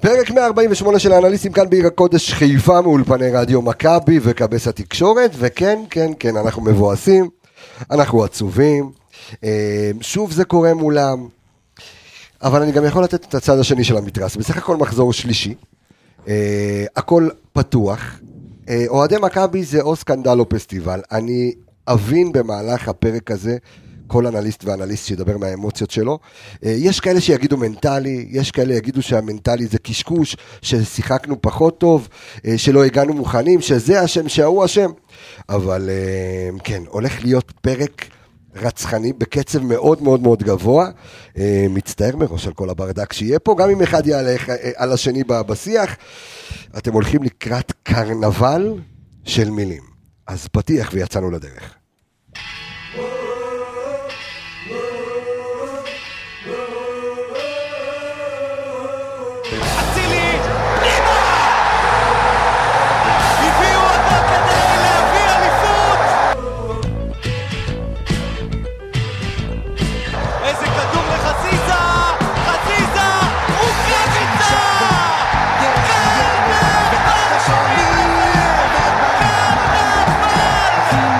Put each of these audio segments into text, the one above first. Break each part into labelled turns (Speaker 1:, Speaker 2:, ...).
Speaker 1: פרק 148 של האנליסטים כאן בעיר הקודש חיפה מאולפני רדיו מכבי וכבש התקשורת, וכן, כן, כן, אנחנו מבואסים, אנחנו עצובים, אה, שוב זה קורה מולם, אבל אני גם יכול לתת את הצד השני של המתרס. בסך הכל מחזור שלישי, אה, הכל פתוח. אה, אוהדי מכבי זה או סקנדל או פסטיבל. אני אבין במהלך הפרק הזה כל אנליסט ואנליסט שידבר מהאמוציות שלו. אה, יש כאלה שיגידו מנטלי, יש כאלה יגידו שהמנטלי זה קשקוש, ששיחקנו פחות טוב, אה, שלא הגענו מוכנים, שזה אשם, שההוא אשם. אבל אה, כן, הולך להיות פרק... רצחני בקצב מאוד מאוד מאוד גבוה. אה, מצטער מראש על כל הברדק שיהיה פה, גם אם אחד יעלה אה, על השני ב- בשיח. אתם הולכים לקראת קרנבל של מילים. אז פתיח ויצאנו לדרך.
Speaker 2: אצילי, נימה! הביאו אותו כדי להביא אליפות! איזה כדור לחזיזה! חזיזה! רוקאביצה!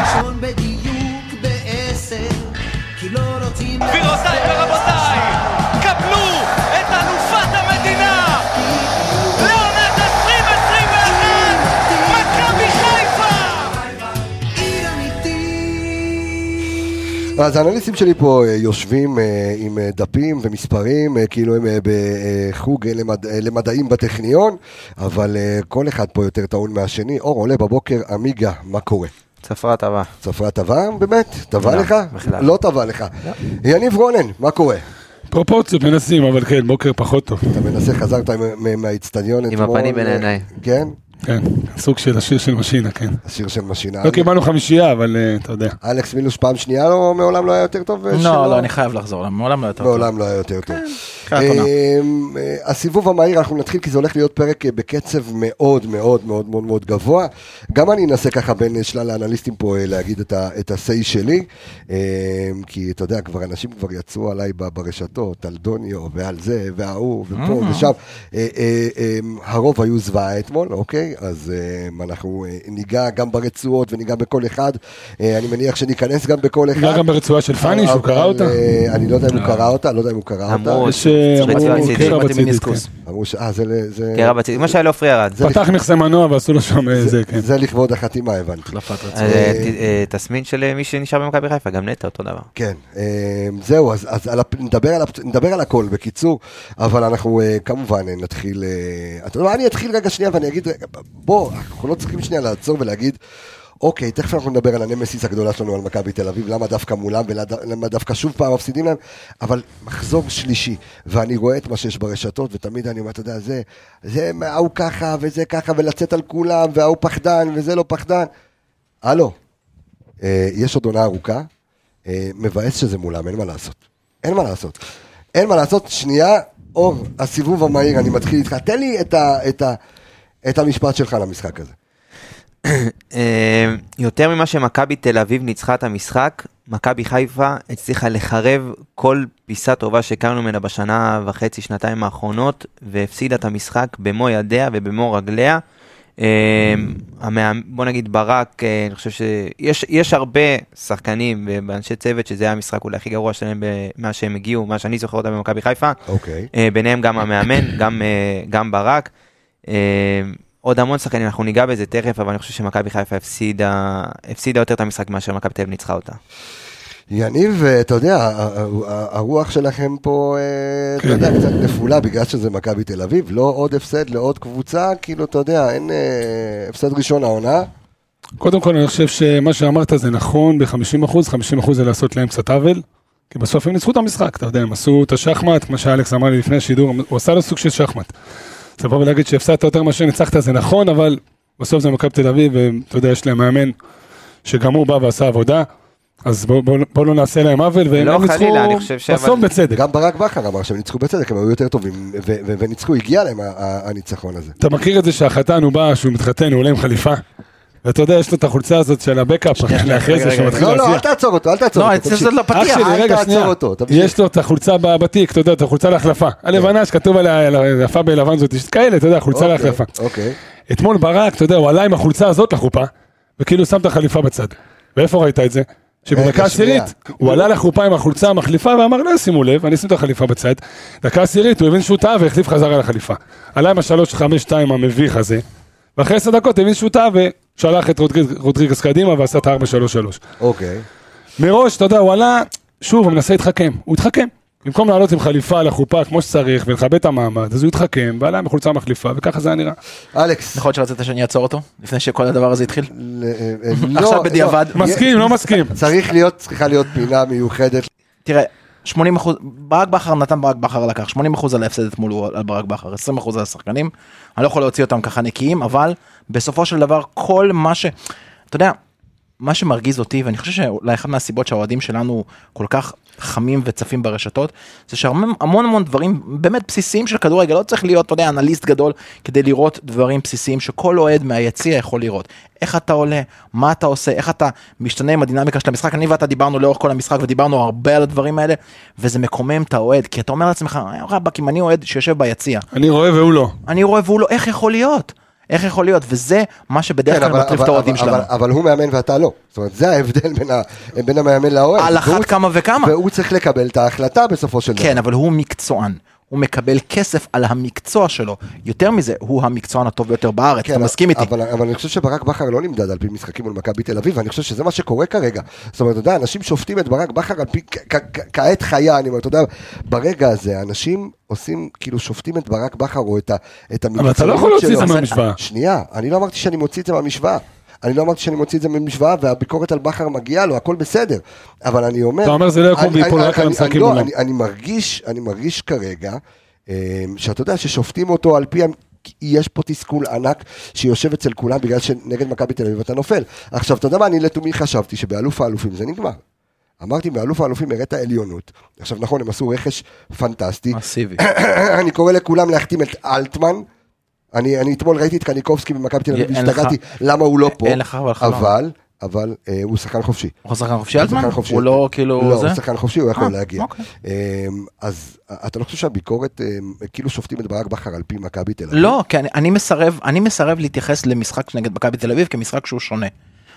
Speaker 3: ראשון בדיוק בעשר, כי לא רוצים...
Speaker 2: גבירותיי ורבותיי, קבלו את אלופת המדינה! לעונת 2021! מכבי חיפה!
Speaker 3: עיר אמיתית!
Speaker 1: אז האנליסטים שלי פה אה, יושבים אה, עם אה, דפים ומספרים, אה, כאילו הם אה, בחוג אה, למד, אה, למדעים בטכניון, אבל אה, כל אחד פה יותר טעון מהשני. אור עולה בבוקר, עמיגה, מה קורה?
Speaker 4: צפרה טבע.
Speaker 1: צפרה טבע? באמת? טבע
Speaker 4: לא,
Speaker 1: לך?
Speaker 4: בכלל.
Speaker 1: לא טבע לך. יניב רונן, מה קורה?
Speaker 5: פרופורציות מנסים, אבל כן, בוקר פחות טוב.
Speaker 1: אתה מנסה, חזרת מ- מ- מהאיצטדיון
Speaker 4: עם
Speaker 1: אתמול.
Speaker 4: הפנים בין
Speaker 1: אה,
Speaker 4: העיניים.
Speaker 1: כן?
Speaker 5: כן, סוג של השיר של משינה, כן.
Speaker 1: השיר של משינה.
Speaker 5: לא קיבלנו חמישייה, אבל אה, אתה יודע.
Speaker 1: אלכס מילוש פעם שנייה לא, מעולם לא היה יותר טוב? אה, שלו?
Speaker 6: לא, לא, אני חייב לחזור, מעולם לא הייתה אותו.
Speaker 1: מעולם לא היה יותר טוב.
Speaker 6: תחילת עונה.
Speaker 1: אמ, אה, הסיבוב המהיר, אנחנו נתחיל כי זה הולך להיות פרק אה, בקצב מאוד מאוד מאוד מאוד מאוד גבוה. גם אני אנסה ככה בין אה, שלל האנליסטים פה אה, להגיד את ה- את ה-say שלי, אמ, כי אתה יודע, כבר אנשים כבר יצאו עליי ב- ברשתות, על דוניו ועל זה וההוא ופה
Speaker 6: Mm-hmm.
Speaker 1: ושם. אה, אה, אמ, הרוב היו זוועה אתמול, אוקיי? אז אמ, אנחנו אה, ניגע גם ברצועות וניגע בכל אחד. אה, אני מניח שניכנס גם בכל אחד.
Speaker 5: ניגע גם ברצועה של פאני, שהוא
Speaker 1: אבל,
Speaker 5: קרא אותה.
Speaker 1: אה, אני לא יודע אם הוא קרא אותה, לא יודע אם הוא קרא אותה.
Speaker 4: אמרו
Speaker 5: יש, אה, אמרו,
Speaker 4: רצועה בצידית.
Speaker 5: קרע כן.
Speaker 6: שמעתי
Speaker 5: בצידית,
Speaker 6: מניסקוס.
Speaker 5: כן.
Speaker 1: אמרו ש... אה, זה... ל- זה-
Speaker 4: קרע בצידית, כמו שהיה לעופרי ארד.
Speaker 1: זה-
Speaker 5: פתח נכסי מנוע ועשו לו שם אה, זה, כן.
Speaker 1: זה לכבוד החתימה, הבנתי.
Speaker 6: החלפת רצון.
Speaker 4: אה, אה, ת- אה, תסמין של אה, מי שנשאר במכבי חיפה, גם נטע אותו דבר.
Speaker 1: כן, אה, זהו, אז, אז על, הפ- נדבר, על, הפ- נדבר על הכל בקיצור, אבל אנחנו אה, כמובן אה, נתחיל, אה, אתה יודע מה, אני אתחיל רגע שנייה ואני אגיד, רגע, בוא, אנחנו לא צריכים שנייה לעצור ולהגיד, אוקיי, תכף אנחנו נדבר על הנמסיס הגדולה שלנו על מכבי תל אביב, למה דווקא מולם ולמה דווקא שוב פעם מפסידים להם, אבל מחזור שלישי, ואני רואה את מה שיש ברשתות, ותמיד אני אומר, אתה יודע, זה, זה, ההוא ככה, וזה ככה, ולצאת על כולם, וההוא פחדן, וזה לא פחדן. הלו, אה, יש עוד עונה ארוכה, אה, מבאס שזה מולם, אין מה לעשות. אין מה לעשות. אין מה לעשות, שנייה, אור, הסיבוב המהיר, אני מתחיל איתך, תן לי את, ה, את, ה, את המשפט שלך למשחק הזה.
Speaker 4: אה, יותר ממה שמכבי תל אביב ניצחה את המשחק, מכבי חיפה הצליחה לחרב כל פיסה טובה שהכרנו ממנה בשנה וחצי, שנתיים האחרונות, והפסידה את המשחק במו ידיה ובמו רגליה. אה, המאמ- בוא נגיד ברק, אה, אני חושב שיש יש הרבה שחקנים ואנשי צוות שזה היה המשחק אולי הכי גרוע שלהם ב- מאז שהם הגיעו, מה שאני זוכר אותם במכבי חיפה.
Speaker 1: אוקיי.
Speaker 4: אה, ביניהם גם המאמן, גם, אה, גם ברק. אה, עוד המון שחקנים, אנחנו ניגע בזה תכף, אבל אני חושב שמכבי חיפה הפסידה, הפסידה יותר את המשחק מאשר מכבי תל אביב ניצחה אותה.
Speaker 1: יניב, אה, אתה יודע, ה- ה- ה- הרוח שלכם פה, אה, אתה
Speaker 5: כן.
Speaker 1: יודע, קצת נפולה בגלל שזה מכבי תל אביב, לא עוד הפסד לעוד קבוצה, כאילו, אתה יודע, אין אה, הפסד ראשון העונה.
Speaker 5: קודם כל, אני חושב שמה שאמרת זה נכון ב-50%, 50% זה לעשות להם קצת עוול. כי בסוף הם ניצחו את המשחק, אתה יודע, הם עשו את השחמט, כמו שאלכס אמר לי לפני השידור, הוא עשה לו סוג של שחמט. אז לבוא ולהגיד שהפסדת יותר מאשר ניצחת זה נכון, אבל בסוף זה מכבי תל אביב, ואתה יודע, יש להם מאמן שגם הוא בא ועשה עבודה, אז בואו בוא, בוא לא נעשה להם עוול, והם
Speaker 4: לא,
Speaker 5: ניצחו
Speaker 4: חלילה, אני חושב שאבל-
Speaker 5: בסוף בצדק.
Speaker 1: גם ברק בכר אמר שהם ניצחו בצדק, הם היו יותר טובים, ו- ו- וניצחו, הגיע להם ה- ה- הניצחון הזה.
Speaker 5: אתה מכיר את זה שהחתן הוא בא, שהוא מתחתן, הוא עולה עם חליפה, ואתה יודע, יש לו את החולצה הזאת של הבקאפ, אחרי זה
Speaker 6: רגע,
Speaker 5: שמתחיל
Speaker 1: לא, לא, אל
Speaker 5: להזיע.
Speaker 1: תעצור אותו, אל תעצור
Speaker 6: לא,
Speaker 1: אותו.
Speaker 6: אצלי
Speaker 1: תמשיך.
Speaker 6: זאת
Speaker 5: אח
Speaker 6: לפתיח.
Speaker 5: שלי,
Speaker 1: אל
Speaker 5: רגע,
Speaker 1: תעצור
Speaker 5: שנייה.
Speaker 1: אותו, תמשיך. כן.
Speaker 5: יש לו את החולצה בתיק, אתה יודע, את החולצה להחלפה. הלבנה שכתוב עליה, יפה בלבן זאת, יש כאלה, אתה יודע, חולצה
Speaker 1: אוקיי,
Speaker 5: להחלפה.
Speaker 1: אוקיי.
Speaker 5: אתמול ברק, אתה יודע, הוא עלה עם החולצה הזאת לחופה, וכאילו שם את החליפה בצד. ואיפה ראית את זה?
Speaker 1: רגע,
Speaker 5: שבדקה
Speaker 1: שנייה.
Speaker 5: עשירית, הוא עלה לחופה עם החולצה המחליפה ואמר, לא שימו לב, אני אשים את החליפה בצד. דקה עשירית, הוא הבין שהוא טעה והחליף חזרה לחליפה. עלה עם השלוש, חמש, שתיים המביך הזה, ואחרי עשר דקות הבין שהוא טעה ושלח את רודריג- רודריגס קדימה ועשה את הארבע, שלוש, שלוש.
Speaker 1: אוקיי.
Speaker 5: מראש, אתה יודע, הוא עלה, שוב, הוא מנסה להתחכם, הוא התחכם. במקום לעלות עם חליפה לחופה כמו שצריך ולכבד את המעמד, אז הוא התחכם, ועלה עם החולצה המחליפה, וככה זה היה נראה.
Speaker 1: אלכס.
Speaker 6: נכון שרצית שאני אעצור אותו? לפני שכל הדבר הזה התחיל?
Speaker 1: ל- אה, אה, לא,
Speaker 6: עכשיו
Speaker 1: לא.
Speaker 6: בדיעבד.
Speaker 5: מסכים, לא מסכים.
Speaker 1: צריך להיות, צריכה להיות פינה מיוחדת.
Speaker 6: תראה, 80 אחוז, ברק בכר נתן ברק בכר לקח, 80 אחוז על ההפסד אתמול הוא על ברק בכר, 20 אחוז על השחקנים, אני לא יכול להוציא אותם ככה נקיים, אבל בסופו של דבר כל מה ש... אתה יודע, מה שמרגיז אותי, ואני חושב שאולי אחת מהסיבות שהאוהדים שלנו כל כך חמים וצפים ברשתות, זה שהמון המון דברים באמת בסיסיים של כדורגל, לא צריך להיות, אתה יודע, אנליסט גדול כדי לראות דברים בסיסיים שכל אוהד מהיציע יכול לראות. איך אתה עולה, מה אתה עושה, איך אתה משתנה עם הדינמיקה של המשחק. אני ואתה דיברנו לאורך כל המשחק ודיברנו הרבה על הדברים האלה, וזה מקומם את האוהד, כי אתה אומר לעצמך, "אה, רבאק, אם אני אוהד שיושב ביציע,
Speaker 5: אני רואה והוא לא.
Speaker 6: אני רואה והוא לא, איך יכול להיות? איך יכול להיות? וזה מה שבדרך
Speaker 1: כן,
Speaker 6: כלל
Speaker 1: אבל-
Speaker 6: מטריף את
Speaker 1: אבל-
Speaker 6: האוהדים
Speaker 1: אבל-
Speaker 6: שלנו.
Speaker 1: אבל הוא מאמן ואתה לא. זאת אומרת, זה ההבדל בין ה- בין המאמן לאוהד.
Speaker 6: על
Speaker 1: והוא-
Speaker 6: אחת כמה וכמה.
Speaker 1: והוא צריך לקבל את ההחלטה בסופו של דבר.
Speaker 6: כן, אבל הוא מקצוען. הוא מקבל כסף על המקצוע שלו. יותר מזה, הוא המקצוען הטוב ביותר בארץ,
Speaker 1: כן,
Speaker 6: אתה
Speaker 1: אבל-
Speaker 6: מסכים איתי.
Speaker 1: אבל, אבל אני חושב שברק בכר לא נמדד על פי משחקים מול מכבי תל אביב, ואני חושב שזה מה שקורה כרגע. זאת אומרת, אתה יודע, אנשים שופטים את ברק בכר על פי כ- כ- כ- כעת חיה, אני אומר, אתה יודע, ברגע הזה אנשים עושים, כאילו שופטים את ברק בכר או את, ה- את המקצוענות
Speaker 5: אבל אתה לא יכול להוציא את זה
Speaker 1: שלו.
Speaker 5: מהמשוואה.
Speaker 1: שנייה, אני לא אמרתי שאני מוציא את זה מהמשוואה. אני לא אמרתי שאני מוציא את זה ממשוואה, והביקורת על בכר מגיעה לו, הכל בסדר. אבל אני אומר...
Speaker 5: אתה אומר, זה לא יקום
Speaker 1: אני-
Speaker 5: וייפול
Speaker 1: אני-
Speaker 5: רק על
Speaker 1: אני-
Speaker 5: המשחקים
Speaker 1: אני לא,
Speaker 5: מולם.
Speaker 1: אני- אני מרגיש, אני מרגיש כרגע, אמ, שאתה יודע ששופטים אותו על פי... המ- כי יש פה תסכול ענק שיושב אצל כולם בגלל שנגד מכבי תל אביב אתה נופל. עכשיו, אתה יודע מה, אני לתומי חשבתי שבאלוף האלופים זה נגמר. אמרתי, באלוף האלופים הראת עליונות. עכשיו, נכון, הם עשו רכש פנטסטי.
Speaker 6: מסיבי.
Speaker 1: אני קורא לכולם להחתים את אלטמן. אני, אני אתמול ראיתי את קניקובסקי במכבי תל אביב,
Speaker 6: אין לך-
Speaker 1: השתגעתי למה הוא לא פה.
Speaker 6: אין לך אבל חלום.
Speaker 1: אבל, אבל אה, הוא שחקן חופשי.
Speaker 6: הוא שחקן חופשי אלטמן?
Speaker 1: שחקן חופשי.
Speaker 6: הוא לא כאילו
Speaker 1: לא,
Speaker 6: זה?
Speaker 1: הוא שחקן חופשי, הוא יכול
Speaker 6: אה,
Speaker 1: להגיע.
Speaker 6: אוקיי.
Speaker 1: אמ, אז אה, אתה לא חושב שהביקורת, אמ, כאילו שופטים את ברק בכר על פי מכבי תל אביב?
Speaker 6: לא, כי אני, אני מסרב, אני מסרב להתייחס למשחק נגד מכבי תל אביב כמשחק שהוא שונה.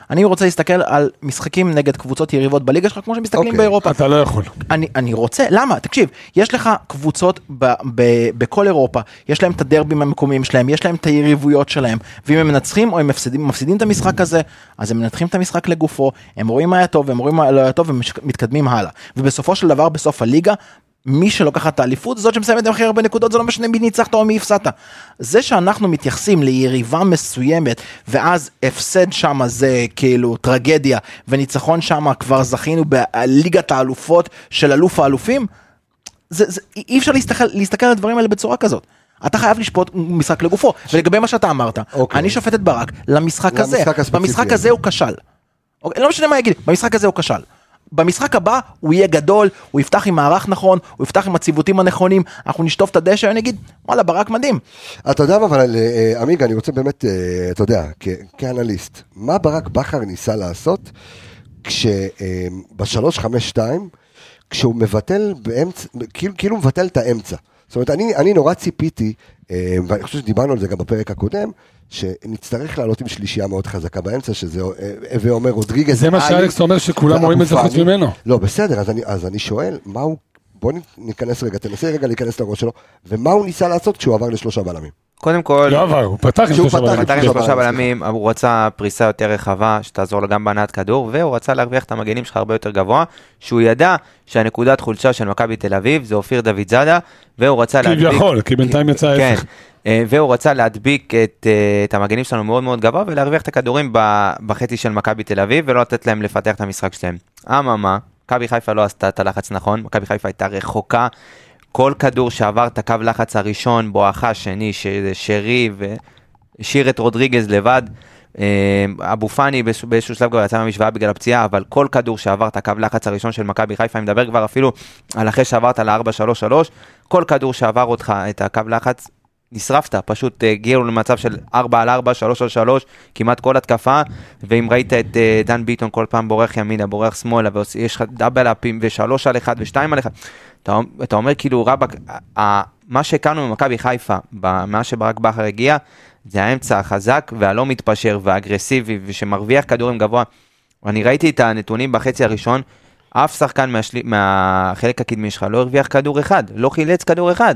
Speaker 6: אני רוצה להסתכל על משחקים נגד קבוצות יריבות בליגה שלך כמו שמסתכלים
Speaker 1: אוקיי.
Speaker 6: באירופה.
Speaker 5: אתה לא יכול.
Speaker 6: אני, אני רוצה, למה? תקשיב, יש לך קבוצות ב, ב, בכל אירופה, יש להם את הדרבים המקומיים שלהם, יש להם את היריבויות שלהם, ואם הם מנצחים או הם מפסידים, מפסידים את המשחק הזה, אז הם מנתחים את המשחק לגופו, הם רואים מה היה טוב, הם רואים מה לא היה טוב, הם מתקדמים הלאה. ובסופו של דבר, בסוף הליגה, מי שלוקחת את האליפות זאת שמסיימת עם הכי הרבה נקודות זה לא משנה מי ניצחת או מי הפסדת. זה שאנחנו מתייחסים ליריבה מסוימת ואז הפסד שם זה כאילו טרגדיה וניצחון שם כבר זכינו בליגת האלופות של אלוף האלופים. זה, זה, אי- אי אפשר להסתכל, להסתכל על הדברים האלה בצורה כזאת. אתה חייב לשפוט משחק לגופו ולגבי מה שאתה אמרת
Speaker 1: אוקיי.
Speaker 6: אני שופט את ברק למשחק הזה
Speaker 1: למשחק הספציפי
Speaker 6: במשחק
Speaker 1: הזה.
Speaker 6: הזה הוא כשל. אוקיי, לא משנה מה יגיד, במשחק הזה הוא כשל. במשחק הבא הוא יהיה גדול, הוא יפתח עם מערך נכון, הוא יפתח עם הציוותים הנכונים, אנחנו נשטוף את הדשא, אני אגיד, וואלה, ברק מדהים.
Speaker 1: אתה יודע מה, אבל אה, אה, עמיגה, אני רוצה באמת, אה, אתה יודע, כ- כאנליסט, מה ברק בכר ניסה לעשות אמ, כשב-352, כשהוא מבטל באמצע, כאילו כאילו מבטל את האמצע. זאת אומרת, אני, אני נורא ציפיתי, אה, ואני חושב שדיברנו על זה גם בפרק הקודם, שנצטרך לעלות עם שלישייה מאוד חזקה באמצע, שזה אה, הווה אומר רודריגז.
Speaker 5: זה מה
Speaker 1: עלי,
Speaker 5: שאלכס אומר שכולם רואים את זה
Speaker 1: ואבו
Speaker 5: חוץ
Speaker 1: פאני.
Speaker 5: ממנו.
Speaker 1: לא, בסדר, אז אני, אז אני שואל, מה הוא... בוא ניכנס רגע, תנסה רגע להיכנס לראש שלו, ומה הוא ניסה לעשות כשהוא עבר לשלושה בלמים.
Speaker 4: קודם כל,
Speaker 5: לא עבר, הוא פתח עם
Speaker 1: שהוא
Speaker 5: שלושה
Speaker 1: פתח
Speaker 5: בלמים.
Speaker 4: פתח עם
Speaker 1: שלושה
Speaker 5: לא,
Speaker 4: שלושה
Speaker 1: בלמים,
Speaker 4: בלמים, הוא רצה פריסה יותר רחבה, שתעזור לו גם בהנעת כדור, והוא רצה להרוויח את המגנים שלך הרבה יותר גבוה, שהוא ידע שהנקודת חולשה של מכבי תל אביב זה אופיר דוד זאדה, והוא רצה להדביק...
Speaker 5: כביכול, כי בינתיים יצא
Speaker 4: כן,
Speaker 5: ההפך.
Speaker 4: אה, והוא רצה להדביק את, אה, את המגנים שלנו מאוד מאוד גבוה ולהרוויח את הכדורים ב- בחצי של מכבי תל אביב ולא לתת להם לפתח את המשחק שלהם. אממה, מכבי חיפה לא עשתה את הלחץ נכון, מכבי חיפה הייתה רחוקה. כל כדור שעבר את הקו לחץ הראשון, בואכה שני, ש- שרי, והשאיר את רודריגז לבד. אה, אבו פאני באיזשהו- באיזשהו שלב כבר יצא מהמשוואה בגלל הפציעה, אבל כל כדור שעבר את הקו לחץ הראשון של מכבי חיפה, אני מדבר כבר אפילו על אחרי שעברת ל-4-3-3, כל כדור שעבר אותך את הקו לחץ, נשרפת, פשוט אה, הגיעו למצב של 4 על 4, 3 על 3, כמעט כל התקפה, ואם ראית את אה, דן ביטון כל פעם בורח ימינה, בורח שמאלה, ויש לך דאבל אפים, ו-3 על 1 ו-2 על 1, אתה, אתה אומר כאילו, רבאק, ה- ה- מה שהכרנו ממכבי חיפה, ב- מאז שברק בכר הגיע, זה האמצע החזק והלא מתפשר והאגרסיבי, ושמרוויח כדורים גבוה. אני ראיתי את הנתונים בחצי הראשון, אף שחקן מהשל... מהחלק הקדמי שלך לא הרוויח כדור אחד, לא חילץ כדור אחד.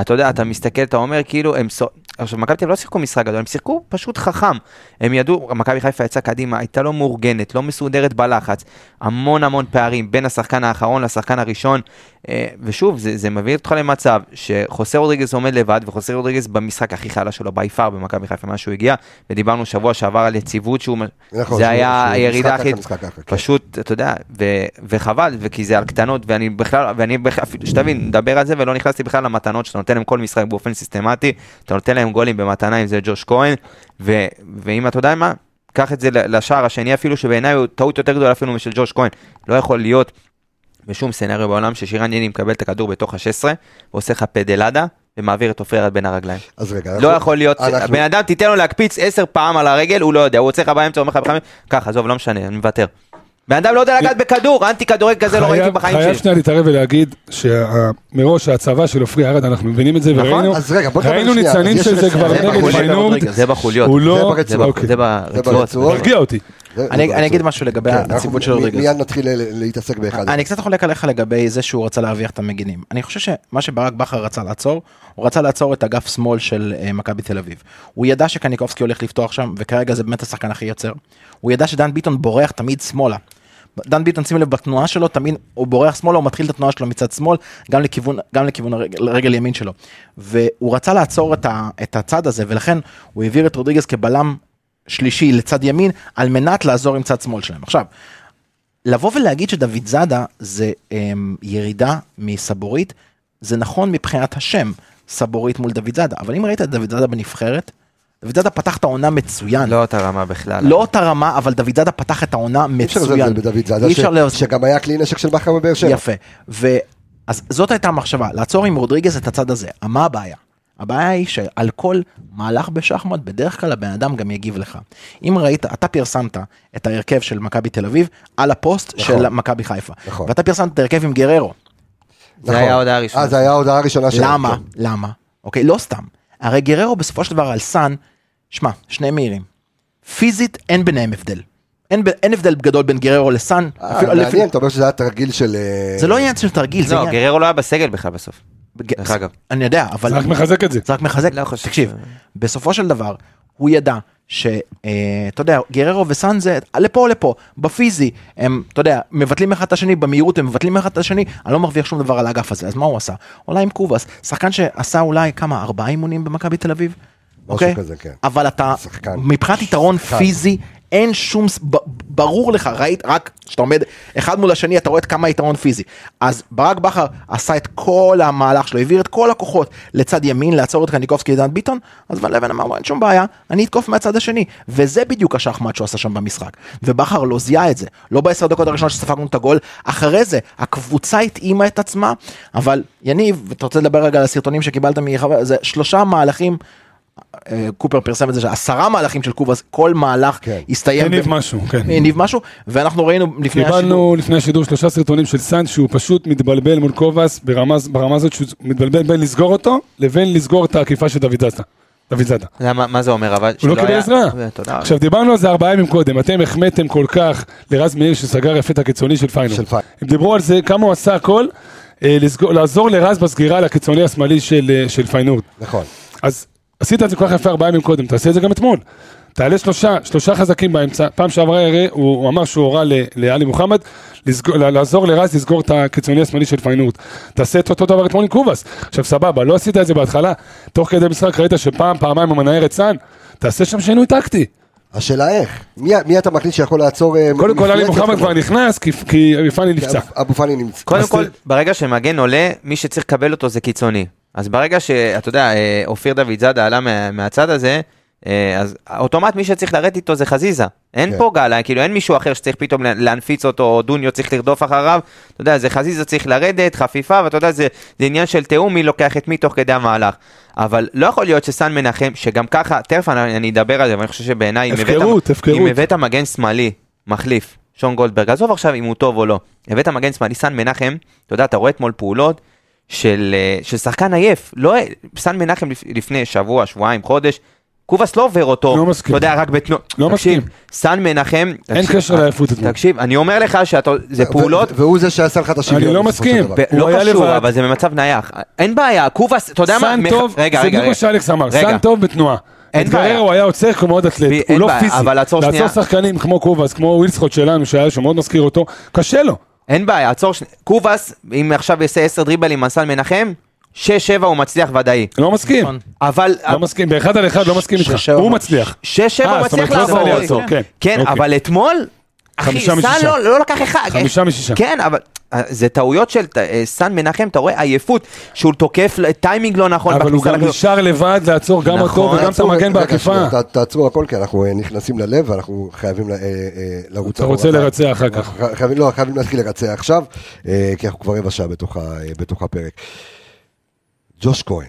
Speaker 4: אתה יודע, אתה מסתכל, אתה אומר כאילו, הם... סו- עכשיו, מכבי תל אביב לא שיחקו משחק גדול, הם שיחקו פשוט חכם. הם ידעו, מכבי חיפה יצאה קדימה, הייתה לא מאורגנת, לא מסודרת בלחץ. המון המון פערים בין השחקן האחרון לשחקן הראשון. אה, ושוב, זה, זה מביא אותך למצב שחוסה רודריגז עומד לבד, וחוסה רודריגז במשחק הכי חלש שלו בי פאר במכבי חיפה, מאז שהוא הגיע, ודיברנו שבוע שעבר על יציבות שהוא...
Speaker 1: נכון,
Speaker 4: זה
Speaker 1: שהוא-
Speaker 4: היה
Speaker 1: שהוא
Speaker 4: הירידה
Speaker 1: משחק
Speaker 4: הכי...
Speaker 1: ככה, משחק ככה, כן.
Speaker 4: פשוט, אתה יודע, ו- וחבל, וכי זה על קטנות, ואני בכלל, ואני בכלל, אפילו- שתבין, נדבר על זה, ולא נכנסתי בכלל למתנות שאתה נותן להם כל משחק באופן סיסטמטי, אתה נותן להם גולים במתנה, אם זה ג'וש כהן, ו- ואם אתה יודע מה, קח את זה ל- לשער השני אפילו, שבעיניי הוא טעות יותר גדולה אפילו משל ג'וש כהן, לא יכול להיות בשום סצנריו בעולם ששירן יני מקבל את הכדור בתוך ה-16, ועושה לך פדלדה, ומעביר את עופרי עד בין הרגליים.
Speaker 1: אז רגע,
Speaker 4: לא
Speaker 1: אנחנו-
Speaker 4: יכול להיות,
Speaker 1: אנחנו-
Speaker 4: בן אדם תיתן לו להקפיץ עשר פעם על הרגל, הוא לא יודע, הוא יוצא לך באמצע, אומר לך בחמש, קח, עזוב, לא משנה, אני מוותר. בן אדם לא יודע לגעת בכדור, אנטי כדורגל כזה לא ראיתי
Speaker 5: חייב-
Speaker 4: בחיים
Speaker 5: חייב
Speaker 4: שלי.
Speaker 5: שנייה להתערב ולהגיד שמראש ההצבה של עופרי ארד, אנחנו מבינים את זה,
Speaker 4: נכון,
Speaker 5: וראינו
Speaker 1: אז רגע, בוא נדבר
Speaker 5: ראינו
Speaker 1: שנייה,
Speaker 5: ניצנים
Speaker 1: אז
Speaker 5: של
Speaker 1: יש
Speaker 5: זה
Speaker 1: לך-
Speaker 5: כבר
Speaker 1: זה
Speaker 5: נגד
Speaker 1: בחוליות.
Speaker 5: פיינורד,
Speaker 4: זה לא בחוליות.
Speaker 5: הוא
Speaker 1: זה
Speaker 5: לא...
Speaker 1: ברצועה.
Speaker 4: זה ב- זה
Speaker 1: ברצועות.
Speaker 4: ברצועות.
Speaker 5: הרגיע אותי.
Speaker 1: זה-
Speaker 6: אני-
Speaker 1: זה
Speaker 6: אני אגיד
Speaker 1: ברצון.
Speaker 6: משהו לגבי
Speaker 1: כן, אנחנו
Speaker 6: הציוות של
Speaker 1: מ-
Speaker 6: רודריגז.
Speaker 1: מיד נתחיל ל- להתעסק באחד.
Speaker 6: אני קצת חולק עליך לגבי זה שהוא רצה להרוויח את המגינים. אני חושב שמה שברק בכר רצה לעצור, הוא רצה לעצור את אגף שמאל של אה, מכבי תל אביב. הוא ידע שקניקובסקי הולך לפתוח שם, וכרגע זה באמת השחקן הכי יוצר. הוא ידע שדן ביטון בורח תמיד שמאלה. דן ביטון, שים לב, בתנועה שלו, תמיד הוא בורח שמאלה, הוא מתחיל את התנועה שלו מצד שמאל, גם לכיוון, גם לכיוון הרגל, הרגל ימין שלו. והוא רצה לעצור את, ה, את הצד הזה, ולכן הוא העביר את רודריגז כבלם שלישי לצד ימין, על מנת לעזור עם צד שמאל שלהם. עכשיו, לבוא ולהגיד שדוד זאדה זה אמ, ירידה מסבורית, זה נכון מבחינת השם, סבורית מול דוד זאדה, אבל אם ראית את דוד זאדה בנבחרת, דוד זאדה פתח את העונה מצוין.
Speaker 4: לא אותה רמה בכלל.
Speaker 6: לא אותה רמה, אבל דוד זאדה פתח את העונה
Speaker 1: אי אפשר לזלזל
Speaker 6: מצוין.
Speaker 1: בדוד
Speaker 6: אי
Speaker 1: זאדה,
Speaker 6: אפשר
Speaker 1: ש-
Speaker 6: לזלזל.
Speaker 1: שגם היה כלי נשק של בכר בבאר שבע.
Speaker 6: יפה. ו... אז זאת הייתה המחשבה, לעצור עם רודריגז את הצד הזה. מה הבעיה? הבעיה היא שעל כל מהלך בשחמט, בדרך כלל הבן אדם גם יגיב לך. אם ראית, אתה פרסמת את ההרכב של מכבי תל אביב על הפוסט
Speaker 1: נכון.
Speaker 6: של מכבי חיפה.
Speaker 1: נכון.
Speaker 6: ואתה פרסמת את ההרכב עם גררו.
Speaker 1: נכון.
Speaker 4: היה ההודעה הראשונה.
Speaker 1: אה, זה היה ההודעה הראשונה שלו.
Speaker 6: למה?
Speaker 1: כן.
Speaker 6: למה? אוקיי, לא סתם. הרי גררו בסופו של דבר על סאן, שמע, שני מהירים. פיזית אין ביניהם הבדל. אין, ב- אין הבדל גדול בין גררו לסאן.
Speaker 1: אה,
Speaker 6: אפילו-
Speaker 1: מעניין,
Speaker 6: לפי-
Speaker 1: אתה אומר שזה היה תרגיל של... אה,
Speaker 6: זה לא עניין של תרגיל, זה
Speaker 4: לא,
Speaker 6: עניין...
Speaker 4: גררו לא היה בסגל בכלל בסוף.
Speaker 6: בג-
Speaker 4: דרך אגב.
Speaker 6: אני יודע, אבל...
Speaker 5: זה רק מחזק את זה.
Speaker 6: זה רק מחזק.
Speaker 4: לא חושב
Speaker 6: תקשיב,
Speaker 4: ש-
Speaker 6: בסופו של דבר, הוא ידע ש... אה, אתה יודע, גררו וסאן זה לפה או לפה, בפיזי, הם, אתה יודע, מבטלים אחד את השני, במהירות הם מבטלים אחד את השני, אני לא מרוויח שום דבר על האגף הזה, אז מה הוא עשה? אולי עם קובאס, שחקן שעשה אולי כמה, ארבעה אימונים במכבי תל אביב?
Speaker 1: משהו
Speaker 6: אוקיי?
Speaker 1: כזה, כן.
Speaker 6: אבל אתה,
Speaker 1: שחקן.
Speaker 6: מבחינת יתרון
Speaker 1: שחקן.
Speaker 6: פיזי, אין שום, ס- ב- ברור לך, ראית, רק כשאתה עומד אחד מול השני, אתה רואה את כמה יתרון פיזי. אז ברק בכר עשה את כל המהלך שלו, העביר את כל הכוחות לצד ימין, לעצור את קניקובסקי לדן ביטון, אז ון לבן אמר, אין שום בעיה, אני אתקוף מהצד השני. וזה בדיוק השחמט שהוא עשה שם במשחק. ובכר לא זיהה את זה, לא בעשר דקות הראשונות שספגנו את הגול, אחרי זה, הקבוצה התאימה את עצמה, אבל יניב, אתה רוצה לדבר רגע על הסרטונים שקיבלת מחבר, זה שלושה מהלכים. אה, קופר פרסם את זה, עשרה מהלכים של קובאס, כל מהלך
Speaker 1: כן.
Speaker 6: הסתיים.
Speaker 5: הניב
Speaker 6: ב-
Speaker 5: משהו, כן.
Speaker 6: הניב משהו, ואנחנו ראינו לפני השידור.
Speaker 5: קיבלנו לפני השידור שלושה סרטונים של סאן שהוא פשוט מתבלבל מול קובאס ברמה, ברמה הזאת שהוא מתבלבל בין לסגור אותו לבין לסגור את העקיפה של דוד זאדה. דוד זאדה.
Speaker 4: זה היה- מה- מה זה אומר אבל?
Speaker 5: הוא
Speaker 4: שלא
Speaker 5: לא קיבל
Speaker 4: היה- אה,
Speaker 5: עזרה.
Speaker 4: תודה.
Speaker 5: עכשיו דיברנו על זה ארבעה ימים קודם, אתם החמאתם כל כך לרז מאיר שסגר יפה את הקיצוני של פיינל.
Speaker 1: של פיינל.
Speaker 5: הם דיברו על זה כמה הוא עשה הכל, אה, לסגור- לעזור לרז בסגירה לקיצוני השמאלי של, אה, של פיינורד.
Speaker 1: נכון.
Speaker 5: אז עשית את זה כל כך יפה ארבעה ימים קודם, תעשה את זה גם אתמול. תעלה שלושה, שלושה חזקים באמצע, פעם שעברה הרי הוא, הוא אמר שהוא הורה ל- לעלי מוחמד לסגור, ל- לעזור לרז לסגור את הקיצוני השמאלי של פיינורט. תעשה את אותו דבר אתמול עם קובאס. עכשיו סבבה, לא עשית את זה בהתחלה, תוך כדי משחק ראית שפעם, פעמיים הוא מנער את סאן, תעשה שם שינוי טקטי.
Speaker 1: השאלה איך? מי- מי אתה מחליט שיכול לעצור... אה,
Speaker 5: קודם כל עלי
Speaker 1: מפלצת
Speaker 5: מוחמד
Speaker 1: כזאת?
Speaker 5: כבר נכנס, כי, כי פאני נפצע.
Speaker 1: אבו פאני נמצא.
Speaker 4: קודם
Speaker 5: אז
Speaker 4: כל,
Speaker 5: תראה-
Speaker 4: ברגע שמגן עולה, מי שצריך לקבל אותו זה קיצוני. אז ברגע שאתה יודע, אה, אופיר דוד זאדה עלה מה- מהצד הזה, אה, אז אוטומט מי שצריך לרדת איתו זה חזיזה. אין
Speaker 1: כן.
Speaker 4: פה גל, כאילו אין מישהו אחר שצריך פתאום לה- להנפיץ אותו, או דוניו צריך לרדוף אחריו, אתה יודע, זה חזיזה צריך לרדת, חפיפה, ואתה יודע, זה, זה עניין של תיאום מי לוקח את מי תוך כדי המהלך. אבל לא יכול להיות שסן מנחם, שגם ככה, תכף אני, אני אדבר על זה, אבל אני חושב שבעיניי, אם הבאת-
Speaker 5: הפקרות, הפקרות.
Speaker 4: אם הבאת מגן שמאלי, מחליף, שון גולדברג, עזוב עכשיו אם הוא טוב או לא, הבאת מגן שמאלי, סן מנחם, אתה יודע, אתה רואה אתמול פעולות, של, אה, של שחקן עייף, לא, סן מנחם לפ- לפני שבוע, שבועיים, חודש, קובס לא עובר אותו,
Speaker 5: לא מסכים.
Speaker 4: אתה יודע, רק בתנועה,
Speaker 5: לא
Speaker 4: תקשיב,
Speaker 5: מסכים.
Speaker 4: סן מנחם,
Speaker 5: אין
Speaker 4: תקשיב, אה,
Speaker 5: קשר לעייפות אתמול.
Speaker 4: תקשיב, אני אומר לך שאתה, זה
Speaker 1: ו-
Speaker 4: פעולות,
Speaker 1: והוא זה שעשה לך את השוויון.
Speaker 5: אני לא
Speaker 1: בסופו של
Speaker 5: מסכים.
Speaker 1: דבר.
Speaker 4: ב-
Speaker 5: הוא
Speaker 4: לא
Speaker 5: היה לבד.
Speaker 4: קשור, אבל זה במצב נייח, אין בעיה, קובס, אתה יודע מה,
Speaker 5: סן
Speaker 4: מח-
Speaker 5: טוב,
Speaker 4: רגע,
Speaker 5: זה
Speaker 4: רגע,
Speaker 5: בדיוק
Speaker 4: רגע.
Speaker 5: מה שאלכס אמר,
Speaker 4: רגע.
Speaker 5: סן טוב בתנועה.
Speaker 4: אין
Speaker 5: מתגרר
Speaker 4: בעיה.
Speaker 5: הוא היה עוצר כמו מאוד
Speaker 4: ב-
Speaker 5: אתלט, הוא
Speaker 4: אין
Speaker 5: לא
Speaker 4: בעיה,
Speaker 5: פיזי.
Speaker 4: אבל לעצור שנייה.
Speaker 5: לעצור שחקנים כמו קובאס, כמו ווילסקוט שלנו, שהיה שמאוד מזכיר אותו, קשה לו.
Speaker 4: אין בעיה, עצור, שני- קובס, אם עכשיו יעשה 10 דריבלים על סן מנחם, 6-7 הוא מצליח ודאי,
Speaker 5: לא מסכים.
Speaker 6: נכון.
Speaker 4: אבל,
Speaker 5: לא מסכים, באחד על אחד לא מסכים איתך.
Speaker 6: שש-שבע.
Speaker 5: הוא מצליח.
Speaker 4: 6-7
Speaker 5: אה,
Speaker 4: הוא
Speaker 5: זאת אומרת,
Speaker 4: מצליח
Speaker 5: לא
Speaker 4: לעבור,
Speaker 5: עשה לי לעצור, כן.
Speaker 4: כן,
Speaker 5: אוקיי.
Speaker 4: אבל אתמול, אחי,
Speaker 5: חמישה
Speaker 4: סן
Speaker 5: משישה.
Speaker 4: לא- לא לקח אחד.
Speaker 5: חמישה משישה.
Speaker 4: כן, אבל אה, זה טעויות של אה, סן מנחם, אתה רואה עייפות, שהוא תוקף ל- טיימינג לא נכון.
Speaker 5: אבל הוא
Speaker 4: בכניסה
Speaker 5: גם
Speaker 4: לכדור.
Speaker 5: נשאר לבד לעצור גם
Speaker 4: נכון.
Speaker 5: אותו וגם את
Speaker 1: תעצרו-
Speaker 5: המגן
Speaker 1: רגע,
Speaker 5: בעקיפה.
Speaker 1: שנייה, אוקיי. ת- תעצרו הכל, כי אנחנו אה, נכנסים ללב ואנחנו חייבים ל- אה, אה, לרוץ.
Speaker 5: אתה רוצה
Speaker 1: אחורה.
Speaker 5: לרצח אחר כך.
Speaker 1: אנחנו חייבים, לא, חייבים להתחיל לרצה עכשיו, אה, כי אנחנו כבר רבע שעה בתוך, ה- אה, בתוך הפרק. ג'וש כהן.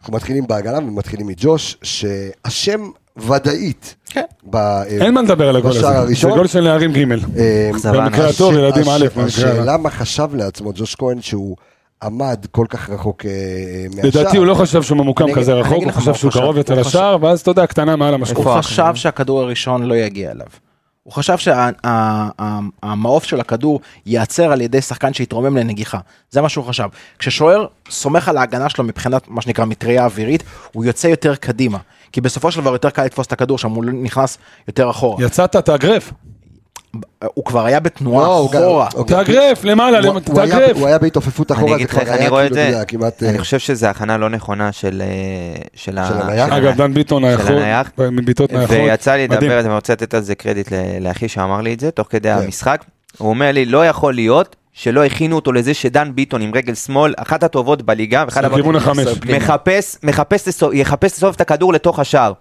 Speaker 1: אנחנו מתחילים בעגלה ומתחילים מג'וש, שהשם ודאית.
Speaker 6: כן.
Speaker 1: ב- אה,
Speaker 5: אין מה לדבר על הגול
Speaker 1: בשער
Speaker 5: הזה. זה
Speaker 1: הראשון.
Speaker 5: גול של נערים ג'.
Speaker 1: אה,
Speaker 4: אכזבה,
Speaker 5: במקרה
Speaker 4: אני-
Speaker 5: הטוב, ילדים
Speaker 1: הש-
Speaker 5: א', במקרה הרע.
Speaker 1: השאלה מה חשב לעצמו ג'וש כהן שהוא עמד כל כך רחוק אה, אה, מהשער.
Speaker 5: לדעתי הוא לא חשב שהוא ממוקם
Speaker 6: אני-
Speaker 5: כזה
Speaker 6: אני
Speaker 5: רחוק,
Speaker 6: אגיד
Speaker 5: הוא
Speaker 6: לך מה
Speaker 5: חשב
Speaker 6: הוא
Speaker 5: שהוא
Speaker 6: חשב.
Speaker 5: קרוב יותר
Speaker 6: הוא חשב-
Speaker 5: לשער, ואז אתה יודע, קטנה מעל המשקוף.
Speaker 4: איפה
Speaker 6: הוא
Speaker 4: האחרים?
Speaker 6: חשב שהכדור הראשון לא יגיע אליו. הוא חשב שהמעוף של הכדור ייעצר על ידי שחקן שיתרומם לנגיחה. זה מה שהוא חשב. כששוער סומך על ההגנה שלו מבחינת מה שנקרא מטריה אווירית, הוא יוצא יותר קדימה. כי בסופו של דבר יותר קל לתפוס את הכדור שם, הוא לא נכנס יותר אחורה.
Speaker 5: יצאת, תאגרף.
Speaker 6: הוא כבר היה בתנועה
Speaker 1: לא, הוא גם-
Speaker 6: אחורה.
Speaker 1: הוא גם-
Speaker 5: תאגרף, למעלה,
Speaker 1: הוא-
Speaker 5: למ-
Speaker 1: הוא היה-
Speaker 5: תאגרף.
Speaker 1: הוא היה בהתעופפות אחורה,
Speaker 4: אני אגיד לך
Speaker 1: כבר
Speaker 4: איך
Speaker 1: היה
Speaker 4: אני רואה את
Speaker 1: כאילו, אתה
Speaker 4: זה,
Speaker 1: יודע, כמעט... אה,
Speaker 4: אני חושב שזה הכנה לא נכונה של אה, של ה-
Speaker 1: של
Speaker 4: של
Speaker 1: הנייח?
Speaker 5: אגב, דן ביטון היה אה,
Speaker 4: של הנייח.
Speaker 5: יכול, מבעיטות נייחות.
Speaker 4: אוקיי. ויצא לי
Speaker 5: מדהים. כן.
Speaker 4: לדבר על זה, ואני רוצה לתת על זה קרדיט ל- לאחי שאמר לי את זה, תוך כדי המשחק. הוא אומר לי, לא יכול להיות שלא הכינו אותו לזה שדן ביטון עם רגל שמאל, אחת הטובות בליגה, ואחת הבא-
Speaker 5: לכיוון החמש.
Speaker 4: מחפש, מחפש לסוב, יחפש לסובב את הכדור לתוך השער.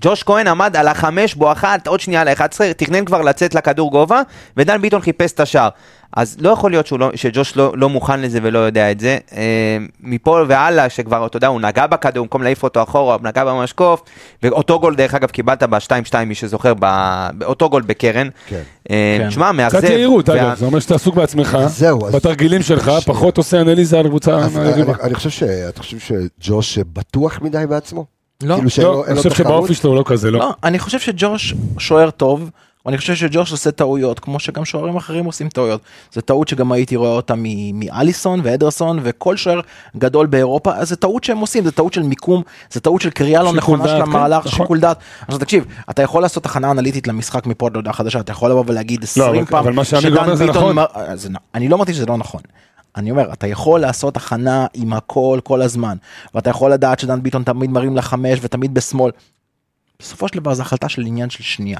Speaker 4: ג'וש כהן עמד על החמש בואכה עוד שנייה על ה-11, תכנן כבר לצאת לכדור גובה, ודן ביטון חיפש את השער. אז לא יכול להיות שהוא לא, שג'וש לא, לא מוכן לזה ולא יודע את זה. אה, מפה והלאה, שכבר, אתה יודע, הוא נגע בכדור, במקום להעיף אותו אחורה, הוא נגע במשקוף, ואותו גול, דרך אגב, קיבלת ב-2-2, מי שזוכר, ב- באותו גול בקרן.
Speaker 1: כן.
Speaker 4: אה,
Speaker 6: כן.
Speaker 4: תשמע, מאכזב.
Speaker 5: קצת יהירות,
Speaker 4: וה-
Speaker 5: אגב, זה אומר שאתה עסוק בעצמך,
Speaker 1: זהו, אז-
Speaker 5: בתרגילים שלך, פחות עושה אנליזה על קבוצה אה,
Speaker 1: אז אה, אני-
Speaker 5: היריבה.
Speaker 1: אני חושב ש... אתה חושב שג'וש בטוח מדי בעצמו?
Speaker 6: לא.
Speaker 1: כאילו שאין לו-
Speaker 5: לא,
Speaker 1: אין
Speaker 5: אני
Speaker 1: לו
Speaker 5: חושב
Speaker 1: תחרות?
Speaker 5: שבאופי שלו הוא לא כזה, לא.
Speaker 6: לא, אני חושב שג'וש שוער טוב, אני חושב שג'וש עושה טעויות, כמו שגם שוערים אחרים עושים טעויות. זו טעות שגם הייתי רואה אותה מ- מאליסון ואדרסון וכל שוער גדול באירופה, אז זו טעות שהם עושים, זו טעות של מיקום, זו טעות של קריאה לא
Speaker 5: שיקול
Speaker 6: נכונה
Speaker 5: דעת,
Speaker 6: של
Speaker 5: כן,
Speaker 6: המהלך,
Speaker 5: נכון.
Speaker 6: שיקול דעת. עכשיו תקשיב, אתה יכול לעשות הכנה אנליטית למשחק מפה עד הודעה חדשה, אתה יכול לבוא ולהגיד 20
Speaker 5: לא, אבל-
Speaker 6: פעם,
Speaker 5: אבל מה שעמיגו
Speaker 6: שדן
Speaker 5: אומר זה
Speaker 6: ביטון
Speaker 5: נכון.
Speaker 6: מר- אה, זה נ- אני לא אמרתי שזה לא נכון. אני אומר, אתה יכול לעשות הכנה עם הכל כל הזמן, ואתה יכול לדעת שדן ביטון תמיד מרים לחמש ותמיד בשמאל. בסופו של דבר זו החלטה של עניין של שנייה.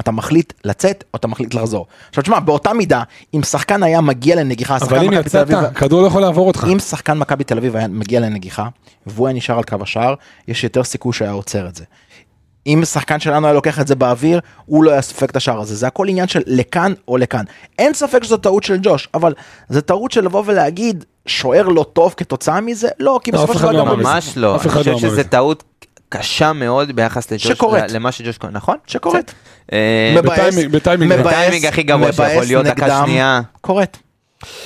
Speaker 6: אתה מחליט לצאת או אתה מחליט לחזור. עכשיו תשמע, באותה מידה, אם שחקן היה מגיע לנגיחה,
Speaker 5: אבל
Speaker 6: שחקן
Speaker 5: אם
Speaker 6: מכבי תל
Speaker 5: יצאת,
Speaker 6: אביב,
Speaker 5: כדור לא יכול לעבור אותך.
Speaker 6: אם שחקן מכבי תל אביב היה מגיע לנגיחה, והוא היה נשאר על קו השער, יש יותר סיכוי שהיה עוצר את זה. אם שחקן שלנו היה לוקח את זה באוויר, הוא לא היה סופג את השער הזה. זה הכל עניין של לכאן או לכאן. אין ספק שזו טעות של ג'וש, אבל זו טעות של לבוא ולהגיד, שוער לא טוב כתוצאה מזה? לא, כי
Speaker 5: לא,
Speaker 6: בסופו
Speaker 5: אף
Speaker 6: של
Speaker 5: אחד
Speaker 6: דבר
Speaker 5: לא אמר
Speaker 6: גם...
Speaker 5: את זה.
Speaker 4: ממש לא,
Speaker 5: אף
Speaker 4: אני
Speaker 5: אחד
Speaker 4: חושב
Speaker 5: לא אמר את
Speaker 4: שזו
Speaker 5: זה.
Speaker 4: טעות קשה מאוד ביחס לג'וש,
Speaker 6: שקורית.
Speaker 4: למה שג'וש, כהן- נכון?
Speaker 6: שקורית.
Speaker 4: אה,
Speaker 5: בטיימינג- בטיימינג
Speaker 6: מבאס,
Speaker 4: בטיימינג הכי גרוע
Speaker 6: מבאס
Speaker 4: שיכול להיות, דקה
Speaker 6: נגדם.
Speaker 4: שנייה.
Speaker 6: קורית.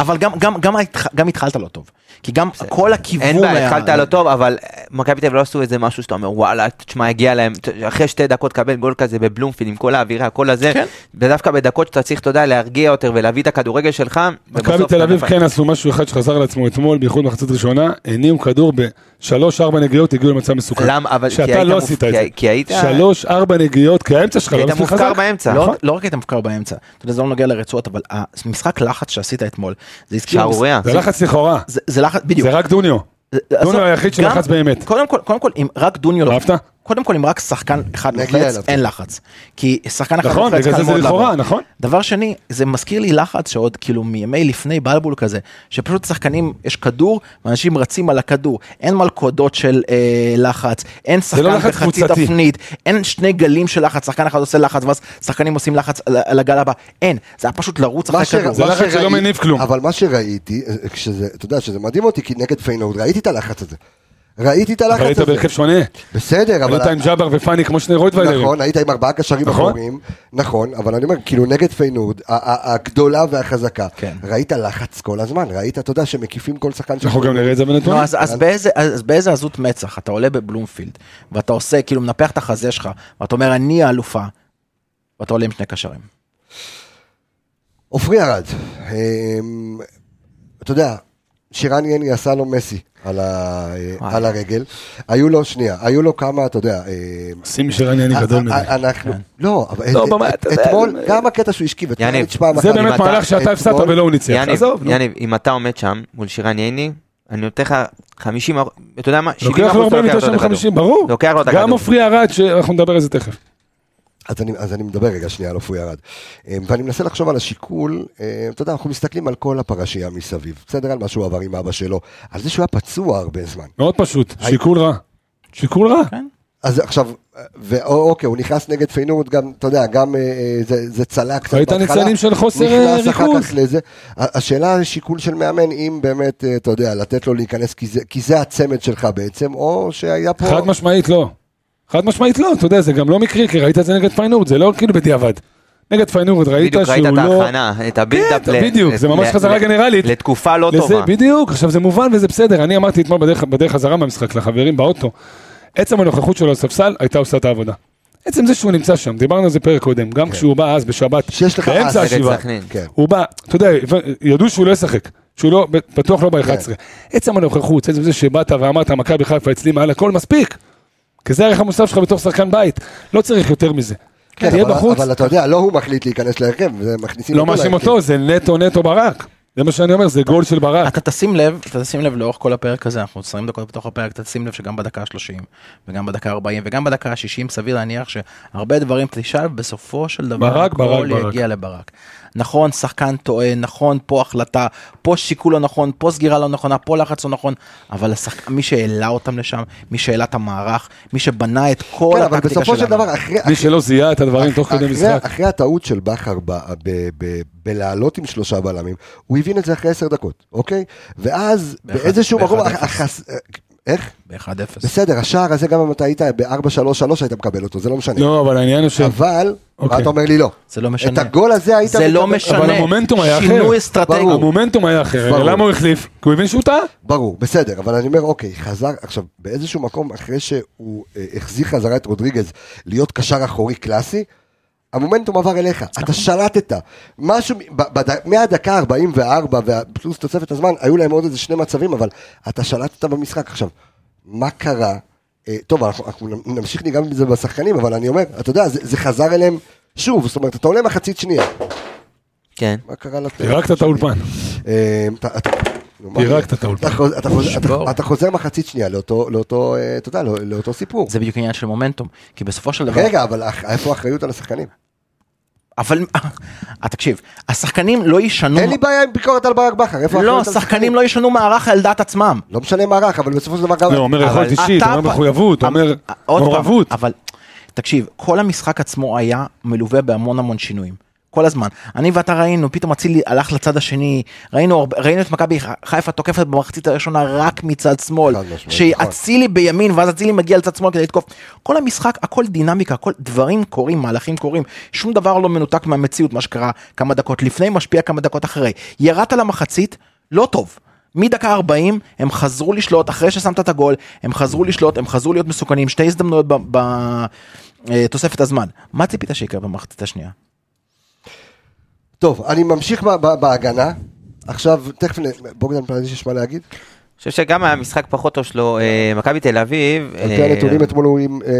Speaker 6: אבל גם, גם, גם, התח... גם התחלת לא טוב. כי גם כל הכיוון...
Speaker 4: אין בעיה,
Speaker 6: היה-
Speaker 4: התחלת לא טוב, אבל אה, מכבי תל אביב לא עשו איזה משהו שאתה אומר, וואלה, תשמע, הגיע להם, ת- אחרי שתי דקות קבל גול כזה בבלומפילד עם כל האווירה, כל הזה,
Speaker 6: כן.
Speaker 4: ודווקא בדקות שאתה צריך, אתה יודע, להרגיע יותר ולהביא את הכדורגל שלך,
Speaker 5: מכבי
Speaker 4: ובסוף
Speaker 5: תל
Speaker 4: אתה
Speaker 5: אביב
Speaker 4: נפל.
Speaker 5: כן עשו משהו אחד שחזר לעצמו אתמול, בייחוד מחצית ראשונה, הניעו כדור בשלוש ארבע נגיעות, הגיעו למצב מסוכן.
Speaker 4: למה? אבל כי
Speaker 5: שאתה
Speaker 4: היית
Speaker 5: לא
Speaker 4: מופ-
Speaker 5: עשית את
Speaker 4: כי-
Speaker 5: זה.
Speaker 4: כי היית-
Speaker 5: שלוש ארבע נגיעות, כי האמצע שלך
Speaker 4: כי
Speaker 5: לא
Speaker 4: היית
Speaker 5: מספיק
Speaker 4: מופקר
Speaker 5: חזק. נכון.
Speaker 4: באמצע.
Speaker 6: לא, לא רק היית מופקר באמצע, אתה יודע, זה לא נוגע לרצועות, אבל המשחק לחץ שעשית אתמול, זה הזכיר...
Speaker 4: שערורייה.
Speaker 5: זה לחץ לכאורה,
Speaker 6: זה, זה לחץ, בדיוק.
Speaker 5: זה רק דוניו.
Speaker 6: זה-
Speaker 5: דוניו
Speaker 6: עזוב,
Speaker 5: היחיד
Speaker 6: גם-
Speaker 5: שלחץ באמת.
Speaker 6: קודם כל, קודם כל, אם רק דוניו... לא-
Speaker 5: אהבת?
Speaker 6: קודם כל אם רק שחקן אחד
Speaker 1: נגיע
Speaker 6: לוחץ,
Speaker 1: אליו.
Speaker 6: אין לחץ. כי שחקן אחד לוחץ,
Speaker 5: נכון, בגלל
Speaker 6: קל
Speaker 5: זה זה
Speaker 6: מאוד
Speaker 5: לכאורה,
Speaker 6: לעבור.
Speaker 5: נכון?
Speaker 6: דבר שני, זה מזכיר לי לחץ שעוד כאילו מימי לפני בלבול כזה, שפשוט שחקנים, יש כדור, ואנשים רצים על הכדור, אין מלכודות של אה, לחץ, אין שחקן
Speaker 5: לא לחץ
Speaker 6: בחצי
Speaker 5: קבוצתי.
Speaker 6: תפנית, אין שני גלים של לחץ, שחקן אחד עושה לחץ, ואז שחקנים עושים לחץ על, על הגל הבא, אין, זה היה פשוט לרוץ
Speaker 1: מה
Speaker 6: אחרי
Speaker 1: ש-
Speaker 6: כדור.
Speaker 5: זה
Speaker 1: מה
Speaker 5: לחץ שלא
Speaker 1: שראיתי-
Speaker 5: מניב כלום.
Speaker 1: אבל מה שראיתי, אה, כשזה, אתה יודע שזה מדהים אותי, כי נגד פיינורד, ראיתי את הלחץ הזה. ראיתי את
Speaker 5: אבל
Speaker 1: הלחץ
Speaker 5: היית
Speaker 1: הזה.
Speaker 5: בהרכב שמונה.
Speaker 1: בסדר, אבל...
Speaker 5: היית עם ג'אבר ופאני כמו שני רויטווילרים.
Speaker 1: נכון, היית עם ארבעה קשרים
Speaker 5: נכון.
Speaker 1: אחורים, נכון, אבל אני אומר, כאילו נגד פיינורד, ה- ה- הגדולה והחזקה,
Speaker 6: כן.
Speaker 1: ראית לחץ כל הזמן, ראית, אתה יודע, שמקיפים כל שחקן שלך.
Speaker 5: אנחנו גם נראה את זה בנתונים.
Speaker 6: נו, אז, אז, באיזה, אז באיזה עזות מצח אתה עולה בבלומפילד ואתה עושה כאילו מנפח את החזה שלך ואתה אומר אני האלופה ואתה עולה עם שני קשרים.
Speaker 1: עופרי ארד, אמ, אתה יודע, שירן יני עשה לו מסי על, ה,
Speaker 4: וואי.
Speaker 1: על הרגל, היו לו, שנייה, היו לו כמה, אתה יודע, אמ,
Speaker 5: שים שרני אני גדול כן. מזה.
Speaker 1: א- א- אנחנו, לא, אבל
Speaker 4: לא,
Speaker 1: את-
Speaker 4: אבל מה,
Speaker 1: את-
Speaker 4: אתה יודע,
Speaker 1: אתמול,
Speaker 4: זה-
Speaker 1: גם הקטע שהוא השכיב, את
Speaker 4: יניב,
Speaker 1: פלניץ' פעם אחת.
Speaker 5: זה באמת
Speaker 4: אתה-
Speaker 5: מהלך שאתה
Speaker 1: אתמול-
Speaker 5: הפסדת ולא הוא ניצח.
Speaker 4: יניב,
Speaker 5: עזוב, נו.
Speaker 4: יניב, אם אתה עומד שם מול שירן ייני, אני נותן לך 50, אר- אתה יודע מה, 70
Speaker 5: לוקח לו 49 מ-50, ברור.
Speaker 4: לוקח לו את
Speaker 5: גם
Speaker 4: הכדור.
Speaker 5: עופרי ארד, שאנחנו נדבר על זה תכף.
Speaker 1: אז אני, אז אני מדבר רגע שנייה על עופרי ארד. אמ, ואני מנסה לחשוב על השיקול, אמ, אתה יודע, אנחנו מסתכלים על כל הפרשייה מסביב, בסדר? על מה שהוא עבר עם אבא שלו, על זה שהוא היה פצוע הרבה זמן.
Speaker 5: מאוד פשוט, שיקול רע. שיקול רע.
Speaker 1: אז עכשיו, ו- או- אוקיי, הוא נכנס נגד פיינורד, גם, אתה יודע, גם אה, אה, זה, זה צלע קצת
Speaker 5: ראית ניצנים של חוסר, אה,
Speaker 1: נכנס אחר
Speaker 5: ריכוז?
Speaker 1: כך לזה. ה- השאלה, השיקול של מאמן, אם באמת, אה, אתה יודע, לתת לו להיכנס, כי זה, כי זה הצמד שלך בעצם, או שהיה פה...
Speaker 5: חד משמעית לא. חד משמעית לא, אתה יודע, זה גם לא מקרי, כי ראית את זה נגד פיינורד, זה לא כאילו בדיעבד. נגד פיינורד ראית
Speaker 4: בדיוק ראית
Speaker 5: שהוא
Speaker 4: את
Speaker 5: לא...
Speaker 4: ההכנה, את הבילדאפ.
Speaker 5: כן,
Speaker 4: ל-
Speaker 5: בדיוק,
Speaker 4: ל-
Speaker 5: זה ממש
Speaker 4: ל-
Speaker 5: חזרה
Speaker 4: ל-
Speaker 5: גנרלית.
Speaker 4: לתקופה לא
Speaker 5: לזה,
Speaker 4: טובה.
Speaker 5: בדיוק, עכשיו זה מובן וזה בסדר, אני אמרתי אתמול בדרך, בדרך חזרה מהמשחק לחברים באוטו, עצם הנוכחות שלו על הספסל הייתה עושה את העבודה. עצם זה שהוא נמצא שם, דיברנו על זה פרק קודם, גם כשהוא בא אז בשבת,
Speaker 1: כן. שיש לך אז
Speaker 5: באמצע
Speaker 1: נגד
Speaker 5: השבעה,
Speaker 4: סכנין.
Speaker 1: כן.
Speaker 5: הוא בא, אתה יודע, ידעו שהוא לא ישחק, שהוא לא, בטוח לא
Speaker 1: כן.
Speaker 5: ב-11. עצם הנוכחות, עצם זה שבאת ואמרת, מכבי חיפה אצלי מעל הכל, מספיק. כי זה הערך המוסף שלך בתור שחקן בית, לא צריך יותר מזה.
Speaker 1: כן,
Speaker 5: תהיה
Speaker 1: אבל,
Speaker 5: בחוץ,
Speaker 1: אבל כן. אתה יודע, לא הוא מחליט להיכנס להרכב, זה מכניסים
Speaker 5: לא מאשים
Speaker 1: להרכב.
Speaker 5: אותו, זה נטו נטו ברק. זה מה שאני אומר, זה גול של ברק.
Speaker 6: אתה תשים לב, אתה תשים לב לאורך כל הפרק הזה, אנחנו 20 דקות בתוך הפרק, אתה תשים לב שגם בדקה ה-30 וגם בדקה ה-40 וגם בדקה ה-60 סביר להניח שהרבה דברים תשאל ובסופו של דבר
Speaker 5: ברק, ברק,
Speaker 6: הכל
Speaker 5: ברק.
Speaker 6: יגיע לברק. נכון, שחקן טועה, נכון, פה החלטה, פה שיקול לא נכון, פה סגירה לא נכונה, פה לחץ לא נכון, אבל השחק... מי שהעלה אותם לשם, מי שהעלה את המערך, מי שבנה את כל
Speaker 1: כן, אבל
Speaker 6: הטקטיקה
Speaker 1: בסופו של דבר,
Speaker 6: שלנו.
Speaker 1: אחרי...
Speaker 5: מי שלא זיהה את הדברים תוך כדי
Speaker 1: אחרי-
Speaker 5: משחק.
Speaker 1: אחרי הטעות של בכר ב- ב- ב- בלעלות עם שלושה בלמים, הוא הבין את זה אחרי עשר דקות, אוקיי? ואז
Speaker 6: באחד-
Speaker 1: באיזשהו
Speaker 6: באחד
Speaker 1: מקום...
Speaker 6: אפס.
Speaker 1: החס- איך?
Speaker 6: ב-1-0.
Speaker 1: בסדר, השער הזה גם אם אתה היית ב-4-3-3 היית מקבל אותו, זה לא משנה.
Speaker 5: לא, אבל העניין הוא ש...
Speaker 1: אבל,
Speaker 5: אוקיי.
Speaker 1: מה אתה אומר לי לא?
Speaker 6: זה לא משנה.
Speaker 1: את הגול הזה היית...
Speaker 6: זה לא
Speaker 1: מקבל-
Speaker 6: משנה.
Speaker 5: אבל המומנטום היה אחר.
Speaker 6: שינוי אסטרטגי.
Speaker 1: ברור.
Speaker 5: המומנטום היה אחר,
Speaker 1: ברור.
Speaker 5: הרי למה הוא החליף? כי הוא הבין שהוא טעה.
Speaker 1: ברור, בסדר, אבל אני אומר, אוקיי, חזר, עכשיו, באיזשהו מקום, אחרי שהוא אה, החזיר חזרה את רודריגז להיות קשר אחורי קלאסי, המומנטום עבר אליך, אתה שלטת. משהו, ב- בד- מהדקה 44 וה- פלוס תוספת הזמן, היו להם עוד איזה שני מצבים, אבל אתה שלטת במשחק. עכשיו, מה קרה? אה, טוב, אנחנו, אנחנו נ- נמשיך גם עם זה בשחקנים, אבל אני אומר, אתה יודע, זה, זה חזר אליהם שוב, זאת אומרת, אתה עולה מחצית שנייה.
Speaker 4: כן.
Speaker 1: מה קרה לתת?
Speaker 5: פירקת את האולפן.
Speaker 1: אה, אתה- אתה- נו, מה-
Speaker 5: פירקת את האולפן.
Speaker 1: אתה חוז- אתה חוז- אתה-
Speaker 6: שבור.
Speaker 1: אתה חוזר מחצית שנייה לאותו, לאותו, אה, אתה יודע, לא- לאותו סיפור.
Speaker 6: זה בדיוק עניין של מומנטום, כי בסופו של דבר...
Speaker 1: רגע, אבל אח- איפה האחריות על השחקנים?
Speaker 6: אבל אה, תקשיב, השחקנים לא ישנו...
Speaker 1: אין לי בעיה עם ביקורת על ברק בכר, איפה
Speaker 6: לא,
Speaker 1: האחריות על
Speaker 6: שחקנים לא ישנו מערך על דעת עצמם.
Speaker 1: לא משנה מה רך, אבל בסופו של דבר גם...
Speaker 5: לא, הוא אומר יכולת
Speaker 4: אבל
Speaker 5: אישית, הוא
Speaker 6: אתה-
Speaker 5: אומר מחויבות, הוא אומר
Speaker 6: אה, עוד פעם,
Speaker 5: מעורבות.
Speaker 6: אבל תקשיב, כל המשחק עצמו היה מלווה בהמון המון שינויים. כל הזמן. אני ואתה ראינו, פתאום אצילי הלך לצד השני, ראינו, הרבה- ראינו את מכבי חיפה תוקפת במחצית הראשונה רק מצד שמאל,
Speaker 1: חד משמעית,
Speaker 6: שאצילי בימין ואז אצילי מגיע לצד שמאל כדי לתקוף. כל המשחק, הכל דינמיקה, הכל דברים קורים, מהלכים קורים, שום דבר לא מנותק מהמציאות, מה שקרה כמה דקות לפני, משפיע כמה דקות אחרי. ירדת למחצית, לא טוב. מדקה 40 הם חזרו לשלוט אחרי ששמת את הגול הם חזרו לשלוט הם חזרו להיות מסוכנים שתי הזדמנויות בתוספת הזמן מה ציפית שיקרה במחצית השנייה?
Speaker 1: טוב, אני ממשיך ב- ב- בהגנה. עכשיו, תכף... נ- בוגדן פלניש יש מה להגיד?
Speaker 4: אני חושב שגם המשחק פחות טוב שלו, אה, מכבי תל אביב,
Speaker 1: על פי
Speaker 4: אה,
Speaker 1: הנתונים אתמול הוא עם... אה,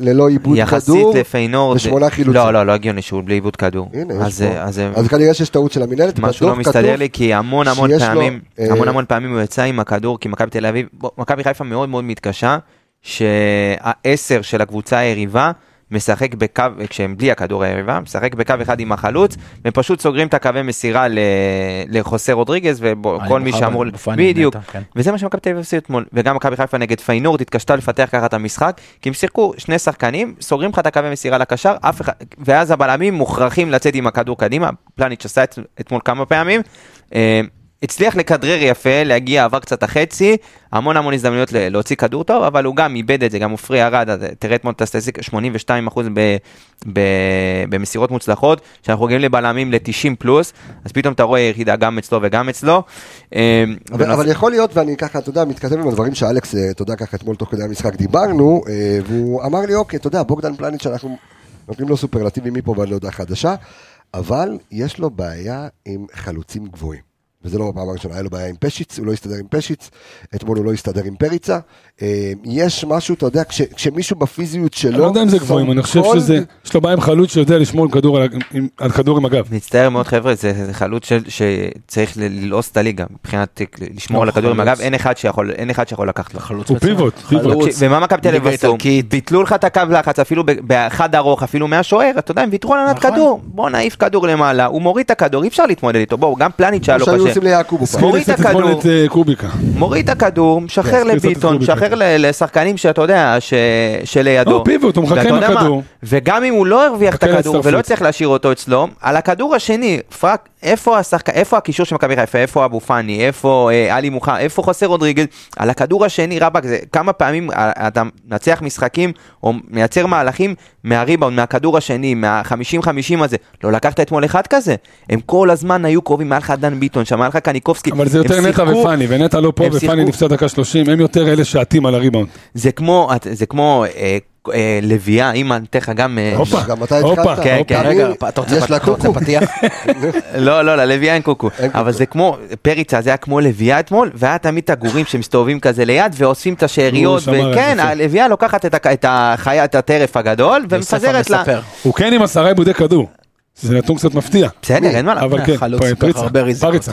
Speaker 1: ללא עיבוד כדור.
Speaker 4: יחסית לפיינורד,
Speaker 1: ושמונה חילוצים.
Speaker 4: לא, לא, לא הגיוני שהוא בלי עיבוד כדור.
Speaker 1: הנה, יש
Speaker 4: אז,
Speaker 1: פה.
Speaker 4: אה, אז, אה,
Speaker 1: אז כנראה שיש טעות של המינהלת.
Speaker 4: משהו לא
Speaker 1: בדוח
Speaker 4: מסתדר
Speaker 1: כתוב
Speaker 4: לי, כי המון המון
Speaker 1: שיש לו,
Speaker 4: פעמים,
Speaker 1: אה,
Speaker 4: המון המון פעמים הוא יצא עם הכדור, כי מכבי תל אביב, בוא, מכבי חיפה מאוד מאוד מתקשה, שהעשר של הקבוצה היריבה משחק בקו, כשהם בלי הכדור היריבה, משחק בקו אחד עם החלוץ, ופשוט סוגרים את הקווי מסירה ל- לחוסה רודריגז
Speaker 6: אני
Speaker 4: וכל מי
Speaker 6: בחר
Speaker 4: שאמור...
Speaker 6: בפאני
Speaker 4: בדיוק.
Speaker 6: נטע, כן.
Speaker 4: וזה מה שמכבי תל אביב עשו אתמול, וגם מכבי חיפה נגד פיינורד התקשתה לפתח ככה את המשחק, כי הם שיחקו שני שחקנים, סוגרים לך את הקווי מסירה לקשר, אף אחד, ואז הבלמים מוכרחים לצאת עם הכדור קדימה, פלניץ' עשה את, אתמול כמה פעמים, אה, הצליח לכדרר יפה, להגיע, עבר קצת החצי, המון המון הזדמנויות ל- להוציא כדור טוב, אבל הוא גם איבד את זה, גם עופרי ירד, אז אה, תראה אתמול את הסטטיסטיק 82% ב- ב- במסירות מוצלחות, כשאנחנו מגיעים לבלמים ל-90 פלוס, אז פתאום אתה רואה ירידה גם אצלו וגם אצלו. אה,
Speaker 1: אבל,
Speaker 4: ונוס-
Speaker 1: אבל יכול להיות, ואני ככה, אתה יודע, מתכתב עם הדברים שאלכס, אה, אתה יודע, ככה אתמול תוך כדי המשחק דיברנו, אה, והוא אמר לי, אוקיי, אתה יודע, בוגדן פלניץ', אנחנו נותנים לו סופרלטיבים מפה ועד להודעה חדשה, אבל יש לו בעיה עם חלוצים גבוהים. וזה לא בפעם הראשונה, היה לו בעיה עם פשיץ, הוא לא הסתדר עם פשיץ, אתמול הוא לא הסתדר עם פריצה. אה, יש משהו, אתה יודע, כש, כשמישהו בפיזיות שלו...
Speaker 5: אני לא יודע אם זה גבוהים, אני חושב
Speaker 1: סונגולד,
Speaker 5: שזה, יש לו בעיה עם חלוץ שיודע לשמור על כדור על ה- עם- על כדור עם הגב.
Speaker 4: מצטער מאוד חבר'ה, זה, זה חלוץ של, שצריך ל- ללעוס את הליגה מבחינת לשמור
Speaker 6: לא,
Speaker 4: על הכדור עם
Speaker 6: חלוץ.
Speaker 4: הגב, אין אחד שיכול, אין אחד שיכול לקחת לו.
Speaker 6: חלוץ
Speaker 5: הוא
Speaker 6: בעצם.
Speaker 5: פיבוט, פיבוט.
Speaker 6: חלוץ.
Speaker 4: תקשיב, ומה מכבי תל אביב
Speaker 6: ליגה
Speaker 4: עשו?
Speaker 6: איטלקית.
Speaker 4: ביטלו לך את הקו לחץ אפילו ב- באחד ארוך, אפילו מהשוער, אתה יודע, הם ויתרו על ענת
Speaker 6: נכון.
Speaker 4: כדור, בוא נעיף כדור למעלה, הוא מוריד את הכדור, אי אפשר להתמודד איתו, בואו, גם פלניץ' שהיה
Speaker 1: כמו
Speaker 4: לו
Speaker 1: שהיו
Speaker 6: לא
Speaker 4: קשה,
Speaker 1: עושים ליעקוב פעם.
Speaker 5: ספירס
Speaker 4: מוריד את
Speaker 5: אתמול
Speaker 4: הכדור.
Speaker 5: את אה, קוביקה.
Speaker 4: מוריד את הכדור, משחרר
Speaker 5: כן,
Speaker 4: לביטון,
Speaker 5: ספירס
Speaker 4: משחרר ל- לשחקנים שאתה יודע, ש- שלידו.
Speaker 5: לא, פיבוט, הוא מחכה
Speaker 4: ואתה
Speaker 5: עם
Speaker 4: יודע מה?
Speaker 5: הכדור.
Speaker 4: וגם אם הוא לא הרוויח את
Speaker 5: מחכה
Speaker 4: הכדור
Speaker 5: להצטרפות.
Speaker 4: ולא הצליח להשאיר אותו אצלו, על הכדור השני, פאק, איפה השחק... איפה הקישור של מכבי חיפה, איפה אבו פאני, איפה אה, עלי מוחה, איפה חוסר רודריגל, על הכדור השני, רבאק, זה כמה פעמים אה, אתה מנצח משחקים או מייצר מהלכים מהריבאונד, מהכדור השני, מה-50-50 הזה, לא לקחת אתמול אחד כזה, הם כל הזמן היו קרובים, היה לך דן ביטון שם, היה לך קניקובסקי,
Speaker 5: אבל זה
Speaker 4: הם
Speaker 5: יותר נטע
Speaker 4: שיחקו-
Speaker 5: ופאני, ונטע לא פה
Speaker 4: הם
Speaker 5: ופאני
Speaker 4: שיחקו-
Speaker 5: נפצע דקה 30, הם יותר אלה שעטים על הריבאונד.
Speaker 4: זה כמו, את- זה כמו אה, אה, לביאה, אם אני אתן לך גם... אה,
Speaker 5: הופה.
Speaker 1: גם אתה
Speaker 5: הופה,
Speaker 1: התחלת.
Speaker 4: כן, כן,
Speaker 1: אני-
Speaker 6: רגע, אתה רוצה
Speaker 1: יש
Speaker 6: פת-
Speaker 1: לה
Speaker 6: אתה רוצה
Speaker 1: קוקו.
Speaker 6: פתיח?
Speaker 4: לא, לא, ללוויה אין קוקו.
Speaker 1: אין קוקו.
Speaker 4: אבל זה כמו, פריצה זה היה כמו לוויה אתמול, והיה תמיד את הגורים שמסתובבים כזה ליד ואוספים את השאריות.
Speaker 5: הוא שמר על
Speaker 4: וכן,
Speaker 5: זה.
Speaker 4: הלוויה לוקחת את הכ- את החיה, את הטרף הגדול, ומפזרת לה.
Speaker 6: מספר.
Speaker 5: הוא כן עם עשרה עיבודי כדור. זה נתון קצת מפתיע.
Speaker 4: בסדר, אין מה לעשות. אה,
Speaker 5: אבל כן,
Speaker 6: חלוץ לוקח
Speaker 5: פריצה,
Speaker 6: הרבה ריזיקות.
Speaker 5: פריצה.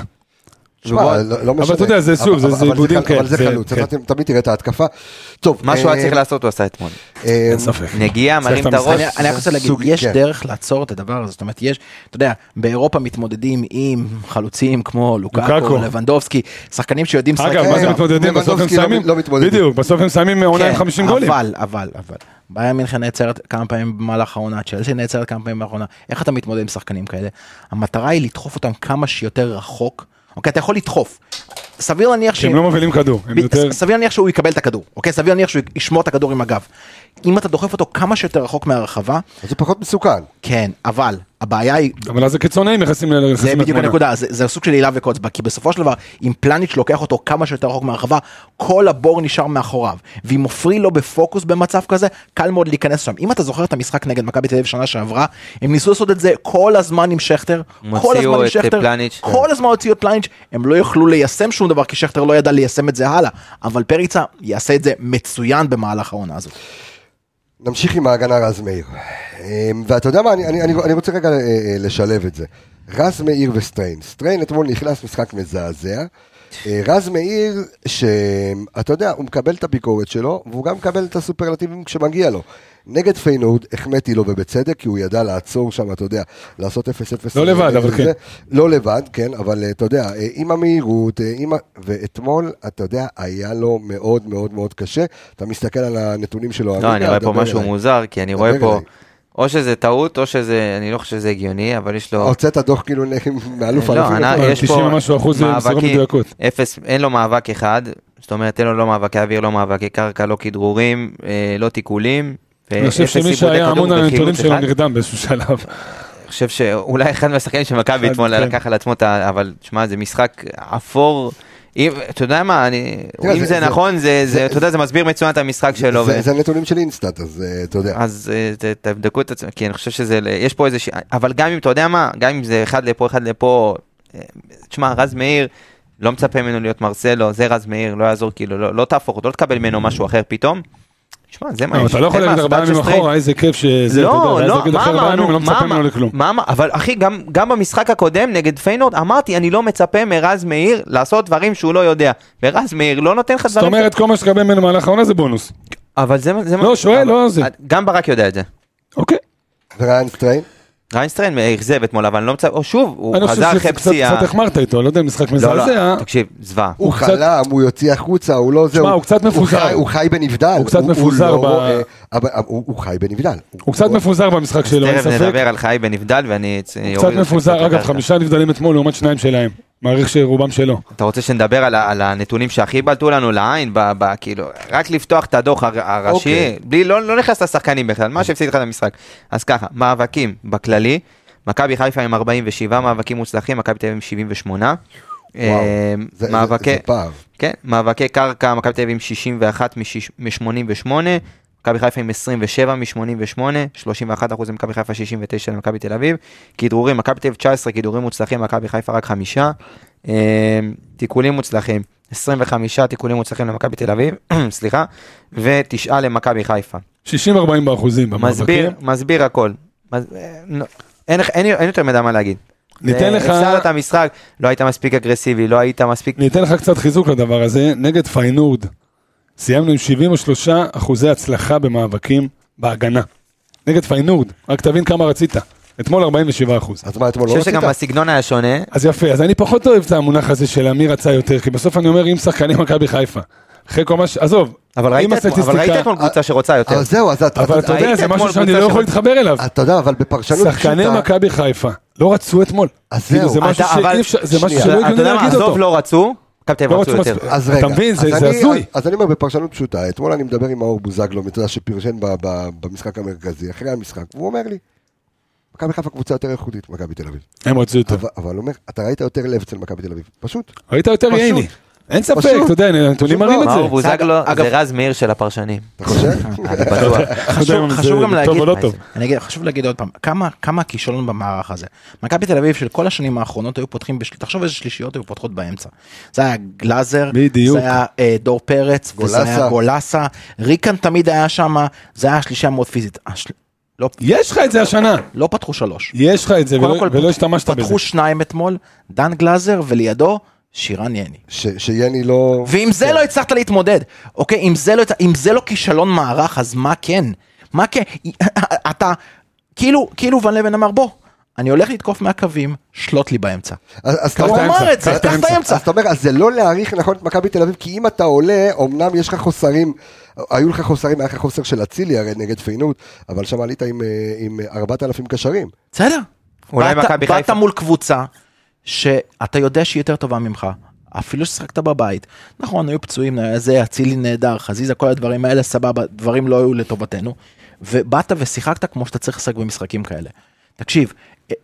Speaker 1: שמע, לא- לא משנה.
Speaker 5: אתה יודע, זה שוב,
Speaker 1: אבל-
Speaker 5: זה- זה
Speaker 1: אבל
Speaker 5: עיבודים
Speaker 1: חל- אבל
Speaker 5: כן,
Speaker 1: זה
Speaker 5: זה-
Speaker 1: חלוץ,
Speaker 5: כן.
Speaker 1: אתה תמיד תראה את ההתקפה. טוב.
Speaker 4: מה שהוא היה
Speaker 1: אה,
Speaker 4: צריך לעשות הוא עשה אתמול.
Speaker 1: אה,
Speaker 5: אין ספק.
Speaker 4: נגיעה,
Speaker 5: צריך
Speaker 4: מרים את
Speaker 5: המשחק.
Speaker 4: הראש.
Speaker 6: אני אני רק רוצה להגיד,
Speaker 1: סוג-
Speaker 6: יש
Speaker 1: כן.
Speaker 6: דרך לעצור את הדבר הזה, זאת אומרת, יש, אתה יודע, באירופה מתמודדים עם חלוצים כמו
Speaker 5: לוקאקו.
Speaker 6: לוקאקו, לבנדובסקי, שחקנים שיודעים לשחק.
Speaker 5: אגב, מה
Speaker 1: רגע,
Speaker 5: זה מתמודדים? בסוף הם
Speaker 1: לבנדובסקי לא-
Speaker 5: מסיימים?
Speaker 1: לא מתמודדים.
Speaker 5: בדיוק, בסוף הם מסיימים עונה עם
Speaker 6: כן,
Speaker 5: 50 גולים.
Speaker 6: אבל, אבל, אבל. ביירן מינכן נעצרת כמה פעמים במהלך העונה, צ'לסי נעצרת כמה פעמים באחרונה. איך אתה מתמודד עם שחקנים כאלה? המטרה היא לדחוף אותם כמה שיותר רחוק. אוקיי, אתה יכול לדחוף. סביר להניח
Speaker 4: כן.
Speaker 5: כי הם לא מובילים כדור. הם
Speaker 6: ב-
Speaker 5: יותר...
Speaker 6: ס- סביר להניח שהוא יקבל את הכדור, אוקיי? סביר להניח שהוא ישמור את הכדור עם הגב. אם אתה דוחף אותו כמה שיותר רחוק מהרחבה,
Speaker 1: אז זה פחות מסוכן.
Speaker 6: כן, אבל הבעיה היא
Speaker 5: אבל אז הקיצונאים נכנסים ל...
Speaker 6: זה
Speaker 5: נכנסים
Speaker 6: בדיוק
Speaker 5: לתמונה.
Speaker 6: הנקודה, זה, זה סוג של הילה וקוץ בה, כי בסופו של דבר, אם פלניץ' לוקח אותו כמה שיותר רחוק מהרחבה, כל הבור נשאר מאחוריו. ואם עופרי לא בפוקוס במצב כזה, קל מאוד להיכנס שם. אם אתה זוכר את המשחק נגד מכבי תל אביב שנה שעברה, הם ניסו לעשות את זה כל הזמן עם שכטר, כל
Speaker 4: הוציאו
Speaker 6: הזמן עם
Speaker 4: את אה,
Speaker 6: שכטר,
Speaker 4: פלניץ'. כן.
Speaker 6: כל הזמן הוציאו את פלניץ', הם לא יכלו ליישם שום דבר, כי שכטר לא ידע ליישם את זה הלאה. אבל פריצה יעשה את זה מצוין במהלך העונה הזאת.
Speaker 1: נמשיך עם ההגנה רז מאיר. אה, ואתה יודע מה, אני- אני- אני אני רוצה רגע אה, אה, לשלב את זה. רז מאיר וסטריין. סטריין אתמול נכנס משחק מזעזע. אה, רז מאיר, שאתה יודע, הוא מקבל את הביקורת שלו, והוא גם מקבל את הסופרלטיבים כשמגיע לו. נגד פיינורד, החמאתי לו ובצדק, כי הוא ידע לעצור שם, אתה יודע, לעשות 0-0.
Speaker 5: לא לבד, אבל
Speaker 1: זה-
Speaker 5: כן.
Speaker 1: לא לבד, כן, אבל אה, אתה יודע, אה, עם המהירות, אה, עם ה... ואתמול, אתה יודע, היה לו מאוד מאוד מאוד קשה. אתה מסתכל על הנתונים שלו.
Speaker 4: לא, אני
Speaker 1: עמיגה,
Speaker 4: רואה פה
Speaker 1: דבר
Speaker 4: משהו
Speaker 1: אליי.
Speaker 4: מוזר, כי אני
Speaker 1: דבר
Speaker 4: רואה פה,
Speaker 1: אליי.
Speaker 4: או שזה טעות, או שזה, אני לא חושב שזה הגיוני, אבל יש לו...
Speaker 1: הוצאת דוח כאילו נ- מאלוף
Speaker 4: לא,
Speaker 1: האלופים.
Speaker 4: ענה,
Speaker 5: אבל
Speaker 4: יש
Speaker 5: 90
Speaker 4: פה
Speaker 5: ומשהו אחוז זה מסירות
Speaker 4: מאבקים,
Speaker 5: מדויקות.
Speaker 4: אפס, אין לו מאבק אחד, זאת אומרת אין לו לא מאבקי אוויר, לא מאבקי קרקע, לא כדרורים, אה, לא תיקולים.
Speaker 5: אני חושב
Speaker 4: ואפס
Speaker 5: שמי
Speaker 4: עיבודי
Speaker 5: שהיה
Speaker 4: כדור
Speaker 5: אמון על
Speaker 4: וחילוץ
Speaker 5: הנתונים שלו
Speaker 4: אחד.
Speaker 5: נרדם באיזשהו שלב.
Speaker 4: אני חושב שאולי אחד מהשחקנים של מכבי
Speaker 5: אחד,
Speaker 4: אתמול
Speaker 5: כן.
Speaker 4: לקח על עצמו את ה... אבל שמע, זה משחק אפור. אם, אתה יודע מה, אני,
Speaker 1: תראה,
Speaker 4: אם
Speaker 1: זה-
Speaker 4: זה,
Speaker 1: זה-
Speaker 4: נכון, זה, זה,
Speaker 1: זה-
Speaker 4: אתה יודע, זה מסביר מצוין את המשחק שלו.
Speaker 1: זה-
Speaker 4: ו-
Speaker 1: זה הנתונים של אינסטאט, אז אה, אתה
Speaker 5: כן.
Speaker 1: יודע.
Speaker 4: אז אה, ת- תבדקו את עצמם, כי אני חושב שזה, יש פה איזה, ש- אבל גם אם אתה יודע מה, גם אם זה אחד לפה, אחד לפה, אה, תשמע, רז מאיר, לא מצפה ממנו להיות מרסלו, זה רז מאיר, לא יעזור, כאילו, לא, לא תהפוך אותו, לא תקבל ממנו משהו אחר פתאום. תשמע, זה מה
Speaker 5: אבל
Speaker 4: יש.
Speaker 5: אתה לא יכול
Speaker 4: זה מה,
Speaker 5: להגיד ארבעה
Speaker 4: הסטאצ'
Speaker 5: ימים
Speaker 4: הסטרייט.
Speaker 5: אחורה, איזה כיף שזה, אתה יודע,
Speaker 4: לא,
Speaker 5: ואז
Speaker 4: לא,
Speaker 5: נגיד
Speaker 4: מה
Speaker 5: אחרי ארבעה ימים
Speaker 4: אמרנו?
Speaker 5: לא
Speaker 4: מה
Speaker 5: מצפה ממנו
Speaker 4: אמר-
Speaker 5: לכלום.
Speaker 4: מה אמר- אבל אחי, גם- גם במשחק הקודם נגד פיינורד, אמרתי, אני לא מצפה מרז מאיר לעשות דברים שהוא לא יודע. ורז מאיר לא נותן לך
Speaker 5: זאת
Speaker 4: דברים...
Speaker 5: אומרת, כל מה שתקבל ממנו במהלך העונה זה בונוס.
Speaker 4: אבל זה מה... זה מה-
Speaker 5: לא, שואל,
Speaker 4: אבל-
Speaker 5: לא זה.
Speaker 4: גם ברק יודע את זה.
Speaker 5: אוקיי.
Speaker 1: וריין סטריין?
Speaker 4: ריינסטריין אכזב אתמול, אבל אני לא מצב... או שוב, הוא
Speaker 5: אני
Speaker 4: חזר
Speaker 5: חושב
Speaker 4: אחרי
Speaker 5: שקצת
Speaker 4: פציעה.
Speaker 5: קצת החמרת איתו, לא יודע אם משחק
Speaker 4: לא,
Speaker 5: מזעזע.
Speaker 4: לא, תקשיב, זוועה.
Speaker 1: הוא
Speaker 5: קצת-
Speaker 1: חלם, הוא יוציא החוצה, הוא לא זה.
Speaker 5: הוא קצת מפוזר.
Speaker 1: חי- הוא חי בנבדל.
Speaker 5: הוא קצת מפוזר
Speaker 1: לא
Speaker 5: ב-
Speaker 1: רואה, אבל הוא הוא חי בנבדל.
Speaker 5: הוא קצת מפוזר במשחק שלו, לא, אין
Speaker 4: תכף
Speaker 5: ספק.
Speaker 4: נדבר על חי בנבדל ואני... אצ-
Speaker 5: הוא
Speaker 4: אוריד
Speaker 5: קצת
Speaker 4: אותך
Speaker 5: מפוזר, אגב,
Speaker 4: לקרקע.
Speaker 5: חמישה נבדלים אתמול לעומת שניים שלהם. מעריך שרובם שלו.
Speaker 4: אתה רוצה שנדבר על, ה- על הנתונים שהכי בלטו לנו לעין, ב, ב, כאילו, רק לפתוח את הדוח הר, הראשי,
Speaker 1: אוקיי.
Speaker 4: okay. בלי, לא, לא נכנס לשחקנים בכלל, מה שהפסיד לך את המשחק. אז ככה, מאבקים בכללי, מכבי חיפה עם 47 מאבקים מוצלחים, מכבי תל אביב עם 78.
Speaker 1: וואו,
Speaker 4: אה,
Speaker 1: זה- זה-
Speaker 4: מאבקי,
Speaker 1: זה פער.
Speaker 4: כן, מאבקי קרקע, מכבי תל אביב עם 61 מש- מ-88, מכבי חיפה עם 27 מ-88, 31 אחוז למכבי חיפה, 69 למכבי תל אביב. כדרורים, מכבי תל אביב 19 כדרורים מוצלחים, מכבי חיפה רק חמישה. אה, תיקולים מוצלחים, 25 תיקולים מוצלחים למכבי תל אביב, סליחה, ותשעה למכבי חיפה.
Speaker 5: 60-40 באחוזים במאבקים.
Speaker 4: מסביר, מסביר הכל. מס- אה, לא. אין, לך- אין, אין יותר מידע מה להגיד.
Speaker 5: ניתן לך-
Speaker 4: הפסדת את המשחק, לא היית מספיק אגרסיבי, לא היית מספיק...
Speaker 5: אני אתן לך קצת חיזוק לדבר הזה, נגד פיינורד. סיימנו עם 73 אחוזי הצלחה במאבקים בהגנה. נגד פיינורד, רק תבין כמה רצית. אתמול 47 אחוז.
Speaker 1: אז מה, אתמול
Speaker 4: אני
Speaker 1: לא
Speaker 4: חושב
Speaker 1: רצית?
Speaker 4: שגם הסגנון היה שונה,
Speaker 5: אז יפה, אז אני פחות אוהב את המונח הזה של מי רצה יותר, כי בסוף אני אומר, אם שחקני מכבי חיפה, אחרי כל מה ש... עזוב,
Speaker 4: אבל ראית
Speaker 5: אם
Speaker 4: אתמול- אבל ראית אתמול קבוצה שרוצה יותר.
Speaker 1: אבל
Speaker 5: אה,
Speaker 1: זהו, אז אתה-
Speaker 5: אבל אתה יודע,
Speaker 4: ראית
Speaker 5: זה משהו
Speaker 4: אתמול
Speaker 5: שאני
Speaker 4: קבוצה
Speaker 5: לא יכול
Speaker 4: שרצ-
Speaker 5: להתחבר אליו.
Speaker 1: אתה יודע, אבל בפרשנות
Speaker 5: שחקני מכבי חיפה לא רצו אתמול.
Speaker 1: אז
Speaker 5: כאילו,
Speaker 1: זהו.
Speaker 5: זה משהו
Speaker 4: אתה-
Speaker 5: שאי
Speaker 4: אבל-
Speaker 5: אפשר, זה משהו
Speaker 1: שנייה.
Speaker 5: שלא
Speaker 4: אתה
Speaker 5: הגיוני
Speaker 4: יודע מה,
Speaker 5: להגיד
Speaker 4: עזוב
Speaker 5: אותו.
Speaker 4: לא רצו, מכבי תל אביב
Speaker 5: לא
Speaker 4: רצו
Speaker 5: רצו
Speaker 4: יותר.
Speaker 5: מספיק.
Speaker 1: אז
Speaker 5: אתה
Speaker 1: רגע,
Speaker 5: מבין? זה-
Speaker 1: אז
Speaker 5: זה
Speaker 1: אני-
Speaker 5: הזוי.
Speaker 1: אז- אז אני אומר בפרשנות פשוטה, אתמול אני מדבר עם מאור בוזגלו, אתה יודע שפרשן ב- ב- במשחק המרכזי, אחרי המשחק, והוא אומר לי, מכבי חיפה קבוצה יותר איכותית, מכבי תל אביב.
Speaker 5: הם רצו יותר.
Speaker 1: אבל- אבל הוא אומר, אתה ראית יותר לב אצל מכבי תל אביב, פשוט.
Speaker 5: ראית יותר
Speaker 1: פשוט.
Speaker 5: ייני. אין ספק,
Speaker 1: פשוט.
Speaker 5: אתה יודע, הנתונים
Speaker 1: פשוט
Speaker 5: מראים את
Speaker 1: לא.
Speaker 5: זה.
Speaker 4: מאור בוזגלו
Speaker 6: אגב-
Speaker 4: זה רז מאיר של הפרשנים.
Speaker 1: אתה חושב?
Speaker 4: אני בטוח.
Speaker 5: אתה יודע אם
Speaker 6: חשוב,
Speaker 5: זה
Speaker 6: חשוב גם להגיד,
Speaker 5: טוב או לא טוב.
Speaker 6: אני אגיד, חשוב להגיד עוד פעם, כמה, כמה הכישלון במערך הזה. מכבי תל אביב של כל השנים האחרונות היו פותחים, בשל... תחשוב איזה שלישיות היו פותחות באמצע. זה היה גלאזר,
Speaker 5: בדיוק.
Speaker 6: זה היה אה, דור פרץ, וזה
Speaker 1: גולסה.
Speaker 6: היה גולסה, ריקן תמיד היה שם, זה היה שלישייה מאוד פיזית. השל... לא,
Speaker 5: יש לך את זה השנה.
Speaker 6: לא פתחו שלוש.
Speaker 5: יש לך את זה,
Speaker 6: קודם
Speaker 5: ולא-
Speaker 6: כל
Speaker 5: ולא
Speaker 6: פתחו-
Speaker 5: השתמשת בזה.
Speaker 6: פתחו שניים אתמול, דן גלאזר ולידו שירן יני.
Speaker 1: ש- שיני לא...
Speaker 6: ועם זה
Speaker 4: כן.
Speaker 6: לא הצלחת להתמודד, אוקיי? אם זה לא, הצ- אם זה לא כישלון מערך, אז מה כן? מה כן? אתה, כאילו, כאילו ון לבן אמר, בוא, אני הולך לתקוף מהקווים, שלוט לי באמצע.
Speaker 1: אז- אז אתה
Speaker 5: קח את
Speaker 6: הוא
Speaker 1: אומר-
Speaker 5: האמצע,
Speaker 6: אמר את זה,
Speaker 5: קח את
Speaker 6: קח את
Speaker 5: האמצע.
Speaker 6: האמצע.
Speaker 1: אז אתה אומר, אז זה לא להעריך נכון את מכבי תל אביב, כי אם אתה עולה, אמנם יש לך חוסרים, היו לך חוסרים, היה לך חוסר של אצילי הרי נגד פיינוט, אבל שם עלית עם, אה, עם 4,000 קשרים.
Speaker 6: בסדר.
Speaker 4: אולי
Speaker 6: באת-
Speaker 4: מכבי
Speaker 6: באת
Speaker 4: חיפה.
Speaker 6: מול קבוצה שאתה יודע שהיא יותר טובה ממך. אפילו ששחקת בבית, נכון, היו פצועים, היה זה אצילי נהדר, חזיזה, כל הדברים האלה, סבבה, דברים לא היו לטובתנו. ובאת ושיחקת כמו שאתה צריך לשחק במשחקים כאלה. תקשיב,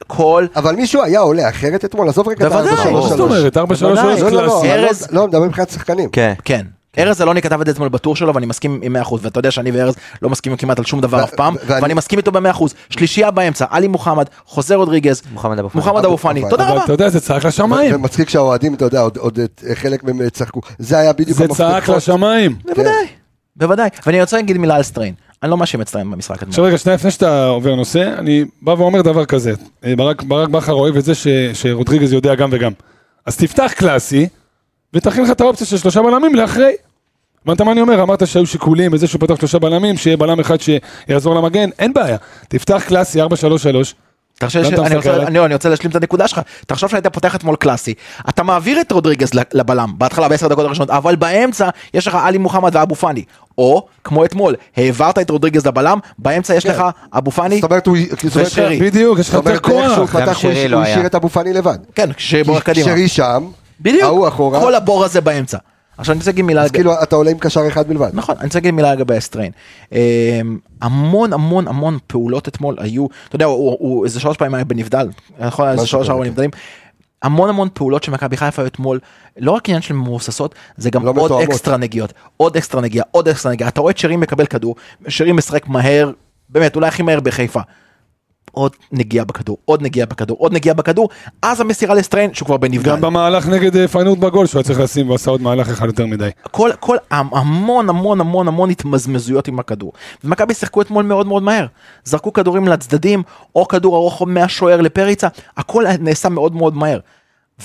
Speaker 6: כל
Speaker 1: אבל מישהו היה עולה אחרת אתמול, עזוב רגע את
Speaker 6: בוודאי,
Speaker 5: מה זאת
Speaker 1: 4-3-3.
Speaker 5: אומרת? 4-3-3
Speaker 6: בוודאי.
Speaker 1: לא, לא, לא,
Speaker 5: קלאסי.
Speaker 1: אני
Speaker 6: ארז-
Speaker 1: לא, לא, מדבר מבחינת שחקנים.
Speaker 4: כן.
Speaker 6: כן. ארז אלוני כתב את זה אתמול בטור שלו ואני מסכים עם 100% ואתה יודע שאני וארז לא מסכימים כמעט על שום דבר אף פעם
Speaker 1: ו- ואני-
Speaker 6: ואני מסכים איתו ב-100% שלישייה באמצע עלי מוחמד חוזר רודריגז
Speaker 4: מוחמד אבו פאני.
Speaker 6: מוחמד אבו פאני
Speaker 1: אבל-
Speaker 6: תודה
Speaker 5: אבל
Speaker 6: רבה
Speaker 5: אתה יודע, זה צעק לשמיים.
Speaker 1: ומצחיק שהאוהדים, אתה יודע, עוד, עוד את- חלק מהם צחקו. זה היה בדיוק כן.
Speaker 5: זה צעק לשמיים.
Speaker 6: בוודאי בוודאי ואני רוצה להגיד מילה על סטריין אני לא מאשים את סטריין במשחק
Speaker 5: עכשיו
Speaker 6: אתמול
Speaker 5: רגע, שנייה לפני שאתה עובר נושא, אני בא ואומר דבר כזה, אה, ברק, ברק בכר אוהב את זה ש, שרודריגז יודע גם וגם. אז תפתח קלאסי, ותכין לך את האופציה של שלושה בלמים לאחרי. הבנת מה אני אומר? אמרת שהיו שיקולים בזה שהוא פתח שלושה בלמים, שיהיה בלם אחד שיעזור למגן, אין בעיה. תפתח קלאסי 4-3-3,
Speaker 6: תחשוב
Speaker 5: גם
Speaker 6: ש-
Speaker 5: אתה
Speaker 6: אני
Speaker 5: מסתכל
Speaker 6: רוצה- לא,
Speaker 5: עליו?
Speaker 6: אני- אני רוצה להשלים את הנקודה שלך תחשוב שהיית פותח אתמול קלאסי אתה מעביר את רודריגז ל- לבלם בהתחלה בעשר דקות הראשונות אבל באמצע יש לך עלי מוחמד ואבו פאני או כמו אתמול העברת את רודריגז לבלם באמצע יש לך אבו פאני
Speaker 1: כן. זאת אומרת, הוא... זאת אומרת,
Speaker 6: ושרי.
Speaker 5: בדיוק, יש לך
Speaker 1: זאת
Speaker 5: יותר
Speaker 1: אומרת, איך שהוא
Speaker 5: כוח.
Speaker 4: גם
Speaker 1: פתח, הוא
Speaker 4: שרי
Speaker 1: הש-
Speaker 4: לא
Speaker 1: הוא
Speaker 4: היה.
Speaker 1: השאיר את אבו פאני לבד.
Speaker 6: כן, כשבורח
Speaker 1: כי
Speaker 6: קדימה.
Speaker 1: שרי שם,
Speaker 6: בדיוק.
Speaker 1: ההוא אחורה,
Speaker 6: כל הבורח הזה באמצע. עכשיו אני רוצה להגיד מילה,
Speaker 1: אז
Speaker 6: לג...
Speaker 1: כאילו אתה עולה עם קשר אחד בלבד.
Speaker 6: נכון, אני רוצה להגיד מילה לגבי הסטריין. אמ, המון המון המון פעולות אתמול היו, אתה יודע, הוא, הוא, הוא איזה שלוש פעמים היה בנבדל, נכון, היה איזה
Speaker 1: משהו
Speaker 6: שלוש
Speaker 1: כזה,
Speaker 6: ארבע
Speaker 1: כן.
Speaker 6: נבדלים. המון המון פעולות שמכבי חיפה היו אתמול, לא רק עניין של מבוססות, זה גם
Speaker 1: לא
Speaker 6: עוד
Speaker 1: מתואמות.
Speaker 6: אקסטרה נגיעות, עוד אקסטרה נגיעה, עוד אקסטרה נגיעה. אתה רואה את שרי מקבל כדור, שרי משחק מהר, באמת, אולי הכי מהר בחיפה. עוד נגיעה בכדור, עוד נגיעה בכדור, עוד נגיעה בכדור, אז המסירה לסטריין שהוא כבר בנבדל.
Speaker 5: גם במהלך נגד אה, פיינורד בגול שהוא היה צריך לשים, והוא עשה עוד מהלך אחד יותר מדי.
Speaker 6: כל, כל המ- המון המון המון המון התמזמזויות עם הכדור. ומכבי שיחקו אתמול מאוד מאוד מהר. זרקו כדורים לצדדים, או כדור ארוך מהשוער לפריצה, הכל נעשה מאוד מאוד מהר.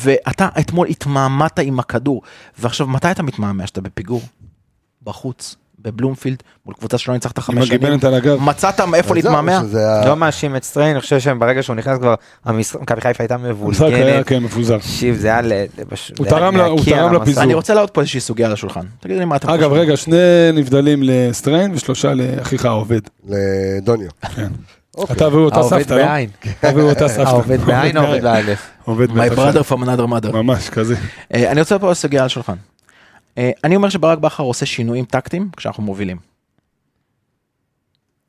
Speaker 6: ואתה אתמול התמהמת עם הכדור, ועכשיו מתי אתה מתמהמה? כשאתה בפיגור? בחוץ, בבלומפילד, מול קבוצה שלא ניצחת
Speaker 5: עם
Speaker 6: חמש שנים.
Speaker 5: הגיבנת על הגב.
Speaker 6: מצאת מאיפה
Speaker 1: אז זהו,
Speaker 6: להתמהמה?
Speaker 1: שזה ה-
Speaker 4: לא מאשים את סטריין, אני חושב שברגע שהוא נכנס כבר, המשחק- מכבי חיפה הייתה
Speaker 5: המשחק היה,
Speaker 4: מבולגנת.
Speaker 5: כן, מפוזר.
Speaker 4: תקשיב, זה היה ל... ל- פש-
Speaker 5: הוא
Speaker 4: זה היה
Speaker 5: תרם ל- הוא
Speaker 4: להקיא על
Speaker 5: תרם
Speaker 4: המסך.
Speaker 5: לפיזור.
Speaker 6: אני רוצה להעלות פה איזושהי סוגיה על השולחן. תגידו לי מה אתם
Speaker 5: אגב,
Speaker 6: חושבים.
Speaker 5: רגע, שני נבדלים לסטריין ושלושה לאחיך העובד.
Speaker 1: לדוניו. אוקיי.
Speaker 5: אתה והוא אותה
Speaker 4: העובד
Speaker 5: סבתא, לא?
Speaker 4: בעין. כן.
Speaker 5: אתה והוא אותה סבתא.
Speaker 4: העובד בעין, העובד באלף.
Speaker 5: עובד
Speaker 6: My
Speaker 5: בעין.
Speaker 6: brother from another mother.
Speaker 5: ממש כזה.
Speaker 6: אה, אני רוצה פה סוגיה על השולחן. אה, אני אומר שברק בכר עושה שינויים טקטיים כשאנחנו מובילים.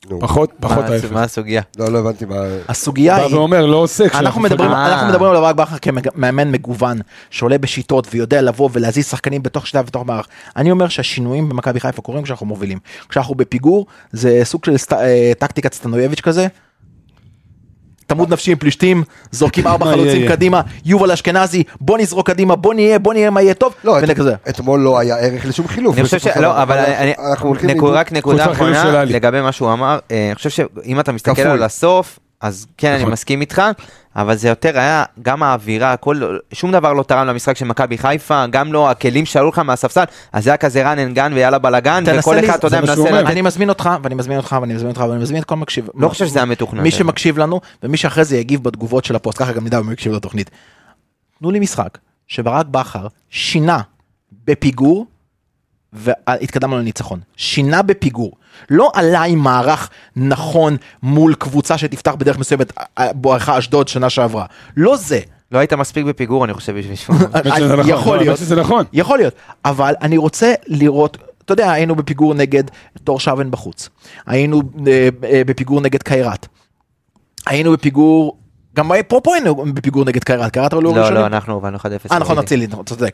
Speaker 1: נו,
Speaker 5: פחות, פחות
Speaker 4: מה-
Speaker 5: ההפך.
Speaker 4: מה הסוגיה?
Speaker 1: לא, לא הבנתי מה...
Speaker 6: הסוגיה
Speaker 5: בא
Speaker 6: היא...
Speaker 5: ואומר, לא עושה.
Speaker 6: אנחנו
Speaker 5: כשאנחנו
Speaker 6: מדברים,
Speaker 4: אה.
Speaker 6: אנחנו מדברים על ברק בכר כמאמן מגוון שעולה בשיטות ויודע לבוא ולהזיז שחקנים בתוך שיטה ובתוך מערך. אני אומר שהשינויים במכבי חיפה קורים כשאנחנו מובילים. כשאנחנו בפיגור זה סוג של סט, אה, טקטיקת סטנויביץ' כזה. תמוד נפשי עם פלישתים, זורקים ארבע
Speaker 5: מה יהיה,
Speaker 6: חלוצים
Speaker 5: יהיה.
Speaker 6: קדימה, יובל אשכנזי, בוא נזרוק קדימה, בוא נהיה, בוא נהיה מה יהיה טוב,
Speaker 1: לא, את-
Speaker 6: ונגזר.
Speaker 1: אתמול לא היה ערך לשום חילוף.
Speaker 4: אני חושב ש...
Speaker 1: בסופו של
Speaker 4: לא,
Speaker 1: דבר.
Speaker 4: אבל אני...
Speaker 1: אנחנו הולכים...
Speaker 4: נקו-
Speaker 1: לאיבוד.
Speaker 4: רק נקודה
Speaker 5: חוץ מהחילוף של
Speaker 4: אחרונה
Speaker 5: אלי.
Speaker 4: לגבי מה שהוא אמר. אה, אני חושב שאם אתה מסתכל
Speaker 1: כפול.
Speaker 4: על הסוף, אז כן, אני
Speaker 5: נכון.
Speaker 4: מסכים איתך, אבל זה יותר היה גם האווירה, הכל, שום דבר לא תרם למשחק של מכבי חיפה, גם לא הכלים שעלו לך מהספסל, אז זה היה כזה run and gun ויאללה בלאגן,
Speaker 6: תנסה
Speaker 4: וכל
Speaker 6: לי-
Speaker 4: אחד, אתה
Speaker 5: זה
Speaker 4: יודע,
Speaker 5: מה שהוא
Speaker 4: מנסה...
Speaker 5: אומר.
Speaker 4: לתת-
Speaker 6: אני מזמין אותך, ואני מזמין אותך, ואני מזמין אותך, ואני מזמין את כל מקשיב.
Speaker 4: לא חושב שזה היה מתוכנן.
Speaker 6: מי שמקשיב לנו ומי שאחרי זה יגיב בתגובות של הפוסט ככה גם נדע מי מקשיב לתוכנית. תנו לי משחק שברק בכר שינה בפיגור והתקדמנו לניצחון שינה בפיגור לא עלה עם מערך נכון מול קבוצה שתפתח בדרך מסוימת אה, אה, בואכה אשדוד שנה שעברה לא זה
Speaker 4: לא היית מספיק בפיגור, אני חושב, בשביל לשמור.
Speaker 5: האמת שזה נכון,
Speaker 6: יכול
Speaker 5: האמת
Speaker 6: להיות
Speaker 5: שזה נכון.
Speaker 6: יכול להיות, אבל אני רוצה לראות, אתה יודע, היינו בפיגור נגד תור שוון בחוץ, היינו אה, אה, בפיגור נגד קיירת, היינו בפיגור, גם פה פה היינו בפיגור נגד קיירת, קיירת עלו
Speaker 4: לא,
Speaker 6: ראשונים.
Speaker 4: לא, אנחנו הובלנו 1-0.
Speaker 6: אה נכון, אצילי, נכון, אתה צודק.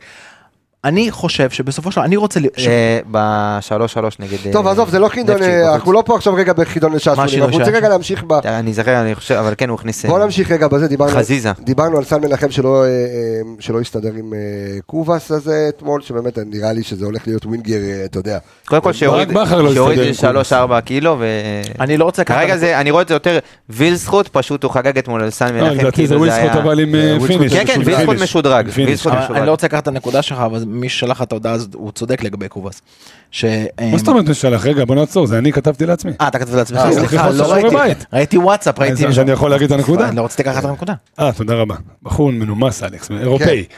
Speaker 6: אני חושב שבסופו של דבר, אני רוצה, ל- ש-
Speaker 4: אה, ב-3-3 נגד...
Speaker 1: טוב,
Speaker 4: אה,
Speaker 1: עזוב, זה לא חידון...
Speaker 4: נפצ'י
Speaker 1: אה,
Speaker 4: בחוץ.
Speaker 1: אנחנו לא פה עכשיו רגע בחידון לשעשועים.
Speaker 6: השינוי
Speaker 1: אנחנו רוצים
Speaker 6: שהיה?
Speaker 1: רגע להמשיך ב...
Speaker 4: אני זוכר, אני חושב, אבל כן, הוא הכניס... אה,
Speaker 1: בוא נמשיך רגע בזה, דיברנו,
Speaker 4: חזיזה.
Speaker 1: דיברנו על סן מנחם שלא, אה, אה, שלא הסתדר עם אה, קובאס הזה אתמול, שבאמת נראה לי שזה הולך להיות ווינגר, אה, אתה יודע.
Speaker 4: קודם כל שיוריד
Speaker 5: ברק בכר לא
Speaker 4: שיוריד
Speaker 5: הסתדר עם קובס.
Speaker 4: 3-4 קילו, ו...
Speaker 6: אני לא רוצה לקחת-
Speaker 4: כרגע זה, אני רואה את זה יותר וילסחוט, פשוט הוא חגג אתמול על סן
Speaker 5: לא,
Speaker 4: מנחם,
Speaker 5: לדעתי
Speaker 4: כאילו
Speaker 5: זה
Speaker 4: זה
Speaker 5: ווילסקוט
Speaker 4: היה...
Speaker 5: אבל עם אה,
Speaker 1: ווילסקוט
Speaker 5: פיניש.
Speaker 4: כן, כן,
Speaker 5: משודרג.
Speaker 4: וילסקוט
Speaker 5: פיניש.
Speaker 4: משודרג,
Speaker 5: פיניש.
Speaker 4: וילסקוט
Speaker 6: אבל
Speaker 4: משודרג.
Speaker 6: אני לא רוצה לקחת את הנקודה שלך, אבל מי ששלח את ההודעה הזאת, הוא צודק לגבי קובאס. ש-
Speaker 5: מה זאת אומרת משלח? רגע, בוא נעצור, זה אני כתבתי לעצמי.
Speaker 6: אה, אתה כתב לעצמך,
Speaker 5: אה,
Speaker 6: סליחה,
Speaker 5: אוקיי,
Speaker 6: לא
Speaker 5: שיעורי
Speaker 6: ראיתי,
Speaker 5: בית.
Speaker 6: ראיתי וואטסאפ, ראיתי,
Speaker 5: אז אני יכול להגיד את הנקודה?
Speaker 6: אני לא רציתי לקחת את הנקודה.
Speaker 5: אה, תודה רבה. בחור מנומס, אלכס, אירופאי.
Speaker 1: כן.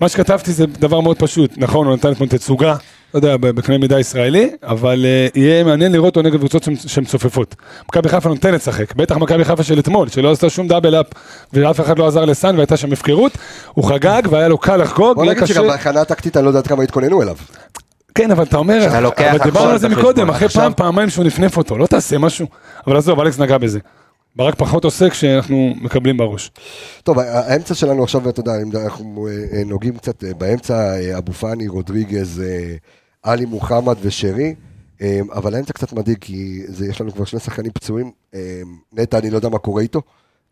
Speaker 5: מה שכתבתי זה דבר מאוד פשוט. נכון, הוא נתן אתמול תצוגה, לא יודע, בקנה מידה ישראלי, אבל אה, יהיה מעניין לראות אותו נגד קבוצות שהן- שהן צופפות. מכבי חיפה נותנת לשחק, בטח מכבי חיפה של אתמול, שלא עשתה שום דאבל אפ, ואף אחד לא עזר לסאן והייתה שם הפקרות. הוא חגג והיה לו קל לחגוג,
Speaker 1: בוא
Speaker 5: יהיה
Speaker 1: נגיד
Speaker 5: קשה.
Speaker 1: שגם בהכנה הטקטית אני לא יודעת כמה התכוננו אליו.
Speaker 5: כן, אבל אתה אומר,
Speaker 4: שאתה לוקח
Speaker 5: אבל
Speaker 4: הכל
Speaker 5: דיברנו על זה
Speaker 4: בחשבון.
Speaker 5: מקודם, אחרי
Speaker 4: עכשיו-
Speaker 5: פעם, פעמיים שהוא נפנף אותו, לא תעשה משהו. אבל עזוב, אלכס נגע בזה. ברק פחות עושה כשאנחנו מקבלים בראש.
Speaker 1: טוב, ה- האמצע שלנו עכשיו, אתה יודע, אם אנחנו אה, אה, נוגעים קצת אה, באמצע, אה, אבו פאני, רודריגז, אה, עלי מוחמד ושרי, אה, אבל האמצע קצת מדאיג, כי זה, יש לנו כבר שני שחקנים פצועים. אה, נטע, אני לא יודע מה קורה איתו,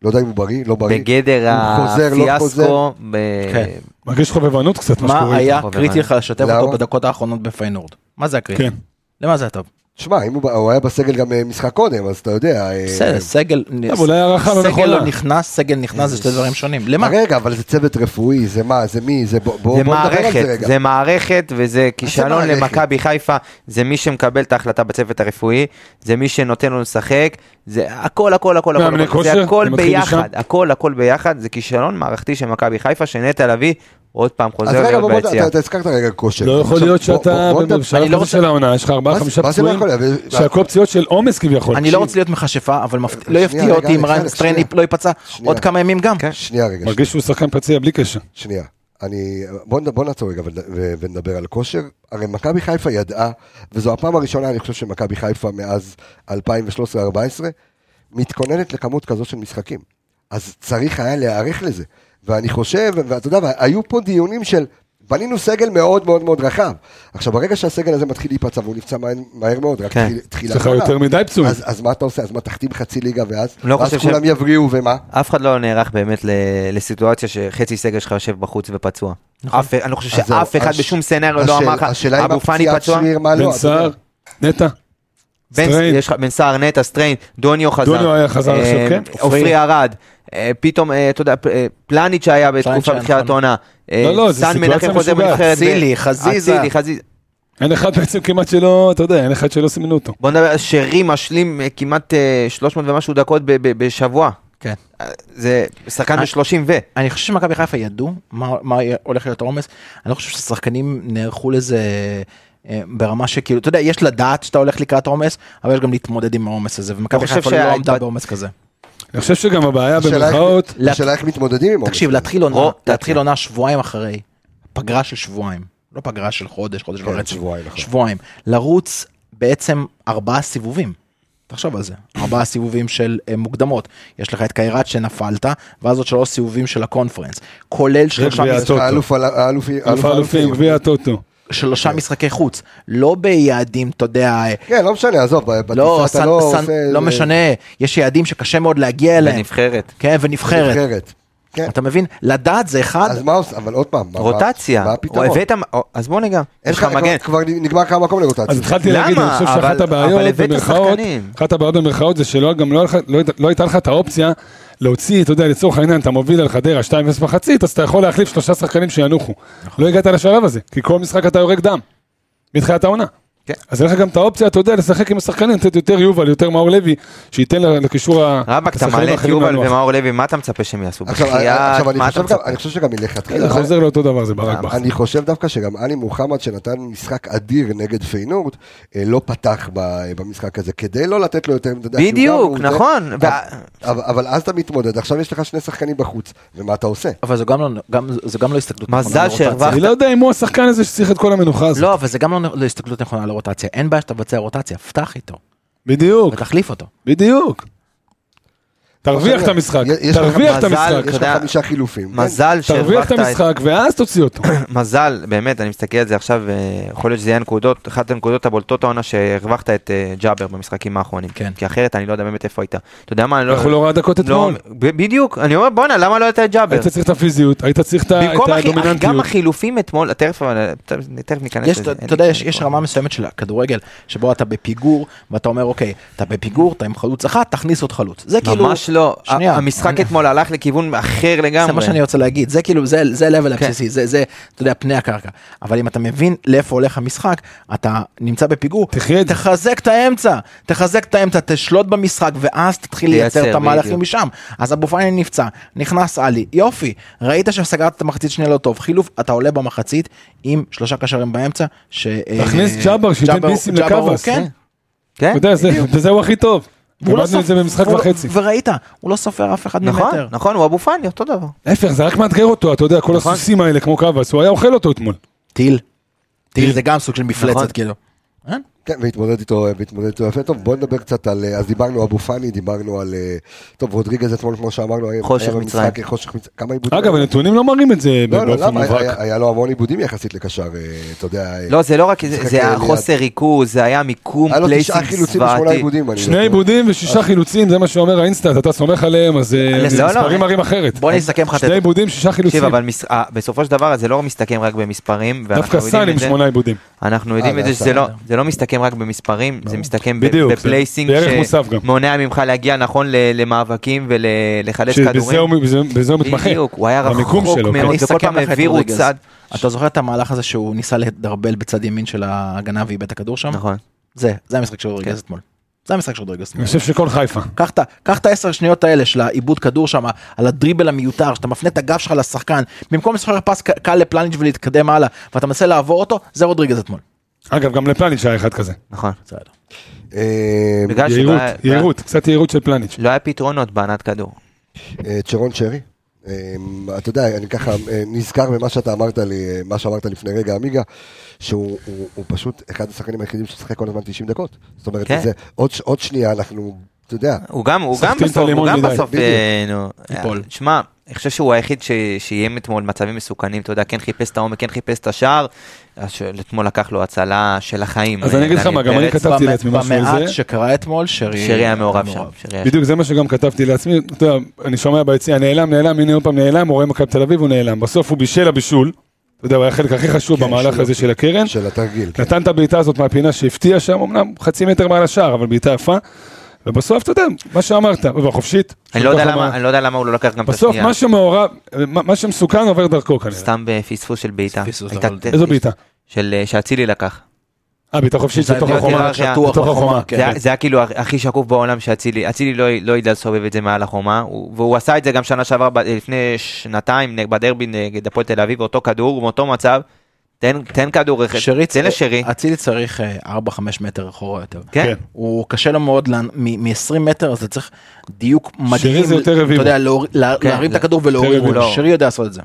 Speaker 1: לא יודע אם הוא בריא, לא בריא.
Speaker 4: בגדר
Speaker 1: הוא חוזר, לא חוזר.
Speaker 4: הפיאסקו, ב-
Speaker 6: כן.
Speaker 5: מרגיש חובבנות קצת, מה שקורה. איתו.
Speaker 6: מה היה
Speaker 4: חובבני.
Speaker 6: קריטי לך לשתף
Speaker 5: לא.
Speaker 1: למה?
Speaker 6: אותו בדקות האחרונות בפיינורד? מה זה הקריטי?
Speaker 5: כן.
Speaker 6: למה זה הטוב?
Speaker 1: שמע, אם הוא, ב- הוא היה בסגל גם אה, משחק קודם, אז אתה יודע. אה,
Speaker 6: בסדר, סגל...
Speaker 5: טוב, אולי הערכה לא
Speaker 6: סגל
Speaker 5: נכונה.
Speaker 6: לא נכנס, סגל נכנס, זה שתי דברים שונים. למה?
Speaker 1: רגע, אבל זה צוות רפואי, זה מה, זה מי, זה בוא, בוא,
Speaker 4: זה
Speaker 1: בוא נדבר על
Speaker 4: מערכת,
Speaker 1: זה רגע.
Speaker 4: זה מערכת וזה כישלון
Speaker 1: מערכת?
Speaker 4: למכבי חיפה, זה מי שמקבל את ההחלטה בצוות הרפואי, זה מי שנותן לנו לשחק, זה הכל הכל הכל הכל,
Speaker 5: מאמני
Speaker 4: הכל,
Speaker 5: כושר?
Speaker 4: זה הכל
Speaker 5: אני מתחיל
Speaker 4: ביחד,
Speaker 5: משם.
Speaker 4: הכל הכל ביחד, זה כישלון מערכתי של מכבי חיפה, שנטע לביא עוד פעם
Speaker 1: אז
Speaker 4: חוזר
Speaker 1: רגע,
Speaker 4: להיות
Speaker 1: בוא, בוא,
Speaker 4: ביציאה.
Speaker 1: אתה, אתה הזכרת רגע כושר.
Speaker 5: לא יכול
Speaker 1: כן. עכשיו,
Speaker 5: להיות
Speaker 1: בוא-
Speaker 5: שאתה
Speaker 1: בוא- בוא נדבר-
Speaker 5: בשלב
Speaker 6: אני לא
Speaker 5: כזה
Speaker 6: רוצה-
Speaker 5: של העונה, יש לך ארבעה
Speaker 1: מה זה-
Speaker 5: חמישה
Speaker 1: מה זה לא
Speaker 5: פצועים,
Speaker 1: יכול להיות?
Speaker 5: שהכל פציעות של עומס כביכול.
Speaker 6: אני לא רוצה להיות מכשפה, אבל
Speaker 5: אה,
Speaker 6: מפת- לא יפתיע
Speaker 1: רגע,
Speaker 6: אותי אם
Speaker 1: אלכס,
Speaker 6: ריין
Speaker 1: אלכס,
Speaker 6: סטריין
Speaker 1: שנייה.
Speaker 6: לא ייפצע
Speaker 1: שנייה.
Speaker 6: עוד כמה ימים
Speaker 5: כן.
Speaker 6: גם.
Speaker 1: שנייה רגע,
Speaker 5: מרגיש שהוא שחקן פציע בלי קשר.
Speaker 1: שנייה. אני, בוא, נד- בוא נעצור רגע ונד- ו- ונדבר על כושר. הרי מכבי חיפה ידעה, וזו הפעם הראשונה, אני חושב שמכבי חיפה מאז 2013-2014, מתכוננת לכמות כזו של משחקים. אז צריך היה להיערך לזה. ואני חושב, ואתה יודע, היו פה דיונים של, בנינו סגל מאוד מאוד מאוד רחב. עכשיו, ברגע שהסגל הזה מתחיל להיפצע, והוא נפצע מהר, מהר מאוד, רק
Speaker 4: כן.
Speaker 1: תחיל- תחילה...
Speaker 5: יש לך
Speaker 1: עונה.
Speaker 5: יותר מדי פצועים.
Speaker 1: לא אז, אז מה אתה עושה? אז מה, תחתים חצי ליגה ואז?
Speaker 4: לא
Speaker 1: ואז
Speaker 4: חושב ש-
Speaker 1: כולם יבריאו ומה?
Speaker 4: אף אחד לא נערך באמת ל- לסיטואציה שחצי סגל שלך יושב בחוץ ופצוע.
Speaker 5: נכון.
Speaker 4: אף- אני לא חושב
Speaker 1: אז זהו,
Speaker 4: שאף אחד
Speaker 1: הש-
Speaker 4: בשום סצנריו לא
Speaker 1: השאל-
Speaker 4: אמר לך,
Speaker 1: השאלה אם
Speaker 4: אבו פאני
Speaker 1: הפציעה
Speaker 4: פצוע,
Speaker 1: תשאיר, מה לא,
Speaker 5: בן
Speaker 1: אתה יודע.
Speaker 5: סער, נטע,
Speaker 4: בן-
Speaker 5: סטריין.
Speaker 4: יש לך- בן סער, נטע, סטריין, דוניו חזר,
Speaker 5: דוניו היה חזר
Speaker 4: אה,
Speaker 5: עכשיו, כן.
Speaker 4: עופרי ארד, אה, פתאום, אה, אתה יודע, פ- אה, פלניץ' שהיה
Speaker 6: פלניץ'
Speaker 4: בתקופה
Speaker 6: שהיה,
Speaker 4: בתחילת
Speaker 6: נכון.
Speaker 4: עונה, אה,
Speaker 5: לא, לא, זו
Speaker 4: סן
Speaker 5: סיטואציה
Speaker 4: מנחם חוזר
Speaker 5: משוגעת.
Speaker 4: בנבחרת, ב-
Speaker 6: אצילי, חזיזה.
Speaker 4: אצילי, חזיזה,
Speaker 5: אין אחד בעצם כמעט שלא, אתה יודע, אין אחד שלא סימנו אותו.
Speaker 4: בוא נדבר, שרי משלים אה, כמעט אה, 300 ומשהו דקות ב- ב- בשבוע.
Speaker 6: כן.
Speaker 4: אה, זה שחקן
Speaker 6: אה.
Speaker 4: ב-30 ו...
Speaker 6: אני חושב שמכבי חיפה ידעו מה, מה הולך להיות העומס, אני לא חושב שהשחקנים נערכו לזה אה, ברמה שכאילו, אתה יודע, יש לדעת שאתה הולך לקראת העומס, אבל יש גם להתמודד עם העומס הזה, ומכבי
Speaker 4: אני חושב
Speaker 6: חיפה לא
Speaker 4: שההתבד-
Speaker 6: עמדה בעומס כזה.
Speaker 5: אני חושב שגם הבעיה
Speaker 1: השאלה איך-
Speaker 5: במרכאות,
Speaker 1: השאלה איך מתמודדים עם
Speaker 6: תקשיב,
Speaker 1: עומס.
Speaker 6: להתחיל עונה,
Speaker 4: רוטציה.
Speaker 1: כן.
Speaker 6: להתחיל עונה שבועיים אחרי, פגרה של שבועיים, לא פגרה של חודש, חודש
Speaker 1: כן,
Speaker 6: וחצי,
Speaker 1: שבועיים, נכון.
Speaker 6: שבועיים, לרוץ בעצם ארבעה סיבובים. תחשוב על זה, ארבעה סיבובים של אה, מוקדמות, יש לך את קיירת שנפלת, ואז עוד שלוש סיבובים של הקונפרנס, כולל שלושה
Speaker 5: גביע
Speaker 6: משחקים.
Speaker 5: הטוטו.
Speaker 1: האלוף על- האלוף-
Speaker 5: אלוף האלופים, גביע הטוטו.
Speaker 6: שלושה משחקי חוץ, לא ביעדים, אתה יודע,
Speaker 1: כן, לא משנה, עזוב, בטיסה
Speaker 6: לא,
Speaker 1: אתה
Speaker 6: סן-
Speaker 1: לא
Speaker 6: סן-
Speaker 1: עושה...
Speaker 6: לא
Speaker 1: אה,
Speaker 6: משנה, יש יעדים שקשה מאוד להגיע אליהם,
Speaker 4: בנבחרת.
Speaker 6: כן, ונבחרת,
Speaker 1: נבחרת. כן.
Speaker 6: אתה מבין? לדעת זה אחד,
Speaker 1: אז מה עושה? אבל עוד פעם, מה-
Speaker 4: רוטציה.
Speaker 1: מה
Speaker 4: או
Speaker 1: הפתרון?
Speaker 4: הבאת... או- אז בוא נגע.
Speaker 1: אין
Speaker 4: יש לך מגן.
Speaker 1: כבר נגמר כמה מקום
Speaker 5: אז
Speaker 1: לרוטציה.
Speaker 5: התחלתי
Speaker 4: למה?
Speaker 5: להגיד, אני חושב
Speaker 4: אבל-
Speaker 5: שאחת
Speaker 4: אבל
Speaker 5: הבעיות
Speaker 4: הבאת
Speaker 5: במרכאות,
Speaker 4: שחקנים.
Speaker 5: אחת הבעיות במרכאות זה שלא גם לא היה לך- לא היית- לא הייתה לך את האופציה להוציא, אתה יודע, לצורך העניין, אתה מוביל על חדרה 2-0 מחצית, אז אתה יכול להחליף שלושה שחקנים שינוחו.
Speaker 4: נכון.
Speaker 5: לא הגעת לשלב הזה, כי כל משחק אתה יורק דם, מתחילת העונה.
Speaker 4: כן.
Speaker 5: אז אין לך גם את האופציה, אתה יודע, לשחק עם השחקנים, לתת יותר יובל, יותר מאור לוי, שייתן לקישור ה-
Speaker 4: רבאק, אתה
Speaker 5: לשחקנים
Speaker 4: מעלה את
Speaker 5: האחרים
Speaker 4: יובל
Speaker 5: לנוח.
Speaker 4: ומאור לוי, מה אתה מצפה שהם יעשו?
Speaker 1: עכשיו,
Speaker 4: בחייאת?
Speaker 1: עכשיו, אני
Speaker 4: מה אתה
Speaker 1: חושב גם-
Speaker 4: מצפה?
Speaker 1: אני חושב שגם
Speaker 5: זה
Speaker 1: מלכתחילה,
Speaker 5: חוזר לאותו דבר, זה
Speaker 4: אה,
Speaker 5: ברק בכר.
Speaker 1: אני חושב דווקא שגם עלי מוחמד שנתן משחק אדיר נגד פיינורד, אה, לא פתח ב- אה, במשחק הזה, כדי לא לתת לו יותר... אתה יודע, כי הוא
Speaker 4: בדיוק,
Speaker 1: גם- הוא-
Speaker 4: נכון.
Speaker 1: אבל-
Speaker 4: וה-
Speaker 1: אבל- אבל אז אתה מתמודד, עכשיו יש לך שני שחקנים בחוץ, ומה אתה עושה?
Speaker 6: אבל זה גם לא, גם, זה גם לא הסתכלות
Speaker 4: מזל
Speaker 6: נכונה על רוטציה.
Speaker 4: שהרווחת.
Speaker 5: אני לא יודע אם הוא השחקן הזה שצריך את כל המנוחה הזאת.
Speaker 6: לא, אבל זה גם לא, לא הסתכלות נכונה על הרוטציה. אין בעיה שאתה מבצע רוטציה, פתח איתו
Speaker 4: אוקיי.
Speaker 5: בדיוק,
Speaker 6: ותחליף אותו.
Speaker 5: בדיוק. תרוויח את המשחק,
Speaker 1: יש- יש לך
Speaker 5: תרוויח את
Speaker 4: מזל,
Speaker 5: המשחק.
Speaker 1: יש לך
Speaker 4: יודע-
Speaker 1: חמישה חילופים. כן?
Speaker 4: מזל
Speaker 5: תרוויח את
Speaker 4: שהרווחת את...
Speaker 5: המשחק ואז תוציא אותו.
Speaker 4: מזל, באמת, אני מסתכל על זה עכשיו, אה, יכול להיות שזה יהיה הנקודות, אחת הנקודות הבולטות העונה שהרווחת את אה, ג'אבר במשחקים האחרונים.
Speaker 6: כן.
Speaker 4: כי אחרת אני לא יודע באמת איפה היית. אתה יודע מה, אני לא...
Speaker 5: אנחנו לא ראה דקות
Speaker 4: לא,
Speaker 5: אתמול.
Speaker 4: ב- בדיוק, אני אומר בואנה, למה לא הייתה את ג'אבר?
Speaker 5: היית צריך את הפיזיות, היית צריך את ה- את
Speaker 4: במקום החי- גם
Speaker 5: הדומיננטיות.
Speaker 4: החילופים אתמול, תכף אבל- תכף ניכנס
Speaker 6: יש,
Speaker 4: לזה.
Speaker 6: אתה
Speaker 4: אין
Speaker 6: אתה יודע,
Speaker 4: לי-
Speaker 6: יש,
Speaker 4: אין לי
Speaker 6: יש
Speaker 4: כוח.
Speaker 6: רמה מסוימת של הכדורגל, שבו אתה בפיגור, ואתה אומר, אוקיי, אתה בפיגור, אתה עם חלוץ אחת, תכניס עוד חלוץ. זה כאילו...
Speaker 4: ממש לא,
Speaker 6: שנייה.
Speaker 4: ה- המשחק
Speaker 6: אני-
Speaker 4: אתמול הלך לכיוון אחר לגמרי.
Speaker 6: זה מה שאני רוצה להגיד, זה כאילו, זה, זה ה-level
Speaker 4: כן.
Speaker 6: הבסיסי, זה, זה, אתה יודע, פני הקרקע. אבל אם אתה מבין לאיפה הולך המשחק, אתה נמצא בפיגור,
Speaker 5: תחיה את זה.
Speaker 6: תחזק את האמצע, תחזק את האמצע, תשלוט במשחק, ואז תתחיל
Speaker 4: לייצר,
Speaker 6: לייצר את המהלכים
Speaker 4: בדיוק.
Speaker 6: משם. אז אבו פאני נפצע, נכנס עלי, יופי, ראית שסגרת את המחצית שנייה לא טוב, חילוף, אתה עולה במחצית עם שלושה קשרים באמצע, ש...
Speaker 5: תכניס
Speaker 6: אה,
Speaker 5: ג'אבר, שייתן
Speaker 6: ג'אבר-
Speaker 5: ביסים
Speaker 6: ג'אבר הוא-
Speaker 5: לקאבס.
Speaker 6: כן,
Speaker 4: כן?
Speaker 5: אתה יודע, זה- בזה הוא הכי טוב.
Speaker 6: והוא לא
Speaker 5: למדנו את
Speaker 6: סופ-
Speaker 5: זה במשחק
Speaker 6: הוא לא-
Speaker 5: וחצי.
Speaker 6: וראית, הוא לא סופר אף אחד
Speaker 4: נכון,
Speaker 6: ממטר.
Speaker 4: נכון, הוא אבו פאני, אותו דבר.
Speaker 5: להפך, זה רק מאתגר אותו, אתה יודע, כל
Speaker 4: נכון.
Speaker 5: הסוסים האלה כמו קאבס, הוא היה אוכל אותו אתמול.
Speaker 6: טיל. טיל
Speaker 5: טיל.
Speaker 6: זה גם סוג של
Speaker 4: נכון.
Speaker 6: מפלצת, כאילו. אין?
Speaker 1: כן, והתמודד איתו, והתמודד איתו יפה. טוב, בוא נדבר קצת על, אה, אז דיברנו אבו פאני, דיברנו על, אה, טוב, רודריגז אתמול, כמו שאמרנו, היה
Speaker 4: חושך
Speaker 1: במשחק,
Speaker 4: מצרים.
Speaker 1: חושך מצרים. כמה עיבודים?
Speaker 5: אגב,
Speaker 1: היו?
Speaker 5: הנתונים לא מראים את זה
Speaker 1: לא, לא,
Speaker 5: באופן
Speaker 1: למה?
Speaker 5: מובהק.
Speaker 1: היה- היה לו המון עיבודים יחסית לקשר, אה, אתה יודע. אה,
Speaker 4: לא, זה לא רק, זה-
Speaker 1: משחק
Speaker 4: זה היה
Speaker 1: ליד.
Speaker 4: חוסר ריכוז, זה היה מיקום
Speaker 1: היה לו תשעה
Speaker 4: פלייסינג
Speaker 1: חילוצים ושמונה
Speaker 4: זוועתי.
Speaker 1: עיבודים. אני לא
Speaker 5: שני
Speaker 1: טועה.
Speaker 5: עיבודים ושישה חילוצים, זה מה שאומר האינסטנט, אתה סומך עליהם, אז אה,
Speaker 4: לא, לא.
Speaker 5: מספרים מראים אחרת.
Speaker 6: בוא נסכם לך את
Speaker 5: שני
Speaker 6: זה.
Speaker 5: עיבודים, שישה
Speaker 4: תקשיב,
Speaker 5: חילוצים.
Speaker 4: אבל מס- אה, בסופו של דבר זה לא מסתכם רק במספרים, ואנחנו
Speaker 5: דווקא
Speaker 4: יודעים
Speaker 5: סל
Speaker 4: את
Speaker 5: עם
Speaker 4: זה.
Speaker 5: שמונה עיבודים.
Speaker 4: אנחנו יודעים
Speaker 1: אה,
Speaker 4: את
Speaker 1: זה
Speaker 4: זה שזה לא,
Speaker 6: הסל.
Speaker 4: זה לא מסתכם רק במספרים, זה מסתכם ב-
Speaker 5: בדיוק, זה-
Speaker 4: בפלייסינג
Speaker 5: זה ערך מוסף גם.
Speaker 4: שמונע ממך להגיע נכון ל- למאבקים ולחלץ
Speaker 5: שבזה
Speaker 4: כדורים.
Speaker 5: הוא- בזה- בזה הוא מתמחה.
Speaker 4: בדיוק, הוא היה
Speaker 5: במיקום
Speaker 4: רחוק
Speaker 5: שלו, כן.
Speaker 4: מאוד,
Speaker 6: אני
Speaker 4: וכל
Speaker 6: אסכם
Speaker 4: פעם
Speaker 6: לך את
Speaker 4: העבירו
Speaker 6: רודריגז.
Speaker 4: צד.
Speaker 6: אתה זוכר את המהלך הזה שהוא ניסה לדרבל בצד ימין של ההגנה ואיבד את הכדור שם?
Speaker 4: נכון. כן.
Speaker 6: זה, זה המשחק של רודריגז אתמול. זה המשחק של רודריגז
Speaker 5: אני חושב
Speaker 6: אתמול.
Speaker 5: שכל חיפה.
Speaker 6: קח את ה- קח את העשר שניות האלה של העיבוד כדור שם, על הדריבל המיותר, שאתה מפנה את הגב שלך לשחקן, במקום לשחרר פס ק- קל לפלניג' ולהתקדם הלאה, ואתה מנסה לעבור אותו, זה רודריגז אתמול.
Speaker 5: אגב, גם לפלניץ' היה אחד כזה.
Speaker 4: נכון.
Speaker 6: בסדר.
Speaker 1: אה,
Speaker 4: בגלל שלא
Speaker 5: יהירות,
Speaker 4: היה-
Speaker 5: יהירות, קצת יהירות של פלניץ'.
Speaker 4: לא היה פתרונות בענת כדור.
Speaker 1: אה, צ'רון שרי. אה, אתה יודע, אני ככה אה, נזכר במה שאתה אמרת לי, אה, מה שאמרת לפני רגע, עמיגה, שהוא הוא- הוא פשוט אחד השחקנים היחידים ששיחק כל הזמן 90 דקות. זאת אומרת,
Speaker 4: כן.
Speaker 1: זה עוד ש- עוד שנייה אנחנו, אתה יודע,
Speaker 4: הוא גם, הוא
Speaker 5: סוחטים
Speaker 4: גם
Speaker 5: את
Speaker 4: בסוף, הוא
Speaker 5: הלימון
Speaker 4: גם
Speaker 5: מדי,
Speaker 4: בסוף,
Speaker 1: בדיוק.
Speaker 4: אה, נו,
Speaker 6: ייפול.
Speaker 4: שמע, אני חושב שהוא היחיד ש- שאיים אתמול מצבים מסוכנים, אתה יודע, כן חיפש את העומק, כן חיפש את השער, אז ש- אתמול לקח לו הצלה של החיים. אה,
Speaker 5: אז אני אגיד לך
Speaker 4: דניאל
Speaker 5: מה, גם אני
Speaker 4: פרץ.
Speaker 5: כתבתי לעצמי משהו על
Speaker 6: במעט
Speaker 5: זה.
Speaker 6: שקרה אתמול, שרי...
Speaker 4: שרי היה מעורב שם, שרי היה שם.
Speaker 5: בדיוק זה מה שגם כתבתי לעצמי, אתה יודע, אני שומע ביציע, נעלם, נעלם, הנה עוד פעם נעלם, הוא רואה מכבי תל אביב, הוא נעלם. בסוף הוא בישל הבישול, אתה יודע, הוא היה החלק הכי חשוב
Speaker 1: כן,
Speaker 5: במהלך
Speaker 1: שלו.
Speaker 5: הזה של הקרן.
Speaker 1: של התרגיל. כן.
Speaker 5: נתן את הבעיטה הזאת מהפינה שהפתיע שם, אמנם חצי מטר מעל השער, אבל בעיטה יפה. ובסוף, אתה יודע, מה שאמרת, בחופשית.
Speaker 4: אני לא יודע
Speaker 5: ככה מה-
Speaker 4: למה- אני לא יודע למה הוא לא לקח גם את
Speaker 5: בסוף
Speaker 4: השנייה.
Speaker 5: מה שמעורב, מה מה שמסוכן עובר דרכו כנראה.
Speaker 4: סתם בפספוס של בעיטה.
Speaker 6: פספוס,
Speaker 4: הייתה
Speaker 6: אבל-
Speaker 4: טכנית
Speaker 5: איזו בעיטה?
Speaker 4: של אה, שאצילי לקח.
Speaker 5: אה, בעיטה חופשית
Speaker 6: זה
Speaker 5: בתוך
Speaker 6: היה
Speaker 5: החומה.
Speaker 4: נראה שטוח
Speaker 5: בתוך החומה.
Speaker 6: כן.
Speaker 4: זה היה- זה היה כאילו הכ- הכי שקוף בעולם שאצילי, אצילי לא, לא ידע לסובב את זה מעל החומה, הוא- והוא עשה את זה גם שנה שעברה, ב- לפני שנתיים, נ- בדרבי נגד הפועל תל אביב, אותו כדור, מאותו מצב, תן, תן כדור, אחד,
Speaker 6: שרי,
Speaker 4: תן לשרי,
Speaker 6: אצילי צריך אה, 4-5 מטר אחורה יותר.
Speaker 4: כן,
Speaker 5: כן.
Speaker 6: הוא קשה לו מאוד מ-20 מטר, אז זה צריך דיוק מדהים.
Speaker 5: זה יותר רביבו.
Speaker 6: אתה יודע, להור- לה-
Speaker 4: כן,
Speaker 6: להרים את
Speaker 4: זה-
Speaker 6: הכדור ולהוריד,
Speaker 5: רביבו.
Speaker 6: הוא- שרי יודע לעשות את זה.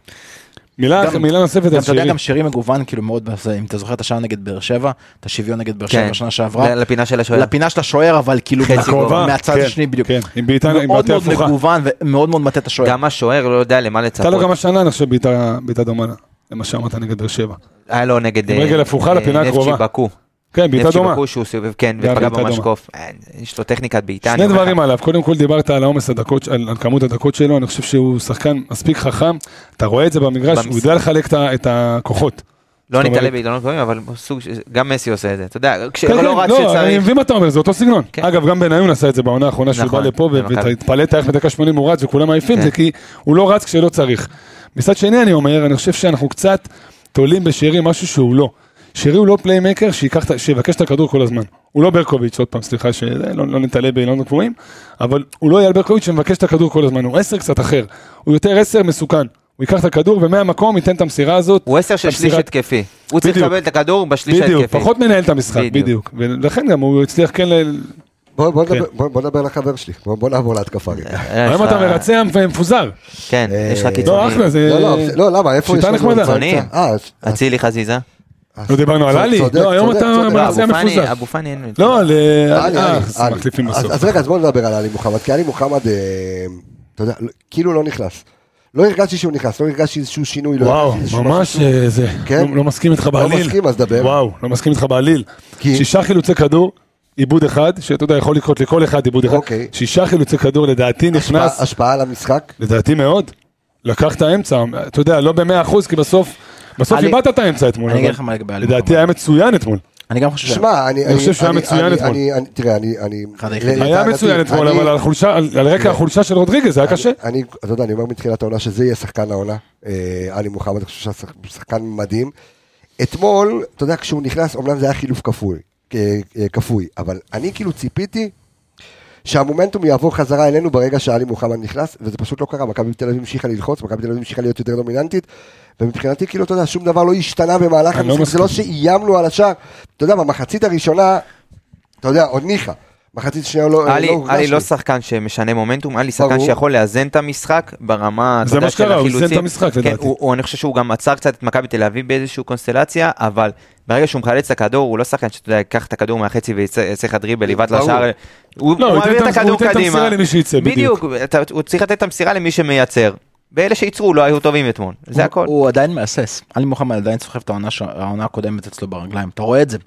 Speaker 5: מילה
Speaker 6: גם-
Speaker 5: מילה נוספת
Speaker 6: גם
Speaker 5: על
Speaker 6: אתה יודע,
Speaker 5: שירי.
Speaker 6: גם שרי מגוון, כאילו מאוד, בזה, אם אתה זוכר את השער נגד באר שבע, את השוויון נגד באר שבע
Speaker 4: כן,
Speaker 6: בשנה שעברה,
Speaker 4: ל- לפינה של השוער,
Speaker 6: לפינה של השוער, אבל כאילו
Speaker 4: חצי
Speaker 6: מהקרוב,
Speaker 4: גובה,
Speaker 6: מהצד
Speaker 5: כן,
Speaker 6: השני בדיוק.
Speaker 5: כן, עם בעיטה עם
Speaker 6: מאוד
Speaker 5: בעיטה
Speaker 6: מאוד
Speaker 5: הפוכה.
Speaker 6: מגוון ומאוד מאוד מטה את השוער.
Speaker 4: גם השוער לא יודע למה
Speaker 5: הייתה לו
Speaker 4: לצפות,
Speaker 5: גם השנה, אני חושב, בעיטה בעיטה דומה לה, למה שאמרת נגד באר שבע.
Speaker 4: היה לו נגד,
Speaker 5: עם
Speaker 4: אה,
Speaker 5: רגל הפוכה
Speaker 4: אה,
Speaker 5: לפינה הקרובה.
Speaker 4: נפצ'י בקו,
Speaker 5: כן, בעיטה
Speaker 4: נפצ'י
Speaker 5: דומה.
Speaker 4: בקו שהוא סיבב, כן,
Speaker 5: גם
Speaker 4: ופגע
Speaker 5: בעיטה דומה.
Speaker 4: במשקוף, אה, יש לו טכניקת בעיטה, אני
Speaker 5: שני
Speaker 4: אומר לך.
Speaker 5: דברים עליו, קודם כל דיברת על העומס הדקות, על, על כמות הדקות שלו, אני חושב שהוא שחקן מספיק חכם, אתה רואה את זה במגרש,
Speaker 4: במשחק.
Speaker 5: הוא יודע לחלק את, ה- את הכוחות.
Speaker 4: לא
Speaker 5: זאת אומרת-
Speaker 4: נתעלה בעיתונות גבוהים, אבל סוג, ש- גם מסי עושה את זה, אתה יודע, כש-
Speaker 5: כן,
Speaker 4: אבל
Speaker 5: כן,
Speaker 4: לא רץ
Speaker 5: אני
Speaker 4: שצריך,
Speaker 5: מבין מה אתה אומר, זה אותו סגנון.
Speaker 4: כן.
Speaker 5: אגב, גם בניון עשה את זה בעונה האחרונה שהוא
Speaker 4: נכון,
Speaker 5: בא לפה, ו-
Speaker 4: במכבי.
Speaker 5: והתפלאת איך בדקה 80 הוא רץ וכולם עייפים,
Speaker 4: כן.
Speaker 5: זה כי הוא לא רץ כשלא צריך. מצד שני, אני אומר, אני חושב שאנחנו קצת תולים בשירי משהו שהוא לא. שירי הוא לא פליימקר שייקח את ה- שיבקש את הכדור כל הזמן. הוא לא ברקוביץ', עוד פעם, סליחה, שלא לא נתעלה באילנות גבוהים, אבל הוא לא אייל ברקוביץ' שמבקש את הכדור כל הזמן, הוא עשר קצת אחר. הוא יותר עשר מסוכן. הוא ייקח את הכדור ומהמקום ייתן את המסירה הזאת.
Speaker 4: הוא עשר של שליש
Speaker 5: המסירה-
Speaker 4: התקפי, הוא צריך
Speaker 5: בדיוק.
Speaker 4: לקבל את הכדור בשליש
Speaker 5: בדיוק,
Speaker 4: ההתקפי,
Speaker 5: פחות מנהל את המשחק,
Speaker 4: בדיוק.
Speaker 5: בדיוק. ולכן גם הוא הצליח כן ל...
Speaker 6: אה,
Speaker 1: בוא, בוא,
Speaker 5: כן.
Speaker 1: נדבר, בוא, בוא נדבר לחבר שלי, בוא, בוא נעבור להתקפה רגע.
Speaker 4: אה, יש
Speaker 5: היום
Speaker 4: לך-
Speaker 5: אתה מרצע ומפוזר.
Speaker 4: כן,
Speaker 1: אה,
Speaker 4: יש לך
Speaker 5: לא,
Speaker 4: קיצוני.
Speaker 5: אחלה, זה...
Speaker 1: לא, לא, לא, למה, איפה יש
Speaker 5: שיטה
Speaker 1: לנו...
Speaker 5: נחמדה.
Speaker 4: קיצוני.
Speaker 1: אה, אז-
Speaker 4: אצילי חזיזה.
Speaker 1: אז-
Speaker 5: לא דיברנו על
Speaker 1: צודק,
Speaker 5: עלי.
Speaker 1: צודק,
Speaker 5: לא, היום
Speaker 1: צודק,
Speaker 5: אתה
Speaker 1: צודק.
Speaker 5: מרצה
Speaker 4: אבו פאני,
Speaker 5: מפוזר.
Speaker 4: אבו פאני אין...
Speaker 5: לא, ל...
Speaker 1: עלי,
Speaker 5: אה,
Speaker 1: עלי, עלי.
Speaker 5: מחליפים
Speaker 1: אז-
Speaker 5: בסוף.
Speaker 1: אז רגע, אז בוא נדבר על עלי מוחמד, כי עלי מוחמד, אה, אתה יודע, כאילו לא נכנס. לא הרגשתי שהוא נכנס, לא הרגשתי איזשהו שינוי. לא
Speaker 5: וואו,
Speaker 1: הרגשתי איזשהו
Speaker 5: ממש אה, זה.
Speaker 1: כן?
Speaker 5: לא- לא מסכים איתך בעליל.
Speaker 1: מסכים, אז דבר.
Speaker 5: וואו, לא מסכים איתך בעליל.
Speaker 1: כי-
Speaker 5: שישה חילוצי כדור. עיבוד אחד, שאתה יודע, יכול לקרות לכל אחד עיבוד אחד.
Speaker 1: אוקיי.
Speaker 5: שישה חילוצי כדור, לדעתי
Speaker 1: משהו.
Speaker 5: נכנס,
Speaker 1: השפעה- השפעה על המשחק.
Speaker 5: לדעתי מאוד. לקח את האמצע, אתה יודע, לא במאה אחוז, כי בסוף, בסוף
Speaker 6: עלי-
Speaker 5: איבדת את האמצע אתמול.
Speaker 6: אני אגיד
Speaker 5: אבל
Speaker 6: לך מה לגבי עלי
Speaker 5: לדעתי
Speaker 6: מוחמד.
Speaker 5: היה מצוין אתמול.
Speaker 6: אני גם חושב ש...
Speaker 1: שמע, אני...
Speaker 5: אני חושב שהוא היה מצוין
Speaker 1: אני-
Speaker 5: אתמול.
Speaker 1: אני- אני- תראה, אני... אני-
Speaker 6: אחד היחידים.
Speaker 5: היה
Speaker 1: לטענתי,
Speaker 5: מצוין אתמול,
Speaker 1: אני-
Speaker 5: אבל על חולשה- על על
Speaker 6: לא.
Speaker 5: רקע החולשה של רודריגז, היה קשה.
Speaker 1: אני, אתה יודע, אני אומר מתחילת העונה שזה יהיה שחקן העונה. אה, עלי מוחמד, אני חושב שהוא שחקן מדהים. אתמול, אתה יודע, כשהוא נכנס, אומנם זה היה חילוף כפוי, אה, אה, כפוי, אבל אני כאילו ציפיתי שהמומנטום יעבור חזרה אלינו ברגע שעלי מוחמד נכנס, וזה פשוט לא קרה. מכבי תל אביב המשיכה ללחוץ, מכבי תל אביב המשיכה להיות יותר דומיננטית, ומבחינתי, כאילו, אתה יודע, שום דבר לא השתנה במהלך
Speaker 5: אני לא
Speaker 1: המשחק, זה לא שאיימנו על השאר. אתה יודע, במחצית הראשונה, אתה יודע, עוד ניחא. מחצית שנייה לא...
Speaker 4: עלי
Speaker 1: הורגש
Speaker 4: עלי לא
Speaker 1: לי.
Speaker 4: שחקן שמשנה מומנטום, עלי שחקן
Speaker 1: ברור.
Speaker 4: שיכול לאזן את המשחק ברמה, אתה
Speaker 5: זה
Speaker 4: יודע,
Speaker 5: מה
Speaker 4: של
Speaker 5: שקרה, הוא איזן את
Speaker 4: החילוצים.
Speaker 5: המשחק,
Speaker 4: כן,
Speaker 5: לדעתי.
Speaker 4: הוא- הוא- אני חושב שהוא גם עצר קצת את מכבי תל אביב באיזושהי קונסטלציה, אבל ברגע שהוא מחלץ את הכדור, הוא לא שחקן שאתה יודע, ייקח את הכדור מהחצי ויעשה לך דריבל, יבעט
Speaker 1: ברור.
Speaker 4: לשער. הוא
Speaker 5: לא,
Speaker 4: הוא
Speaker 5: הוא ייתן
Speaker 4: מעביר
Speaker 5: את
Speaker 4: את
Speaker 5: המס- הוא
Speaker 4: הכדור
Speaker 5: ייתן את
Speaker 4: קדימה.
Speaker 5: המסירה למי שיצא, בדיוק.
Speaker 4: בדיוק, אתה- הוא צריך לתת את המסירה למי שמייצר. ואלה שייצרו לא היו טובים אתמול, זה
Speaker 6: הוא-
Speaker 4: הכל.
Speaker 6: הוא עדיין מהסס. עלי מוחמד עדיין סוחב את העונה ש- העונה הקודמת אצלו ברגליים. אתה רואה את זה.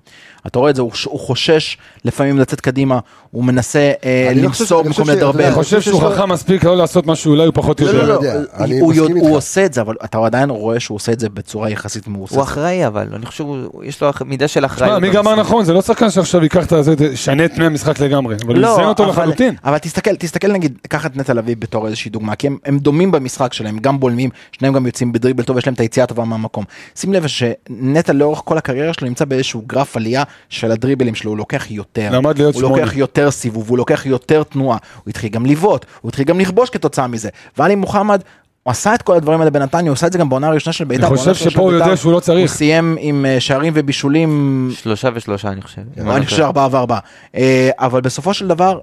Speaker 6: אתה רואה את זה, הוא ש- הוא חושש לפעמים לצאת קדימה, הוא מנסה אה,
Speaker 1: אני לא חושב-
Speaker 6: למסור
Speaker 1: אני
Speaker 6: במקום
Speaker 1: חושב ש-
Speaker 6: לדרבן.
Speaker 5: אני חושב שהוא חכם מספיק לא לעשות מה שאולי הוא פחות
Speaker 1: לא,
Speaker 5: יודע.
Speaker 1: לא,
Speaker 6: לא,
Speaker 1: אני יודע, אני
Speaker 6: הוא,
Speaker 1: מסכים
Speaker 6: יודע,
Speaker 1: איתך.
Speaker 6: הוא עושה את זה, אבל אתה עדיין רואה שהוא עושה את זה בצורה יחסית
Speaker 4: הוא
Speaker 6: מאוססת.
Speaker 4: אחראי אבל, אני חושב, הוא- יש לו אח- מידה של אחריות.
Speaker 5: שמע, מי גמר
Speaker 4: במשחק.
Speaker 5: נכון, זה לא שחקן שעכשיו ייקח את זה, שנה את פני המשחק לגמרי, אבל הוא איזן אותו
Speaker 6: לא, אבל-
Speaker 5: לחלוטין.
Speaker 6: אבל תסתכל, תסתכל נגיד, קח את נטע לביא בתור איזושהי דוגמה, כי הם, הם דומים במשחק שלהם, גם בולמים, שניהם גם יוצאים בדריבל טוב, יש להם את היציאה הטובה מהמקום. שים לב שנטע לאורך כל הקריירה שלו נמצא באיזשהו גרף עלייה של הדריבלים שלו, הוא לוקח יותר.
Speaker 5: למד להיות
Speaker 6: הוא
Speaker 5: שמונה.
Speaker 6: לוקח יותר סיבוב, הוא לוקח יותר תנועה, הוא התחיל גם לבעוט, הוא התחיל גם לכבוש כתוצאה מזה. ואלי מוחמד... הוא עשה את כל הדברים האלה בנתניה, הוא עשה את זה גם בעונה הראשונה של בית"ר.
Speaker 5: אני
Speaker 6: בעונה
Speaker 5: חושב
Speaker 6: השנייה של
Speaker 5: שפה הוא יודע
Speaker 6: בית"ר,
Speaker 5: שהוא לא צריך.
Speaker 6: הוא סיים עם אה, שערים ובישולים
Speaker 4: שלושה ושלושה אני חושב. אם
Speaker 6: אני
Speaker 4: לא
Speaker 6: חושב
Speaker 4: טועה.
Speaker 6: שארבעה וארבעה. אה, אבל בסופו של דבר,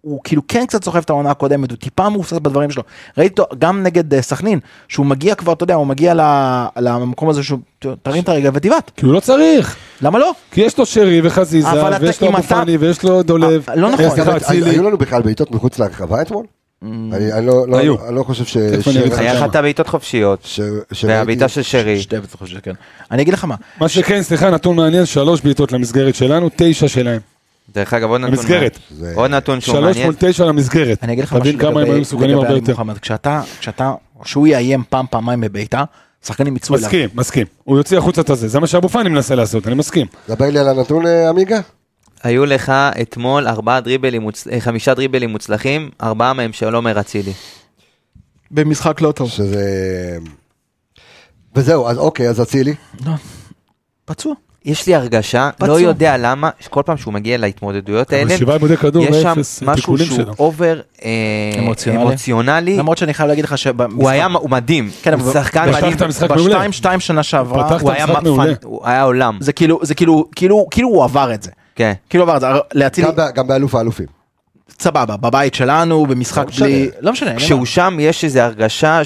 Speaker 6: הוא כאילו כן קצת סוחב את העונה הקודמת, הוא טיפה מאוסס בדברים שלו. ראיתי אותו גם נגד אה, סכנין, שהוא מגיע כבר, אתה יודע, הוא מגיע ל- למקום הזה שהוא, "ת- תרים את הרגל ותבעט,
Speaker 5: כי הוא לא צריך,
Speaker 6: למה לא?
Speaker 5: כי יש לו שרי וחזיזה,
Speaker 6: אבל אתה-
Speaker 5: ויש לו
Speaker 6: אם
Speaker 5: אבו
Speaker 6: אתה-
Speaker 5: פאני, ויש לו דולב.
Speaker 6: אה, לא נכון.
Speaker 5: אה, סליחה,
Speaker 1: היו-
Speaker 5: אצילי.
Speaker 1: היו לנו בכלל בעיטות מחוץ להרחבה אתמול?
Speaker 4: Mm.
Speaker 1: אני אני לא- לא-
Speaker 5: היו.
Speaker 1: אני לא חושב ש...
Speaker 5: תכף אני אגיד לך.
Speaker 4: היה לך
Speaker 5: כמה?
Speaker 4: את הבעיטות חופשיות,
Speaker 1: ש- שראיתי-
Speaker 4: והבעיטה של שרי.
Speaker 6: שתי בטוחות שזה כן. אני אגיד לך מה,
Speaker 5: מה שכן, סליחה, נתון מעניין, שלוש בעיטות למסגרת שלנו, תשע שלהם.
Speaker 4: דרך אגב, עוד נתון.
Speaker 5: במסגרת.
Speaker 4: מעניין. עוד נתון שהוא
Speaker 5: שלוש
Speaker 4: מעניין.
Speaker 5: מול תשע למסגרת.
Speaker 6: אני אגיד לך
Speaker 5: תבין כמה
Speaker 6: משהו
Speaker 5: הם היו
Speaker 6: לגבי
Speaker 5: מסוכנים
Speaker 6: לגבי
Speaker 5: הרבה
Speaker 6: עלי
Speaker 5: יותר.
Speaker 6: מוחמד, כשאתה, כשאתה, כשהוא יאיים פעם פעמיים בביתה, שחקנים יצאו אליו.
Speaker 5: מסכים, מסכים. הוא יוציא החוצה את הזה, זה מה שאבו פאני מנסה לעשות, אני מסכים.
Speaker 1: דבר לי על הנתון, אה, עמיגה.
Speaker 4: היו לך אתמול ארבעה דריבלים, מוצ- אה, חמישה דריבלים מוצלחים, ארבעה מהם של עומר אצילי.
Speaker 6: במשחק לא טוב.
Speaker 1: שזה... וזהו, אז אוקיי, אז אצילי.
Speaker 6: לא. פצוע.
Speaker 4: יש לי הרגשה, לא
Speaker 6: פצוע.
Speaker 4: יודע למה, שכל פעם שהוא מגיע להתמודדויות האלה,
Speaker 5: שבעה עיבודי כדור
Speaker 4: יש
Speaker 5: ואפס
Speaker 4: שם משהו
Speaker 5: תיקולים
Speaker 4: שהוא
Speaker 5: שלו.
Speaker 4: אובר אה,
Speaker 6: אמוציונלי.
Speaker 4: אמוציונלי.
Speaker 6: למרות שאני חייב להגיד לך שבמשחק...
Speaker 4: אה. הוא היה הוא מדהים,
Speaker 6: כן,
Speaker 4: הוא
Speaker 6: אבל-
Speaker 4: שחקן
Speaker 5: פתח
Speaker 4: מדהים,
Speaker 5: את המשחק מעולה.
Speaker 6: בשתיים שתיים שנה שעברה,
Speaker 5: פתח את
Speaker 4: הוא היה
Speaker 5: המשחק מעולה.
Speaker 4: מפן- הוא היה עולם.
Speaker 6: זה כאילו, זה כאילו, כאילו, כאילו הוא עבר את זה.
Speaker 4: כן.
Speaker 6: כאילו הוא עבר את זה, הר- להציל,
Speaker 1: גם ב- גם באלוף האלופים.
Speaker 6: סבבה, בבית שלנו, במשחק
Speaker 1: לא משנה.
Speaker 6: בלי, לא משנה, אין לי
Speaker 4: כשהוא שם יש איזו הרגשה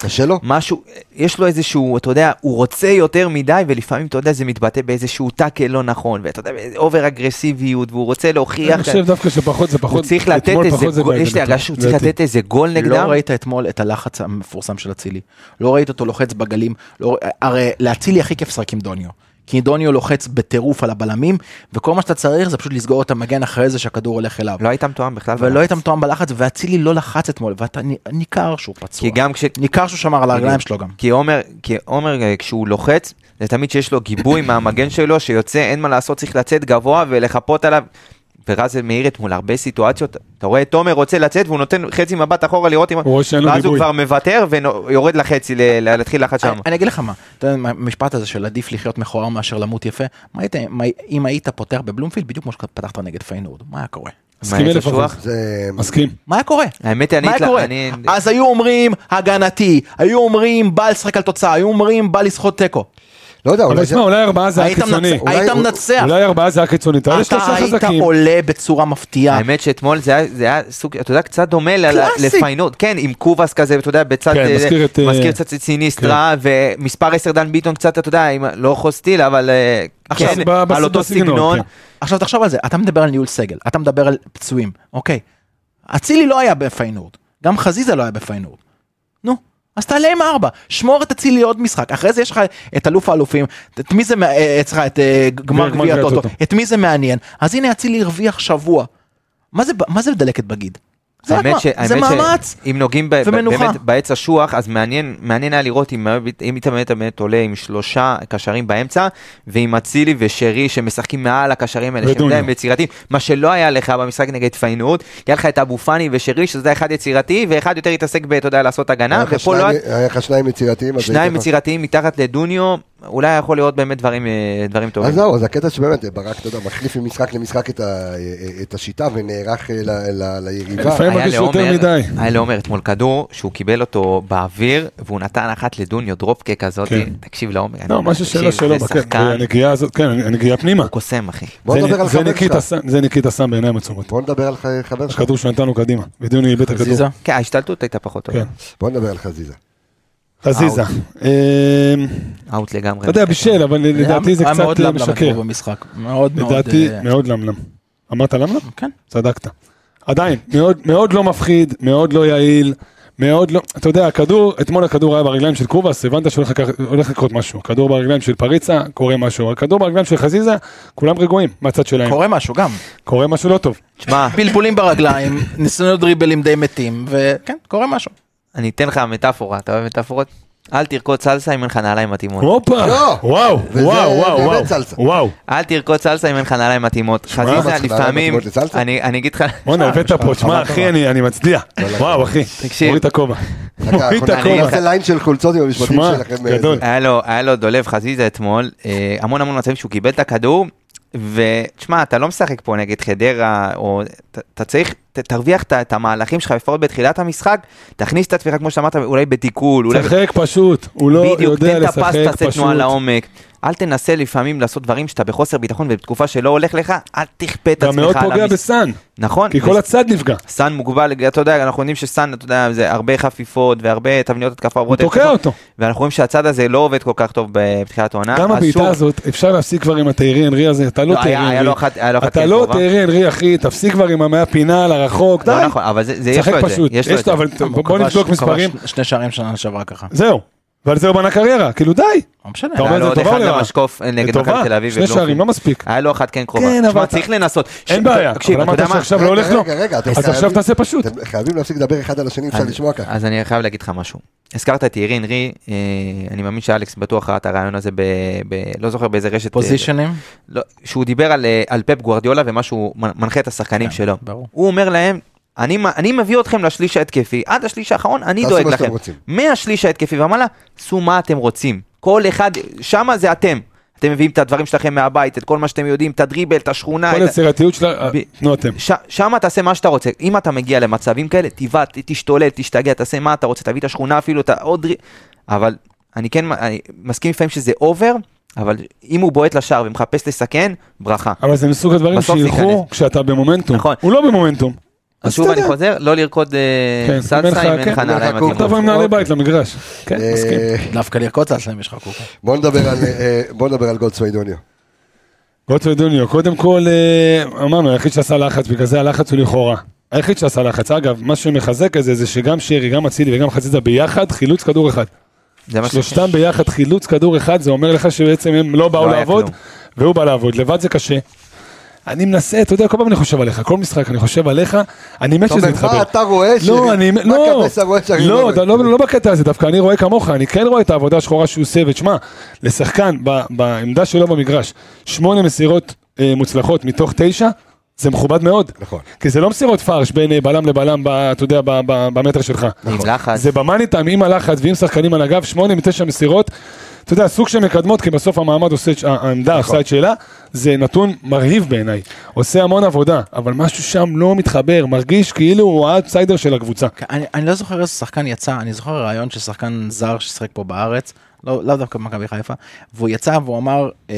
Speaker 1: קשה לו?
Speaker 5: Mm.
Speaker 4: שמשהו, יש לו איזשהו, אתה יודע, הוא רוצה יותר מדי, ולפעמים, אתה יודע, זה מתבטא באיזשהו טאקל לא נכון, ואתה יודע, אובר אגרסיביות, והוא רוצה
Speaker 5: אני
Speaker 4: להוכיח,
Speaker 5: חושב דווקא שפחות זה פחות,
Speaker 4: הוא צריך לתת
Speaker 5: אתמול פחות
Speaker 4: איזה,
Speaker 5: זה
Speaker 4: גול- יש לי
Speaker 5: בהגנתו,
Speaker 4: הרגשה שהוא צריך
Speaker 5: לדעתי.
Speaker 4: לתת איזה גול
Speaker 6: מה. לא
Speaker 4: נגדם,
Speaker 6: ראית אתמול את הלחץ המפורסם של אצילי, לא ראית אותו לוחץ בגלים, לא... ר- הרי לאצילי הכי כיף לשחק עם דוניו, כי דוניו לוחץ בטירוף על הבלמים, וכל מה שאתה צריך זה פשוט לסגור את המגן אחרי זה שהכדור הולך אליו,
Speaker 4: לא היית מתואם בכלל.
Speaker 6: ולא היית מתואם בלחץ, ואצילי לא לחץ אתמול, ואתה נ- ניכר שהוא פצוע,
Speaker 4: כי גם כש...
Speaker 6: ניכר שהוא שמר על הרגליים
Speaker 4: בדיוק.
Speaker 6: שלו גם.
Speaker 4: כי עומר, כי עומר אה, כשהוא לוחץ, זה תמיד שיש לו גיבוי מהמגן שלו, שיוצא, אין מה לעשות, צריך לצאת גבוה ולחפות עליו. ורז מאיר אתמול הרבה סיטואציות, אתה רואה את תומר רוצה לצאת והוא נותן חצי מבט אחורה לראות אם...
Speaker 5: הוא רואה שאין לו
Speaker 4: ואז הוא
Speaker 5: גיבוי.
Speaker 4: כבר מוותר ויורד לחצי, ל- ל- להתחיל לחץ שם.
Speaker 6: אני, אני אגיד לך מה, אתה יודע, מה- המשפט הזה של עדיף לחיות מכוער מאשר למות יפה, מה היית, מה, אם היית פותח בבלומפילד בדיוק כמו שפתחת נגד פיינורד, מה היה קורה?
Speaker 5: מסכים
Speaker 4: מה,
Speaker 5: אלף
Speaker 4: איזה
Speaker 5: אחוז.
Speaker 4: שוח?
Speaker 1: זה...
Speaker 5: מסכים.
Speaker 6: מה היה קורה?
Speaker 4: האמת היא, אני...
Speaker 6: מה היה
Speaker 4: התלה-
Speaker 6: קורה? אה,
Speaker 4: אני-
Speaker 6: אז היו אומרים הגנתי, היו אומרים בא לשחק על תוצאה, היו אומרים בא לסחוט תיקו.
Speaker 1: לא יודע,
Speaker 5: אבל
Speaker 1: אולי זה...
Speaker 5: תשמע, אולי ארבעה זה היה
Speaker 6: היית מנצח,
Speaker 5: קיצוני.
Speaker 6: היית
Speaker 1: אולי-
Speaker 6: מנצח,
Speaker 5: אולי ארבעה זה היה קיצוני. אתה יודע
Speaker 6: אתה
Speaker 5: שלושה
Speaker 6: היית
Speaker 5: חזקים.
Speaker 6: עולה בצורה מפתיעה.
Speaker 4: האמת שאתמול זה היה- זה היה סוג, אתה יודע, קצת דומה ל-
Speaker 6: קלאסי.
Speaker 4: לפיינורד, כן, עם קובאס כזה, ואתה יודע, בצד,
Speaker 5: כן,
Speaker 4: אה,
Speaker 5: מזכיר את, אה, כן.
Speaker 4: מזכיר קצת את סיניסטרה, ומספר 10 דן ביטון קצת, אתה יודע, עם- לא חוסטיל, אבל אה,
Speaker 5: עכשיו,
Speaker 4: כן,
Speaker 5: ב-
Speaker 4: על
Speaker 5: בס-
Speaker 4: אותו
Speaker 5: בסגנון,
Speaker 4: סגנון,
Speaker 5: כן.
Speaker 6: עכשיו תחשוב על זה, אתה מדבר על ניהול סגל, אתה מדבר על פצועים, אוקיי. אצילי לא היה בפיינורד, גם חזיזה לא היה בפיינורד. נו, אז תעלה עם ארבע, שמור את אצילי עוד משחק, אחרי זה יש לך את אלוף האלופים, את מי זה, מע- אה, אצלך, את אה,
Speaker 5: גמר
Speaker 6: גמר גביע
Speaker 5: גביע
Speaker 6: הטוטו,
Speaker 5: הטוטו.
Speaker 6: את מי זה מעניין, אז הנה אצילי הרוויח שבוע. מה זה, ב- מה זה דלקת בגיד? זה, רק
Speaker 4: האמת
Speaker 6: מה-
Speaker 4: ש- האמת
Speaker 6: זה
Speaker 4: ש-
Speaker 6: מאמץ.
Speaker 4: אם נוגעים ב- ב-
Speaker 6: ומנוחה.
Speaker 4: באמת בעץ אשוח, אז מעניין מעניין היה לראות אם אם איתם באמת באמת עולה עם שלושה קשרים באמצע, ועם אצילי ושרי שמשחקים מעל הקשרים האלה, שהם
Speaker 5: ודוניו.
Speaker 4: די יצירתיים, מה שלא היה לך במשחק נגד פיינורד, היה לך את אבו פאני ושרי, שזה אחד יצירתי, ואחד יותר התעסק ב, אתה יודע, לעשות הגנה,
Speaker 1: היה לך
Speaker 4: ופה לא היה...
Speaker 1: שניים- היה לך שניים יצירתיים. אז
Speaker 4: שניים
Speaker 1: היית-
Speaker 4: יצירתיים מתחת לדוניו, אולי יכול לראות באמת דברים, אה, דברים
Speaker 1: אז
Speaker 4: טובים.
Speaker 1: זהו, אז הקטע שבאמת, אה, ברק, אתה יודע, מחליף ממשחק למשחק את ה- אה, את השיטה ונערך אה, ל- ל- ליריבה.
Speaker 5: לפעמים- מרגיש יותר מדי.
Speaker 4: היה לעומר אתמול כדור שהוא קיבל אותו באוויר והוא נתן אחת לדוניו דרופקה כזאת,
Speaker 5: כן.
Speaker 4: תקשיב לעומר,
Speaker 5: לא,
Speaker 4: אני-
Speaker 5: מה ששאלה
Speaker 4: תקשיב,
Speaker 5: שלו,
Speaker 4: זה
Speaker 5: בקטע,
Speaker 4: שחקן,
Speaker 5: הנגיעה הזאת, כן, הנגיעה פנימה.
Speaker 4: הוא קוסם אחי.
Speaker 1: בוא
Speaker 5: זה-
Speaker 1: נדבר על
Speaker 5: זה
Speaker 1: חבר
Speaker 5: ניקיטה
Speaker 1: שלך.
Speaker 5: סאן- זה ניקיטה סאן בעיניים עצומות.
Speaker 1: בוא נדבר על ח- חבר שלך.
Speaker 5: הכדור שנתנו קדימה, ודיוני איבד את הכדור.
Speaker 6: חזיזה?
Speaker 4: כן, ההשתלטות הייתה פחות טובה.
Speaker 5: כן.
Speaker 1: בוא נדבר על חזיזה.
Speaker 5: חזיזה.
Speaker 4: אאוט.
Speaker 5: אמ,
Speaker 4: אאוט לגמרי.
Speaker 5: אתה יודע, בישל, אבל לדעתי זה
Speaker 6: היה מאוד
Speaker 5: קצת אה,
Speaker 6: למלם אתמול
Speaker 5: משקר.
Speaker 6: במשחק, מאוד מאוד,
Speaker 5: לדעתי
Speaker 6: אה,
Speaker 5: מאוד למלם. אמרת למלם?
Speaker 6: כן.
Speaker 5: צדקת. עדיין, מאוד, מאוד לא מפחיד, מאוד לא יעיל, מאוד לא... אתה יודע, הכדור, אתמול הכדור היה ברגליים של קובאס, הבנת שהולך לקח- הולך לקרות משהו. הכדור ברגליים של פריצה, קורה משהו. הכדור ברגליים של חזיזה, כולם רגועים מהצד שלהם.
Speaker 6: קורה משהו גם,
Speaker 5: קורה משהו לא טוב.
Speaker 4: תשמע,
Speaker 6: פלפולים ברגליים, ניסיונות דריבלים די מתים, וכן, קורה משהו.
Speaker 4: אני אתן לך מטאפורה, אתה אוהב מטאפורות? אל תרקוד סלסה אם אין לך נעליים מתאימות.
Speaker 5: הופה!
Speaker 1: לא.
Speaker 5: וואו,
Speaker 1: וזה
Speaker 5: וואו, וואו,
Speaker 1: באמת
Speaker 5: וואו,
Speaker 1: סלסה.
Speaker 5: וואו.
Speaker 4: אל תרקוד סלסה אם אין לך נעליים מתאימות.
Speaker 1: אבל
Speaker 4: חזיזה
Speaker 1: נעליים
Speaker 4: לפעמים,
Speaker 1: מתאימות לסלסה?
Speaker 4: אני אני אגיד לך,
Speaker 5: בואנה,
Speaker 1: אה,
Speaker 5: הבאת פה, תשמע, אחי, אני אני מצדיע.
Speaker 1: לא,
Speaker 5: וואו, אחי,
Speaker 4: תקשיב.
Speaker 5: מוריד את הכובע.
Speaker 1: רגע,
Speaker 5: מוריד את
Speaker 1: אנחנו
Speaker 4: הכובע.
Speaker 1: נעשה ליין של חולצות עם המשפטים
Speaker 5: שמע,
Speaker 1: שלכם. אה,
Speaker 5: גדול.
Speaker 1: זה.
Speaker 4: היה לו, היה לו דולב חזיזה אתמול, אה, המון המון מצבים שהוא קיבל את הכדור, ותשמע, אתה לא משחק פה נגד חדרה, או ת- אתה צריך, ת- תרוויח את- את המהלכים שלך לפחות בתחילת המשחק, תכניס את עצמך, כמו שאמרת, אולי בתיקול, אולי...
Speaker 5: שחק פשוט, הוא לא
Speaker 4: בדיוק,
Speaker 5: יודע
Speaker 4: תן את הפס,
Speaker 5: לשחק
Speaker 4: תעשה
Speaker 5: פשוט.
Speaker 4: תנועה לעומק. אל תנסה לפעמים לעשות דברים שאתה בחוסר ביטחון ובתקופה שלא הולך לך, אל תכפה את
Speaker 5: אתה
Speaker 4: עצמך
Speaker 5: מאוד
Speaker 4: על
Speaker 5: פוגע
Speaker 4: המס-
Speaker 5: בסאן,
Speaker 4: נכון?
Speaker 5: כי כל הצד נפגע.
Speaker 4: סאן מוגבל, אתה יודע, אנחנו יודעים שסאן, אתה יודע, זה הרבה חפיפות והרבה תבניות התקפה. נכון?
Speaker 5: הוא תוקע אותו.
Speaker 4: ואנחנו רואים שהצד הזה לא עובד כל כך טוב בתחילת העונה.
Speaker 5: גם
Speaker 4: אה, אז שוב,
Speaker 5: הבעיטה הזאת, אפשר להפסיק כבר עם התיירי אנרי הזה, אתה לא
Speaker 4: לא,
Speaker 5: תיירי
Speaker 4: היה- היה לו
Speaker 5: אנרי.
Speaker 4: אחת- היה לו אחת
Speaker 5: אתה
Speaker 4: כן
Speaker 5: לא
Speaker 4: טובה.
Speaker 5: תיירי אנרי, אחי, תפסיק כבר עם המאה פינה לרחוק, די.
Speaker 4: לא נכון, אבל זה זה יש
Speaker 5: שחק
Speaker 4: לו את זה.
Speaker 5: פשוט.
Speaker 4: יש לו את זה.
Speaker 5: אבל
Speaker 1: אה,
Speaker 6: הוא
Speaker 5: בוא
Speaker 6: כבש-
Speaker 5: נבדוק
Speaker 6: הוא כבש
Speaker 5: מספרים.
Speaker 6: שני- שני שערים שנה שעברה ככה.
Speaker 5: זהו. ועל זה הוא בנה קריירה, כאילו די.
Speaker 6: לא משנה.
Speaker 5: אתה אומר,
Speaker 4: היה לו
Speaker 5: זה
Speaker 4: עוד
Speaker 5: טובה
Speaker 4: אחד
Speaker 5: או
Speaker 4: גם
Speaker 5: לרעה?
Speaker 4: משקוף אה, נגד
Speaker 5: לטובה,
Speaker 4: מכבי תל אביב.
Speaker 5: שני
Speaker 4: ובלומפילד.
Speaker 5: שערים, לא מספיק.
Speaker 4: היה לו אחת כן קרובה.
Speaker 5: כן, אבל
Speaker 4: תשמע,
Speaker 5: אתה-
Speaker 4: צריך לנסות.
Speaker 5: אין
Speaker 4: ש-
Speaker 5: בעיה,
Speaker 4: תקשיב,
Speaker 5: אבל
Speaker 4: אתה
Speaker 5: אמרת
Speaker 4: יודע מה?
Speaker 5: שעכשיו לא הולך
Speaker 1: אה, רגע,
Speaker 5: לו.
Speaker 1: רגע, רגע, אתם
Speaker 5: אז עכשיו
Speaker 1: חייבים-
Speaker 5: תעשה פשוט. אה,
Speaker 1: אתם חייבים להפסיק לדבר אחד על השני, אי אפשר
Speaker 4: אז-
Speaker 1: לשמוע ככה.
Speaker 4: אז אני חייב להגיד לך משהו. הזכרת את ירין רי, אה, אני מאמין שאלכס בטוח ראה את הרעיון הזה ב... ב- לא זוכר באיזה רשת. אה,
Speaker 6: פוזיישנים?
Speaker 4: לא, שהוא דיבר על, אה, על פפ גוורדיולה ומה שהוא מנ- מנחה את השחקנים
Speaker 6: כן,
Speaker 4: שלו.
Speaker 6: ברור.
Speaker 4: הוא אומר להם, אני, מ- אני מביא אתכם לשליש ההתקפי, עד השליש האחרון אני
Speaker 1: תעשו
Speaker 4: דואג
Speaker 1: מה שאתם
Speaker 4: לכם.
Speaker 1: רוצים."
Speaker 4: מהשליש ההתקפי ומעלה, עשו מה אתם רוצים. כל אחד, שמה זה אתם. אתם מביאים את הדברים שלכם מהבית, את כל מה שאתם יודעים, את הדריבל, את השכונה.
Speaker 5: כל
Speaker 4: את ה-
Speaker 5: היצירתיות שלה,
Speaker 4: אה, ב-
Speaker 5: נו אתם.
Speaker 4: ש- שם תעשה מה שאתה רוצה, אם אתה מגיע למצבים כאלה, תבעט, ת- תשתולל, תשתגע, תעשה מה אתה רוצה, תביא את השכונה אפילו, את העוד... רי- אבל אני כן מ- אני מסכים לפעמים שזה אובר, אבל אם הוא בועט לשער ומחפש לסכן, ברכה.
Speaker 5: אבל זה מסוג הדברים
Speaker 4: בסוף
Speaker 5: שילכו
Speaker 4: ייכנס.
Speaker 5: כשאתה במומנטום.
Speaker 4: נכון.
Speaker 5: הוא לא במומנטום.
Speaker 4: אז שוב אני חוזר, לא לרקוד אה,
Speaker 5: כן, אם אין לך-
Speaker 4: סלסה אם אין לך
Speaker 5: כן,
Speaker 4: נעליים
Speaker 1: אם אין לך
Speaker 5: אתה
Speaker 4: מתאימות.
Speaker 5: בא עם נעלי בית למגרש. כן, מסכים.
Speaker 1: אה,
Speaker 6: דווקא לרקוד על סלם יש לך קוקו.
Speaker 1: בוא נדבר על, אה, בוא נדבר על גולדסווידוניו.
Speaker 5: גוטו דוניו, קודם כל, אה, אמרנו, היחיד שעשה לחץ, בגלל זה הלחץ הוא לכאורה. היחיד שעשה לחץ. אגב, מה שמחזק את זה, זה שגם שרי, גם אצילי וגם חציזה ביחד, חילוץ כדור אחד.
Speaker 4: זה מה ש-
Speaker 5: שלושתם ביחד, חילוץ כדור אחד, זה אומר לך שבעצם הם לא באו
Speaker 4: לא היה
Speaker 5: לעבוד,
Speaker 4: כלום.
Speaker 5: והוא בא לעבוד. לבד זה קשה. אני מנסה, אתה יודע, כל פעם אני חושב עליך, כל משחק אני חושב עליך, אני מת
Speaker 1: אתה
Speaker 5: שזה
Speaker 1: אומר,
Speaker 5: יתחבר.
Speaker 1: מה אתה רואה?
Speaker 5: לא,
Speaker 1: שרי?
Speaker 5: אני,
Speaker 1: מה
Speaker 5: לא,
Speaker 1: קבסה רואה שאני
Speaker 5: לא,
Speaker 1: רואה?
Speaker 5: אתה- לא, לא בקטע הזה, דווקא אני רואה כמוך, אני כן רואה את העבודה השחורה שהוא עושה, ותשמע, לשחקן ב- בעמדה שלו במגרש, שמונה מסירות אה, מוצלחות מתוך תשע, זה מכובד מאוד.
Speaker 1: נכון.
Speaker 5: כי זה לא מסירות פרש בין אה, בלם לבלם, ב- אתה יודע, ב- ב- במטר שלך.
Speaker 4: עם לחץ.
Speaker 5: נכון. זה במאני טיים עם הלחץ ועם שחקנים על הגב, שמונה מתשע מסירות. אתה יודע, סוג של מקדמות, כי בסוף המעמד עושה, את ש- העמדה
Speaker 6: נכון.
Speaker 5: עושה את שלה, זה נתון מרהיב בעיניי. עושה המון עבודה, אבל משהו שם לא מתחבר, מרגיש כאילו הוא האאוטסיידר של הקבוצה.
Speaker 6: אני, אני לא זוכר איזה שחקן יצא, אני זוכר רעיון של שחקן זר ששיחק פה בארץ, לא, לא דווקא במכבי חיפה, והוא יצא והוא אמר, אה,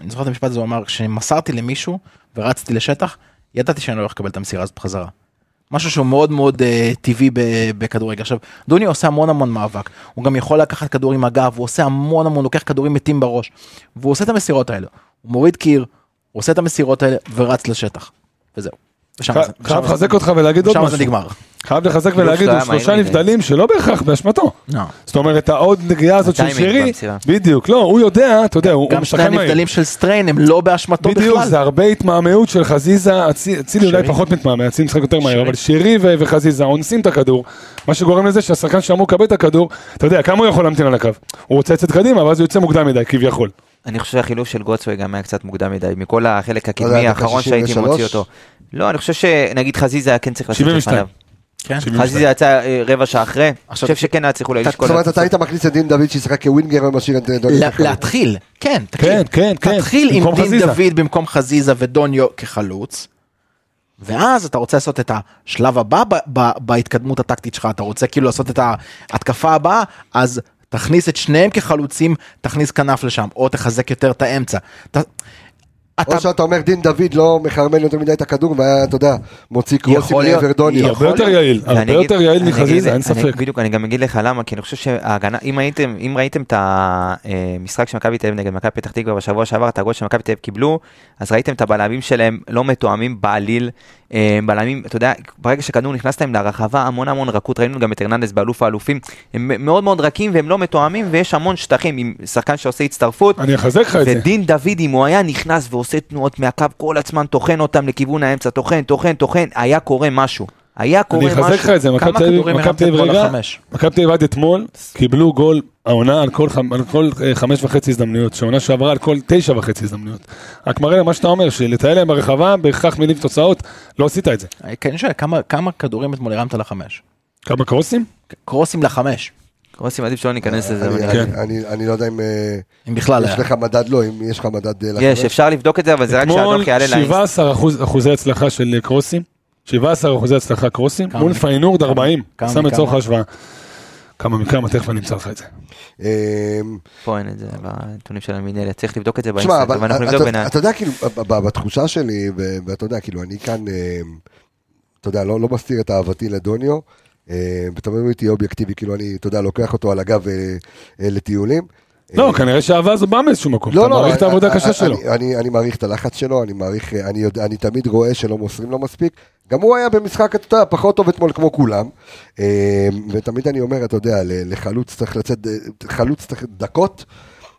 Speaker 6: אני זוכר את המשפט הזה, הוא אמר, כשמסרתי למישהו ורצתי לשטח, ידעתי שאני לא הולך לקבל את המסירה הזאת בחזרה. משהו שהוא מאוד מאוד אה, טבעי ב- בכדורגל. עכשיו, דוני עושה המון המון מאבק, הוא גם יכול לקחת כדור עם הגב, הוא עושה המון המון, לוקח כדורים מתים בראש, והוא עושה את המסירות האלה, הוא מוריד קיר, הוא עושה את המסירות האלה ורץ לשטח, וזהו. ושם
Speaker 5: חי-
Speaker 6: זה- ושם
Speaker 5: חייב
Speaker 6: זה-
Speaker 5: לחזק אותך ולהגיד עוד
Speaker 6: ושם זה
Speaker 5: משהו.
Speaker 6: נגמר.
Speaker 5: חייב לחזק
Speaker 4: כאילו
Speaker 5: ולהגיד,
Speaker 4: שהוא
Speaker 5: הוא
Speaker 4: היה
Speaker 5: שלושה
Speaker 4: מהיר מדי.
Speaker 5: נבדלים שלא בהכרח באשמתו.
Speaker 6: לא.
Speaker 5: זאת אומרת, העוד נגיעה הזאת של
Speaker 4: הטיימינג
Speaker 5: שרי,
Speaker 4: במסירה.
Speaker 5: בדיוק, לא, הוא יודע, אתה יודע, הוא הוא
Speaker 6: גם שני
Speaker 5: משחקן מהיר.
Speaker 6: הנבדלים של סטריין הם לא באשמתו בכלל.
Speaker 5: בדיוק, זה הרבה התמהמהות של חזיזה, אצי- אצילי אולי
Speaker 6: שרי.
Speaker 5: פחות מתמהמה, אצילי משחק יותר מהר,
Speaker 6: שרי.
Speaker 5: אבל שרי ו- וחזיזה אונסים את הכדור, מה שגורם לזה שהשחקן שאמור לקבל את הכדור, אתה יודע, כמה הוא יכול להמתין על הקו? הוא רוצה לצאת קדימה, ואז הוא יוצא מוקדם מדי, כביכול.
Speaker 4: אני חושב שהחילוף של גוטסווי גם היה קצת מוקדם מדי, מכל החלק
Speaker 1: לא יודע,
Speaker 4: הקדמי
Speaker 1: דקה
Speaker 4: האחרון שהייתי
Speaker 1: 63?
Speaker 4: מוציא אותו. לא, אני חושב שנגיד חזיזה היה כן צריך לצאת
Speaker 5: 72.
Speaker 4: לפניו.
Speaker 6: כן.
Speaker 4: חזיזה יצא אה, רבע שעה אחרי, אני חושב שכן היה צריך אולי
Speaker 6: אתה-
Speaker 4: לשקול.
Speaker 1: זאת אומרת, אתה היית מכניס את דין דוד שישחק כווינגר ומשאיר את אה, דוניו.
Speaker 6: לה-
Speaker 1: כחלוץ.
Speaker 6: להתחיל, כן, תקשיב.
Speaker 5: כן, כן, כן,
Speaker 6: תתחיל עם
Speaker 5: במקום
Speaker 6: דין
Speaker 5: חזיזה.
Speaker 6: דוד במקום חזיזה ודוניו כחלוץ, ואז אתה רוצה לעשות את השלב הבא ב- ב- בהתקדמות הטקטית שלך, אתה רוצה כאילו לעשות את ההתקפה הבאה, אז תכניס את שניהם כחלוצים, תכניס כנף לשם, או תחזק יותר את האמצע. ת- אתה-
Speaker 1: או שאתה אומר, דין דוד לא מחרמן יותר מדי את הכדור, והיה, אתה יודע, מוציא קרוסים
Speaker 6: יכול להיות,
Speaker 1: לעבר דוניו.
Speaker 5: הרבה
Speaker 6: יכול
Speaker 5: יותר
Speaker 6: להיות.
Speaker 5: יעיל, הרבה
Speaker 4: ואני אגיד-
Speaker 5: יותר יעיל
Speaker 4: אני אגיד-
Speaker 5: מחזיזה, אין
Speaker 4: אני-
Speaker 5: ספק.
Speaker 4: בדיוק, אני גם אגיד לך למה, כי אני חושב שההגנה, אם הייתם, אם ראיתם את המשחק של מכבי תל אביב נגד מכבי פתח תקווה בשבוע שעבר, את הגול שמכבי תל אביב קיבלו, אז ראיתם את הבלמים שלהם לא מתואמים בעליל. אה, בלמים, אתה יודע, ברגע שהכדור נכנס להם לרחבה, המון המון רכות, ראינו גם את הרננדס באלוף האלופים, הם מאוד מאוד רכים והם לא מתואמים, ויש המון שטחים עם שחקן שעושה הצטרפות.
Speaker 5: אני אחזק לך את זה.
Speaker 4: ודין דוד, אם הוא היה נכנס ועושה תנועות מהקו כל הזמן, טוחן אותם לכיוון האמצע, טוחן, טוחן, טוחן, היה קורה משהו. היה
Speaker 5: אני
Speaker 4: קורה משהו.
Speaker 5: אחזק לך את זה, מכבי
Speaker 6: כמה
Speaker 5: תל אביב-
Speaker 6: כדורים
Speaker 5: מכבי תל אביב
Speaker 6: הרמתם פה
Speaker 5: רגע,
Speaker 6: לחמש?
Speaker 5: מכבי תל אביב עד אתמול קיבלו גול העונה על כל חמ- על כל אה, חמש וחצי הזדמנויות, שהעונה שעברה על כל תשע וחצי הזדמנויות. רק מראה למה שאתה אומר, שלטייל להם ברחבה, בהכרח מילים ותוצאות, לא עשית את זה.
Speaker 6: כן, אני שואל, כמה- כמה כדורים אתמול הרמת לחמש? כן,
Speaker 5: כמה קרוסים?
Speaker 6: קרוסים לחמש,
Speaker 4: רוסי, עדיף שלא ניכנס לזה. אבל
Speaker 1: אני-
Speaker 4: נראה לי.
Speaker 5: כן.
Speaker 1: אני- אני לא יודע אם אה,
Speaker 6: אם בכלל
Speaker 1: יש
Speaker 6: היה.
Speaker 1: לך מדד, לא, אם יש לך מדד אה,
Speaker 6: כן.
Speaker 4: יש,
Speaker 1: לחמש.
Speaker 4: אפשר לבדוק את זה, אבל זה רק
Speaker 5: אתמול
Speaker 4: שהדוח יעלה לאינסט.
Speaker 5: 17 אחוז- אחוזי הצלחה של אה, קרוסים, 17 אחוזי הצלחה קרוסים,
Speaker 6: כמה
Speaker 5: מול
Speaker 6: מכ-
Speaker 5: פיינורד 40,
Speaker 6: כמה
Speaker 5: שם לצורך
Speaker 6: מכמה?
Speaker 5: ההשוואה. כמה מכמה, תכף אני אמצא לך את זה.
Speaker 1: אה,
Speaker 4: פה אין את זה, בנתונים של המינהלת. צריך לבדוק את זה
Speaker 1: תשמע,
Speaker 4: באינסט,
Speaker 1: אבל
Speaker 4: אבל אנחנו
Speaker 1: אתה-
Speaker 4: נבדוק ביניים.
Speaker 1: אתה יודע, כאילו, ב- ב- בתחושה שלי, ו- ואתה יודע, כאילו, אני כאן, אה, אתה יודע, לא לא מסתיר את אהבתי לדוניו, אה, ואתה אומר, תהיה אובייקטיבי, כאילו, אני, אתה יודע, לוקח אותו על הגב אה, אה, לטיולים. אה,
Speaker 5: לא, כנראה שהאהבה הזו באה מאיזשהו מקום,
Speaker 6: לא,
Speaker 5: אתה מעריך
Speaker 6: אה,
Speaker 5: את העבודה
Speaker 1: לא, אני-
Speaker 5: הקשה
Speaker 1: אני-
Speaker 5: שלו.
Speaker 1: אני- אני אני מעריך את הלחץ שלו, אני מעריך, אני יודע- אני תמיד רואה שלא מוסרים לו מספיק. גם הוא היה במשחק, אתה יודע, פחות טוב אתמול כמו כולם. אה, ותמיד אני אומר, אתה יודע, ל- לחלוץ צריך לצאת, אה, חלוץ צריך דקות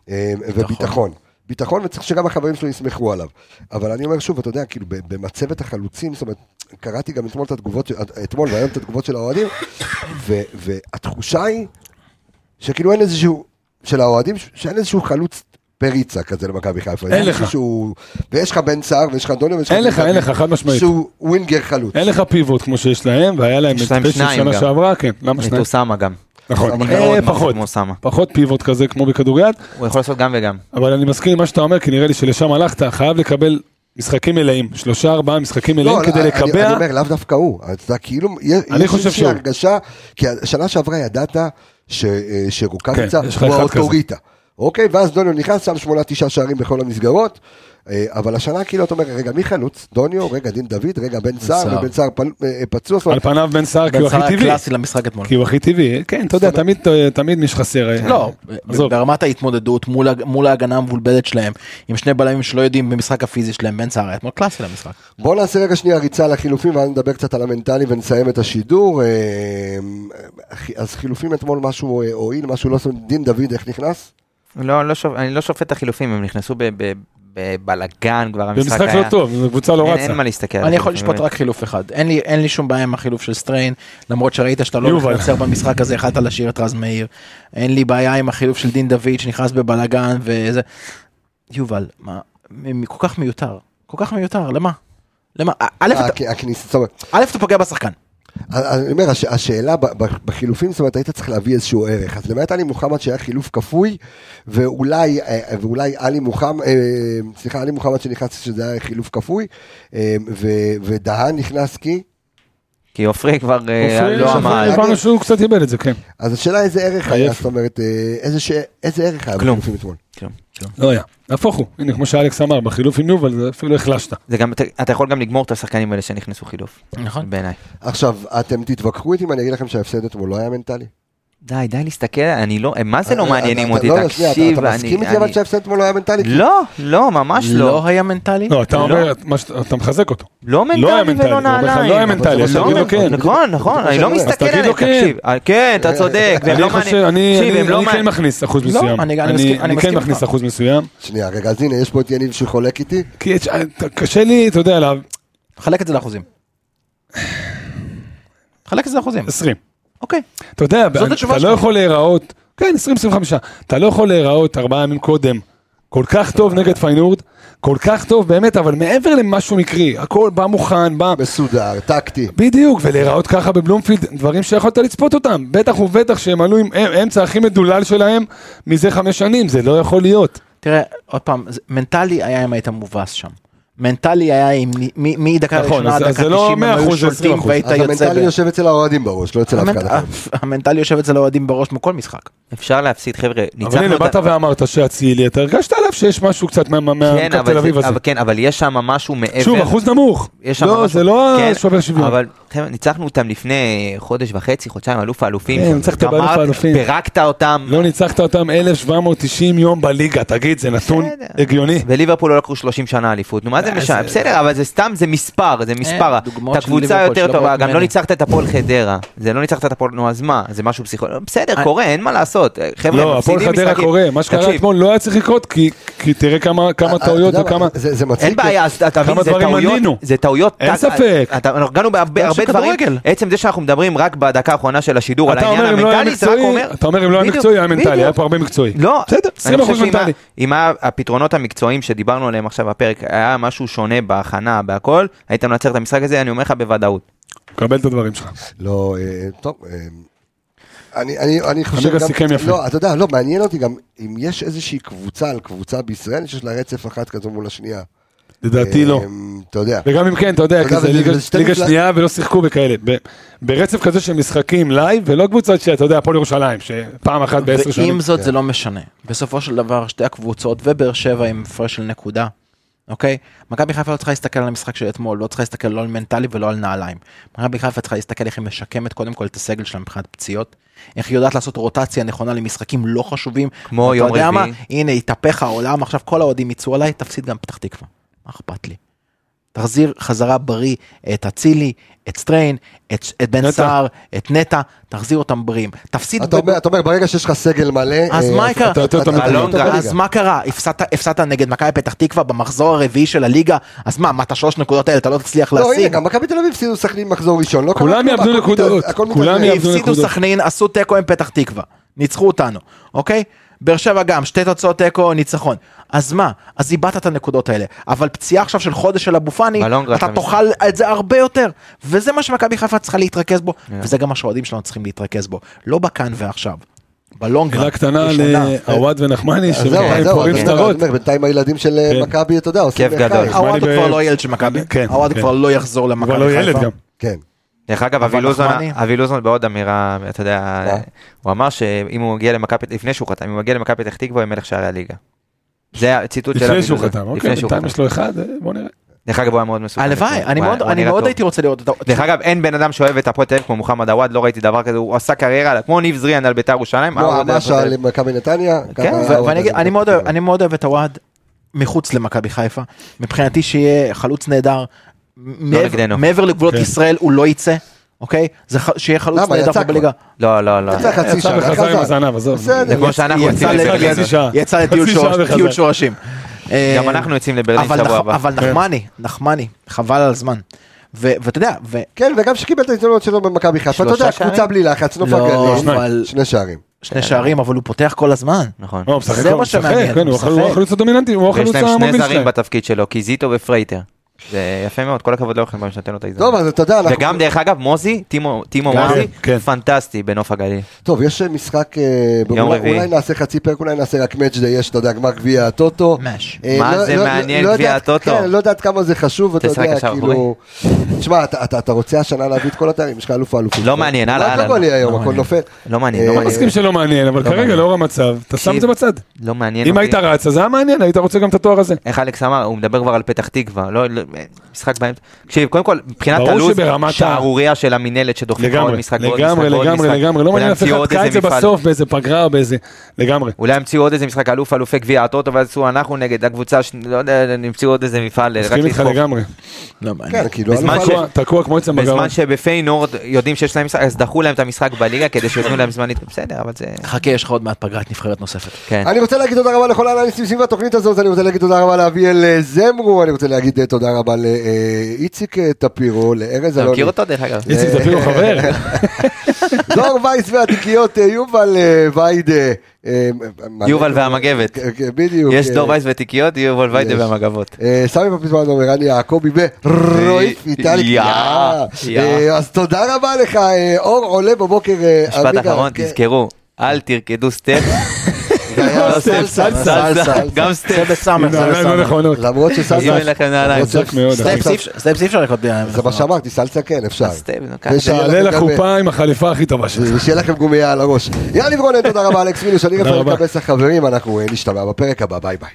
Speaker 1: אה, וביטחון. ביטחון, וצריך שגם החברים שלו יסמכו עליו. אבל אני אומר שוב, אתה יודע, כאילו, ב- במצבת החלוצים, זאת אומרת, קראתי גם אתמול את התגובות, של- אתמול והיום את התגובות של האוהדים, ו- והתחושה היא שכאילו אין איזשהו, של האוהדים, ש- שאין איזשהו חלוץ פריצה כזה למכבי חיפה.
Speaker 5: אין לך.
Speaker 1: שהוא, ויש לך בן סער, ויש לך דוניו,
Speaker 6: אה,
Speaker 1: ויש לך...
Speaker 5: אין לך,
Speaker 1: בן
Speaker 5: אין לך,
Speaker 1: דוד,
Speaker 5: חד משמעית.
Speaker 1: שהוא ווינגר חלוץ.
Speaker 5: אין לך פיבוט כמו שיש להם, והיה להם
Speaker 4: יש
Speaker 5: את
Speaker 4: להם
Speaker 5: פשע
Speaker 4: שניים
Speaker 5: שנה
Speaker 4: גם.
Speaker 5: שעברה, כן, למה
Speaker 4: את
Speaker 5: שניים?
Speaker 4: אוסאמה גם.
Speaker 5: נכון.
Speaker 4: אני
Speaker 5: אה,
Speaker 4: מאוד מחזיק
Speaker 5: פחות.
Speaker 4: מאוסמה.
Speaker 5: פחות פיבוט כזה כמו בכדוריד,
Speaker 4: הוא יכול לעשות גם וגם.
Speaker 5: אבל אני מסכים עם מה שאתה אומר, כי נראה לי שלשם הלכת, חייב לקבל משחקים מלאים, שלושה ארבעה משחקים מלאים
Speaker 1: לא,
Speaker 5: כדי
Speaker 1: אני- אני
Speaker 5: לקבע.
Speaker 1: אומר, לאו דווקא הוא. אתה כאילו, יש
Speaker 5: אני חושב
Speaker 1: איזושהי
Speaker 5: שהוא.
Speaker 1: הרגשה, כי השנה שעברה ידעת ש- אה, שרוקאביצה
Speaker 5: כן, יש לך
Speaker 1: הוא
Speaker 5: אחד
Speaker 1: האוטוריטה. אוקיי, ואז דוניו נכנס, שם שמונה, תשעה שערים בכל המסגרות. אה, אבל השנה כאילו אתה אומר, רגע, מי חלוץ? דוניו, רגע, דין דוד, רגע, בן סער,
Speaker 6: סער.
Speaker 1: ובן סער פל- אה, פצוע. זאת
Speaker 5: על
Speaker 1: אומרת,
Speaker 5: פניו בן סער, כי
Speaker 6: בן
Speaker 5: הוא הכי
Speaker 6: סער
Speaker 5: טבעי.
Speaker 6: הקלאסי למשחק אתמול.
Speaker 5: כי הוא הכי טבעי, כן, אתה יודע, תמיד תמיד מי שחסר. אה,
Speaker 6: לא,
Speaker 5: עזוב.
Speaker 6: ברמת ההתמודדות מול הג- מול ההגנה המבולבלת שלהם, עם שני בלמים שלא יודעים במשחק הפיזי שלהם, בן סער היה אתמול קלאסי למשחק.
Speaker 1: בוא נעשה רגע שנייה ריצה לחילופים, ואז נדבר קצת על המנטלי ונסיים את השידור. אה, אז חילופים אתמול משהו אה, הועיל, משהו לא... עשו. דין דוד, איך נכנס?
Speaker 4: לא, לא שופ... אני לא שופט את החילופים, הם נכנסו בבלאגן, כבר המשחק
Speaker 5: במשחק
Speaker 4: היה...
Speaker 5: לא טוב, זו קבוצה לא
Speaker 4: אין-
Speaker 5: רצה.
Speaker 4: אין מה להסתכל. על
Speaker 6: אני
Speaker 5: כן.
Speaker 6: יכול
Speaker 4: החילופים,
Speaker 6: לשפוט רק חילוף אחד, אין לי- אין לי שום בעיה עם החילוף של סטריין, למרות שראית שאתה לא הולך
Speaker 5: יובל.
Speaker 6: לנצח במשחק הזה, יכלת להשאיר את רז מאיר, אין לי בעיה עם החילוף של דין דוד שנכנס בבלאגן וזה. יובל, מה, מ- מ- כל כך מיותר, כל כך מיותר, למה? למה? א- א', אתה-
Speaker 1: אה, הכ- הכניסה, זאת אומרת,
Speaker 6: א', אתה פוגע בשחקן.
Speaker 1: אני אומר, הש, השאלה ב- ב- בחילופים, זאת אומרת, היית צריך להביא איזשהו ערך. אז למעט עלי מוחמד שהיה חילוף כפוי, ואולי, אה, ואולי עלי מוחמד, אה, סליחה, עלי מוחמד שנכנס שזה היה חילוף כפוי, אה, ו, ודהן נכנס כי,
Speaker 4: כי עופרי כבר אה,
Speaker 5: אופיר,
Speaker 4: לא
Speaker 5: אופיר,
Speaker 4: אמר.
Speaker 5: הבנו שהוא קצת איבד את זה, כן.
Speaker 1: אז השאלה איזה ערך
Speaker 5: עייף.
Speaker 1: היה, זאת אומרת, אה, איזה, ש, איזה ערך היה
Speaker 4: כלום.
Speaker 1: בחילופים אתמול.
Speaker 4: כאילו.
Speaker 5: לא היה. נהפוך הוא, הנה, כמו שאלכס אמר, בחילוף עם יובל זה אפילו החלשת.
Speaker 4: זה גם, אתה- אתה יכול גם לגמור את השחקנים האלה שנכנסו חילוף.
Speaker 6: נכון.
Speaker 4: בעיניי.
Speaker 1: עכשיו, אתם תתווכחו איתי, ואני אגיד לכם שההפסד אתמול לא היה מנטלי.
Speaker 4: די, די להסתכל, אני לא, הם מה זה לא
Speaker 1: אתה-
Speaker 4: מעניינים
Speaker 1: אתה-
Speaker 4: אותי,
Speaker 1: לא, שנייה, אתה-
Speaker 4: תקשיב,
Speaker 1: אתה
Speaker 4: אני...
Speaker 1: מסכים איתי
Speaker 4: אני-
Speaker 1: אבל שההפסד אתמול לא היה מנטלי?
Speaker 4: לא, לא, ממש לא.
Speaker 6: לא היה מנטלי?
Speaker 5: לא, אתה אומר, מה שאתה- אתה מחזק אותו.
Speaker 4: לא
Speaker 5: לא היה
Speaker 4: מנטלי
Speaker 5: מנטלי,
Speaker 4: ולא
Speaker 5: הוא אומר לך, לא היה
Speaker 4: נעליים.
Speaker 5: מנטלי, אז
Speaker 1: אבל
Speaker 5: תגיד
Speaker 1: זה לא-
Speaker 5: לו כן.
Speaker 4: נכון, נכון, אני לא
Speaker 1: אז
Speaker 4: מסתכל
Speaker 5: תגיד
Speaker 4: עליהם,
Speaker 5: לו כן.
Speaker 4: תקשיב. אה, כן, אתה צודק, והם
Speaker 5: אני
Speaker 4: לא
Speaker 5: חושב,
Speaker 4: מעניינים.
Speaker 5: אני
Speaker 4: תקשיב, הם
Speaker 5: אני-
Speaker 4: לא
Speaker 5: אני כן
Speaker 4: מעניינים.
Speaker 5: מכניס אחוז
Speaker 6: לא,
Speaker 5: מסוים.
Speaker 6: אני- אני
Speaker 5: אני-
Speaker 6: מסכים איתך.
Speaker 5: אני כן מכניס אחוז מסוים.
Speaker 1: שנייה, רגע, אז הנה, יש פה את יניב שחולק איתי.
Speaker 5: כי יש- אה, קשה לי, אתה יודע, לה-
Speaker 6: חלק את זה לאחוזים. חלק את זה לאחוזים.
Speaker 5: 20.
Speaker 6: אוקיי.
Speaker 5: אתה יודע,
Speaker 6: התשובה
Speaker 5: אתה לא
Speaker 6: שלך.
Speaker 5: יכול להיראות, כן, 20-25, אתה לא יכול להיראות ארבעה ימים קודם. כל כך טוב נגד פיינורד, כל כך טוב באמת, אבל מעבר למשהו מקרי, הכל בא מוכן, בא...
Speaker 1: מסודר, טקטי.
Speaker 5: בדיוק, ולהיראות ככה בבלומפילד, דברים שיכולת לצפות אותם. בטח ובטח שהם עלו עם האמצע הכי מדולל שלהם מזה חמש שנים, זה לא יכול להיות.
Speaker 6: תראה, עוד פעם, זה- מנטלי היה אם היית מובס שם. מנטלי היה אם מ- מ- מדקה
Speaker 5: נכון,
Speaker 6: ראשונה עד
Speaker 5: אז- אז
Speaker 6: דקה
Speaker 5: זה לא
Speaker 6: 90 הם
Speaker 5: 100%,
Speaker 6: היו
Speaker 5: זה
Speaker 6: שולטים
Speaker 5: 20%.
Speaker 6: והיית
Speaker 1: אז
Speaker 6: יוצא.
Speaker 1: המנטלי
Speaker 6: ב-
Speaker 1: יושב אצל האוהדים בראש, לא אצל אף אחד
Speaker 6: המנ-
Speaker 5: אה,
Speaker 1: אחר.
Speaker 6: המנטלי יושב אצל האוהדים בראש מכל משחק.
Speaker 4: אפשר להפסיד, חבר'ה.
Speaker 5: אבל
Speaker 4: ניצחנו
Speaker 5: הנה,
Speaker 4: את
Speaker 5: באת
Speaker 4: ה-
Speaker 5: ואמרת שהצילי, אתה הרגשת עליו שיש משהו קצת מה- מה-
Speaker 4: כן,
Speaker 5: מהקו
Speaker 4: אבל
Speaker 5: תל
Speaker 4: זה-
Speaker 5: אביב הזה.
Speaker 4: אבל כן, אבל יש שם משהו מעבר.
Speaker 5: שוב, אחוז נמוך.
Speaker 4: יש שם
Speaker 5: לא,
Speaker 4: משהו-
Speaker 5: זה לא
Speaker 4: כן,
Speaker 5: השובר שוויון.
Speaker 4: אבל חבר'ה, ניצחנו אותם לפני חודש וחצי, חודשיים, אלוף האלופים.
Speaker 5: כן, ניצחת באלוף
Speaker 4: אמרת,
Speaker 5: האלופים.
Speaker 4: פירקת אותם.
Speaker 5: לא ניצחת אותם 1,790 יום בליגה, תגיד, זה נתון
Speaker 4: בסדר.
Speaker 5: הגיוני.
Speaker 4: וליברפול לא לקחו 30 שנה אליפות, נו מה זה משנה, בסדר, אבל זה סתם, זה מספר, זה מספר,
Speaker 6: אה, דוגמאות
Speaker 4: אתה
Speaker 6: של
Speaker 4: קבוצה
Speaker 6: ליברפול
Speaker 4: יותר
Speaker 6: שלא
Speaker 4: טובה,
Speaker 6: באות
Speaker 4: גם לא
Speaker 6: ממני.
Speaker 4: ניצחת את הפועל חדרה, זה לא ניצחת את הפועל, נו אז מה, זה משהו פסיכולוגי, בסדר,
Speaker 6: אה.
Speaker 4: קורה, אין מה לעשות, חבר'ה,
Speaker 5: לא, הפועל
Speaker 4: מפסידים
Speaker 5: חדרה
Speaker 4: משחקים.
Speaker 5: קורה, מה שקרה
Speaker 4: תקשיב, אה,
Speaker 5: אתמול לא היה צריך לקרות, כי- כי תראה כמה כמה
Speaker 1: אתה
Speaker 5: אה, טעויות
Speaker 1: יודע מה,
Speaker 5: וכמה...
Speaker 1: זה זה מצחיק.
Speaker 4: אין בעיה, אז אתה מבין,
Speaker 5: כמה
Speaker 4: זה
Speaker 5: דברים
Speaker 4: טעויות,
Speaker 5: מנינו.
Speaker 4: זה טעויות,
Speaker 5: אין
Speaker 4: אתה-
Speaker 5: ספק.
Speaker 4: אתה- אנחנו נגענו בהרבה הרבה
Speaker 6: של
Speaker 4: דברים,
Speaker 6: כדורגל.
Speaker 4: עצם זה שאנחנו מדברים רק בדקה האחרונה של השידור, על
Speaker 5: אתה
Speaker 4: העניין
Speaker 5: אומר אם לא היה
Speaker 4: המנטלי, זה רק
Speaker 5: מקצועי,
Speaker 4: אומר,
Speaker 5: אתה אומר אם לא היה
Speaker 4: בדיוק,
Speaker 5: מקצועי, היה מנטלי,
Speaker 4: בדיוק.
Speaker 5: היה פה הרבה מקצועי.
Speaker 4: לא,
Speaker 5: בסדר,
Speaker 4: אני
Speaker 5: 20%
Speaker 4: חושב שאם
Speaker 5: מנטלי.
Speaker 4: ה- אם ה- הפתרונות המקצועיים שדיברנו עליהם עכשיו בפרק, היה משהו שונה בהכנה, בהכל, היית מנצח את המשחק הזה, אני אומר לך בוודאות.
Speaker 5: קבל את הדברים שלך.
Speaker 1: לא, אה, טוב. אה, אני, אני, אני חושב
Speaker 5: רגע
Speaker 1: גם,
Speaker 5: סיכם יפה.
Speaker 1: לא, אתה יודע, לא, מעניין אותי גם אם יש איזושהי קבוצה על קבוצה בישראל שיש לה רצף אחת כזו מול השנייה.
Speaker 5: לדעתי לא.
Speaker 1: אה, אתה יודע,
Speaker 5: וגם אם כן, אתה יודע,
Speaker 1: אתה יודע,
Speaker 5: כי זה
Speaker 1: וזה-
Speaker 5: ליגה-
Speaker 1: וזה שתי
Speaker 5: ליגה
Speaker 1: מפלג-
Speaker 5: שנייה ולא שיחקו בכאלה. ב- ברצף כזה של משחקים לייב, ולא קבוצת שאתה יודע, הפועל ירושלים, שפעם אחת בעשר שנים.
Speaker 6: ועם זאת
Speaker 4: כן.
Speaker 6: זה לא משנה. בסופו של דבר שתי הקבוצות ובאר שבע עם הפרש של נקודה. אוקיי? מכבי חיפה לא צריכה להסתכל על המשחק של אתמול, לא צריכה להסתכל לא על מנטלי ולא על נעליים. מכבי חיפה צריכה להסתכל איך היא משקמת קודם כל את הסגל שלה מבחינת פציעות, איך היא יודעת לעשות רוטציה נכונה למשחקים לא חשובים.
Speaker 4: כמו
Speaker 6: ואתה
Speaker 4: יום
Speaker 6: יודע מה?
Speaker 4: רביעי.
Speaker 6: הנה, התהפך העולם, עכשיו כל האוהדים יצאו עליי, תפסיד גם פתח תקווה. מה אכפת לי? תחזיר חזרה בריא את אצילי, את סטריין, את, את בן
Speaker 5: נטע.
Speaker 6: סער, את נטע, תחזיר אותם בריאים.
Speaker 5: לא.
Speaker 6: תפסיד
Speaker 1: אתה אומר, אתה אומר, ברגע שיש לך סגל מלא,
Speaker 6: אז
Speaker 1: אה,
Speaker 6: מה יקרה?
Speaker 1: אתה- אתה- אתה- אתה-
Speaker 4: בלונג
Speaker 1: אתה-
Speaker 4: רן.
Speaker 1: אתה-
Speaker 6: אז מה קרה? הפסדת- הפסדת נגד מכבי פתח תקווה במחזור הרביעי של הליגה? אז מה, מה את השלוש נקודות האלה אתה לא תצליח
Speaker 1: לא, הנה,
Speaker 6: להשיג?
Speaker 1: גם מכבי תל אביב הפסידו סכנין מחזור ראשון, לא קרה
Speaker 5: כולם
Speaker 1: כלום,
Speaker 5: יאבדו
Speaker 1: הכל
Speaker 5: נקודות,
Speaker 1: מתאזן, הכל
Speaker 5: כולם
Speaker 1: מתאזן.
Speaker 5: יאבדו-
Speaker 6: הפסידו
Speaker 5: נקודות.
Speaker 6: סכנין, עשו תיקו עם פתח תקווה, ניצחו אותנו, אוקיי? באר שבע גם, שתי תוצאות תיקו, ניצחון. אז מה? אז איבדת את הנקודות האלה. אבל פציעה עכשיו של חודש של אבו פאני,
Speaker 4: בלונגרן
Speaker 6: אתה
Speaker 4: אתה
Speaker 6: תאכל את זה הרבה יותר. וזה מה שמכבי חיפה צריכה להתרכז בו, וזה גם מה שהאוהדים שלנו צריכים להתרכז בו. לא בכאן ועכשיו. בלונגרן.
Speaker 5: מילה קטנה
Speaker 6: אה,
Speaker 5: אה,
Speaker 6: ראשונה.
Speaker 5: לעווד ונחמני,
Speaker 1: אז אה, זהו, אז
Speaker 5: שבינתיים
Speaker 1: זהו,
Speaker 5: פורעים
Speaker 1: אז זהו,
Speaker 5: שטרות.
Speaker 1: אני אומר, בינתיים הילדים של אה,
Speaker 5: כן.
Speaker 1: מכבי, אתה יודע, עושים
Speaker 4: כיף
Speaker 1: לחיים.
Speaker 4: גדול.
Speaker 5: נחמני
Speaker 6: עווד הוא
Speaker 5: ב-
Speaker 6: כבר לא ילד של מכבי.
Speaker 5: כן,
Speaker 6: עווד
Speaker 5: כן.
Speaker 6: כבר לא יחזור
Speaker 5: הוא כבר
Speaker 6: למכבי
Speaker 5: לא
Speaker 6: חיפה.
Speaker 5: ילד גם.
Speaker 1: כן.
Speaker 4: דרך אגב,
Speaker 6: אבל
Speaker 4: אבי לוזון,
Speaker 6: נחמני-
Speaker 4: אבי לוזון בעוד אמירה, אתה יודע,
Speaker 1: מה?
Speaker 4: הוא אמר שאם הוא מגיע למכבי, לפני שהוא חתם, אם הוא מגיע למכבי פתח תקווה, הוא מלך שערי הליגה. זה הציטוט של אבי
Speaker 5: לפני
Speaker 4: לוזון.
Speaker 5: שהוא חתם, אוקיי,
Speaker 4: לפני שהוא
Speaker 5: בינתיים
Speaker 4: חתם.
Speaker 5: יש לו אחד, אה, בוא נראה.
Speaker 4: דרך אגב, הוא היה מאוד מסוכן.
Speaker 6: הלוואי,
Speaker 4: הוא
Speaker 6: אני
Speaker 4: היה-
Speaker 6: מאוד-
Speaker 4: הוא
Speaker 6: אני
Speaker 4: נראה
Speaker 6: מאוד
Speaker 4: טוב.
Speaker 6: הייתי רוצה לראות אותו.
Speaker 4: דרך אגב, אין בן אדם שאוהב את הפועל תל אביב כמו מוחמד עוואד, לא ראיתי דבר כזה, הוא עשה קריירה כמו ניב זריאן על ביתר ירושלים.
Speaker 1: כמו
Speaker 4: עווד היה
Speaker 1: המשה
Speaker 4: הפועל תל אביב.
Speaker 1: למכבי נתניה.
Speaker 4: כן,
Speaker 1: ככה
Speaker 6: ו-
Speaker 1: העוד
Speaker 6: ואני אגיד,
Speaker 1: הזה
Speaker 6: אני מאוד אוהב-
Speaker 1: בטח.
Speaker 6: אני מאוד אוהב את הוואד מחוץ למכבי חיפה. מבחינתי שיהיה חלוץ נהדר. מ- מעבר-
Speaker 4: לא נגדנו.
Speaker 6: מעבר לגבולות
Speaker 5: כן.
Speaker 6: ישראל הוא לא יצא, אוקיי? זה ח- שיהיה חלוץ
Speaker 1: למה?
Speaker 6: נהדר
Speaker 1: יצא
Speaker 6: פה בליגה.
Speaker 4: לא, לא, נכון. לא.
Speaker 1: יצא חצי
Speaker 5: יצא
Speaker 1: שעה,
Speaker 5: וחזר עם
Speaker 1: חזר.
Speaker 5: הזנב, עזוב.
Speaker 1: בסדר.
Speaker 4: זה כמו שאנחנו יוצאים
Speaker 6: יצא
Speaker 5: לברלין.
Speaker 4: לברלין.
Speaker 5: חצי שעה.
Speaker 6: יצא לטיול
Speaker 5: חצי שעה
Speaker 6: שורש-
Speaker 5: וחזר.
Speaker 6: טיול שורשים.
Speaker 4: גם
Speaker 6: אה,
Speaker 4: אנחנו יוצאים לברלין
Speaker 6: אבל
Speaker 4: שבוע
Speaker 6: נח-
Speaker 4: הבא.
Speaker 5: כן.
Speaker 6: אבל נחמני, נחמני, חבל על הזמן. ו- ואתה יודע, ו-
Speaker 1: כן, וגם שקיבל את ההזדמנות שלו במכבי חיפה, אתה
Speaker 4: שלושה
Speaker 1: יודע,
Speaker 4: שערים?
Speaker 1: קבוצה בלי לחץ, נוף
Speaker 6: לא,
Speaker 1: הגליל,
Speaker 6: אבל-
Speaker 1: שני שערים.
Speaker 6: שני
Speaker 4: כן.
Speaker 6: שערים, אבל הוא פותח כל הזמן.
Speaker 4: נכון.
Speaker 5: לא, הוא משחק,
Speaker 6: זה
Speaker 5: הוא
Speaker 6: מה
Speaker 5: משחק,
Speaker 6: שמעניין,
Speaker 5: כן,
Speaker 6: הוא
Speaker 5: הוא החל-
Speaker 6: משחק.
Speaker 5: הוא החלוץ הדומיננטי, הוא
Speaker 4: ויש
Speaker 5: החלוץ
Speaker 4: להם שני
Speaker 5: המוביל
Speaker 4: זרים
Speaker 5: שלהם.
Speaker 4: בתפקיד שלו, קיזיטו ופרייטר. זה יפה מאוד, כל הכבוד לאוכל שנותן לו את ההזדמנות.
Speaker 1: טוב, אז לא, אתה יודע, אנחנו...
Speaker 4: וגם דרך אגב מוזי, טימו טימו
Speaker 5: גם,
Speaker 4: מוזי,
Speaker 5: כן.
Speaker 4: פנטסטי בנוף הגליל.
Speaker 1: טוב, יש משחק, אה,
Speaker 4: יום
Speaker 1: אולי-
Speaker 4: רביעי.
Speaker 1: אולי נעשה חצי פרק, אולי נעשה רק מאץ' דיי, יש, אתה יודע, גמר גביע הטוטו.
Speaker 6: מאש.
Speaker 1: אה,
Speaker 4: מה
Speaker 1: לא-
Speaker 4: זה
Speaker 1: לא-
Speaker 4: מעניין
Speaker 1: לא
Speaker 4: גביע
Speaker 1: יודעת-
Speaker 4: הטוטו?
Speaker 1: כן, לא יודעת כמה זה חשוב, אתה
Speaker 4: תשחק
Speaker 1: יודע,
Speaker 4: קשר
Speaker 1: כאילו... תשמע, אתה- אתה אתה רוצה השנה להביא את כל התארים, יש לך אלוף כן? האלופים.
Speaker 4: לא מעניין,
Speaker 1: מה
Speaker 4: הלאה, הלאה.
Speaker 1: קורה לי
Speaker 4: לא
Speaker 1: היום, הכל
Speaker 4: מעניין.
Speaker 1: נופל.
Speaker 4: לא מעניין, לא
Speaker 1: אה,
Speaker 5: לא
Speaker 4: מעניין.
Speaker 5: מסכים שלא מעניין, אבל כרגע
Speaker 4: מעניין.
Speaker 5: לאור המצב, אתה שם את זה בצד.
Speaker 4: לא מעניין
Speaker 5: אם
Speaker 4: אותי.
Speaker 5: היית רץ, אז היה מעניין, היית רוצה גם את התואר הזה.
Speaker 4: איך אלכס אמר, הוא מדבר כבר על פתח תקווה, לא, לא, משחק באמצע. תקשיב, קודם כל, מבחינת
Speaker 5: ברור
Speaker 4: הלו"ז,
Speaker 5: שברמת ה-
Speaker 4: שערורייה של המינהלת שדוחפים לך עוד
Speaker 5: לגמרי,
Speaker 4: משחק ועוד משחק
Speaker 5: לגמרי,
Speaker 4: ועוד
Speaker 5: לגמרי,
Speaker 4: משחק.
Speaker 5: לגמרי, לא
Speaker 4: אולי
Speaker 5: מעניין אף
Speaker 4: ימציאו
Speaker 5: אחד,
Speaker 4: עוד
Speaker 5: תקע את
Speaker 4: איזה
Speaker 5: זה
Speaker 4: מפעל.
Speaker 5: בסוף באיזה פגרה או באיזה, לגמרי.
Speaker 4: אולי ימציאו עוד איזה משחק אלוף אלופי גביע הטוטו, ואז יצאו אנחנו נגד הקבוצה, הש- לא יודע, ימציאו עוד איזה מפעל, רק
Speaker 5: מסכים איתך
Speaker 4: לדחוף.
Speaker 5: לגמרי.
Speaker 6: לא מעניין.
Speaker 1: כן, כאילו, אלוף
Speaker 4: בזמן ש-
Speaker 5: תקוע- תקוע כמו עצם בגרון.
Speaker 4: בזמן שבפיינורד יודעים שיש להם משחק, אז דחו להם את המשחק בליגה כדי שיתנו להם זמן, להת- בסדר, אבל זה...
Speaker 6: חכה, יש לך עוד מעט פגרת נבחרת נוספת.
Speaker 4: כן.
Speaker 1: אני רוצה להגיד תודה רבה לכל האנליסטים סביב התוכנית הזאת, אני רוצה להגיד תודה רבה לאביאל אה, זמרו, אני רוצה להגיד אה, תודה רבה לאיציק אה, טפירו, לארז
Speaker 4: אתה
Speaker 1: אלוני,
Speaker 4: מכיר אותו דרך אגב?
Speaker 5: איציק דפיר הוא חבר.
Speaker 1: דור וייס והתיקיות, אה, יובל אה, וייד... אה, אה, מה-
Speaker 4: יובל והמגבת.
Speaker 1: כן, כן, בדיוק.
Speaker 4: יש
Speaker 1: אה,
Speaker 4: דור וייס ותיקיות, יובל
Speaker 1: יש.
Speaker 4: ויידה והמגבות.
Speaker 1: אה, סמי פפיסמן אומר, אני יעקבי ורועי פיטליק.
Speaker 4: יא, יא.
Speaker 1: אז תודה רבה לך, אה, אור עולה בבוקר. אה,
Speaker 4: משפט
Speaker 1: עמיגה,
Speaker 4: אחרון,
Speaker 1: כן.
Speaker 4: תזכרו, אל תרקדו סטפ.
Speaker 1: זה היה
Speaker 4: לא
Speaker 1: סלסה,
Speaker 4: סלסה,
Speaker 1: סלסה, סלסה.
Speaker 4: גם סטפ.
Speaker 6: בסאמר,
Speaker 5: עם נעליים לא נכונות.
Speaker 1: למרות שסלסה...
Speaker 4: אם אין לכם נעליים.
Speaker 1: למרות ש-
Speaker 5: צודק מאוד,
Speaker 1: סלסה-
Speaker 5: אחי.
Speaker 6: סטפס אי אפשר לקרוא.
Speaker 1: זה מה שאמרתי, סלסה כן, אפשר.
Speaker 4: סטפ, נו, ככה.
Speaker 1: ושיהיה
Speaker 5: תעלה
Speaker 1: לכם גם-
Speaker 5: לחופה עם החליפה הכי טובה שלך.
Speaker 1: ושיהיה לכם גומייה על הראש. יאללה לברונן, תודה רבה, אלכס מילוש, אני
Speaker 5: תודה
Speaker 1: רפאל
Speaker 5: רבה.
Speaker 1: מקבס החברים, אנחנו אה, נשתמע בפרק הבא, ביי ביי.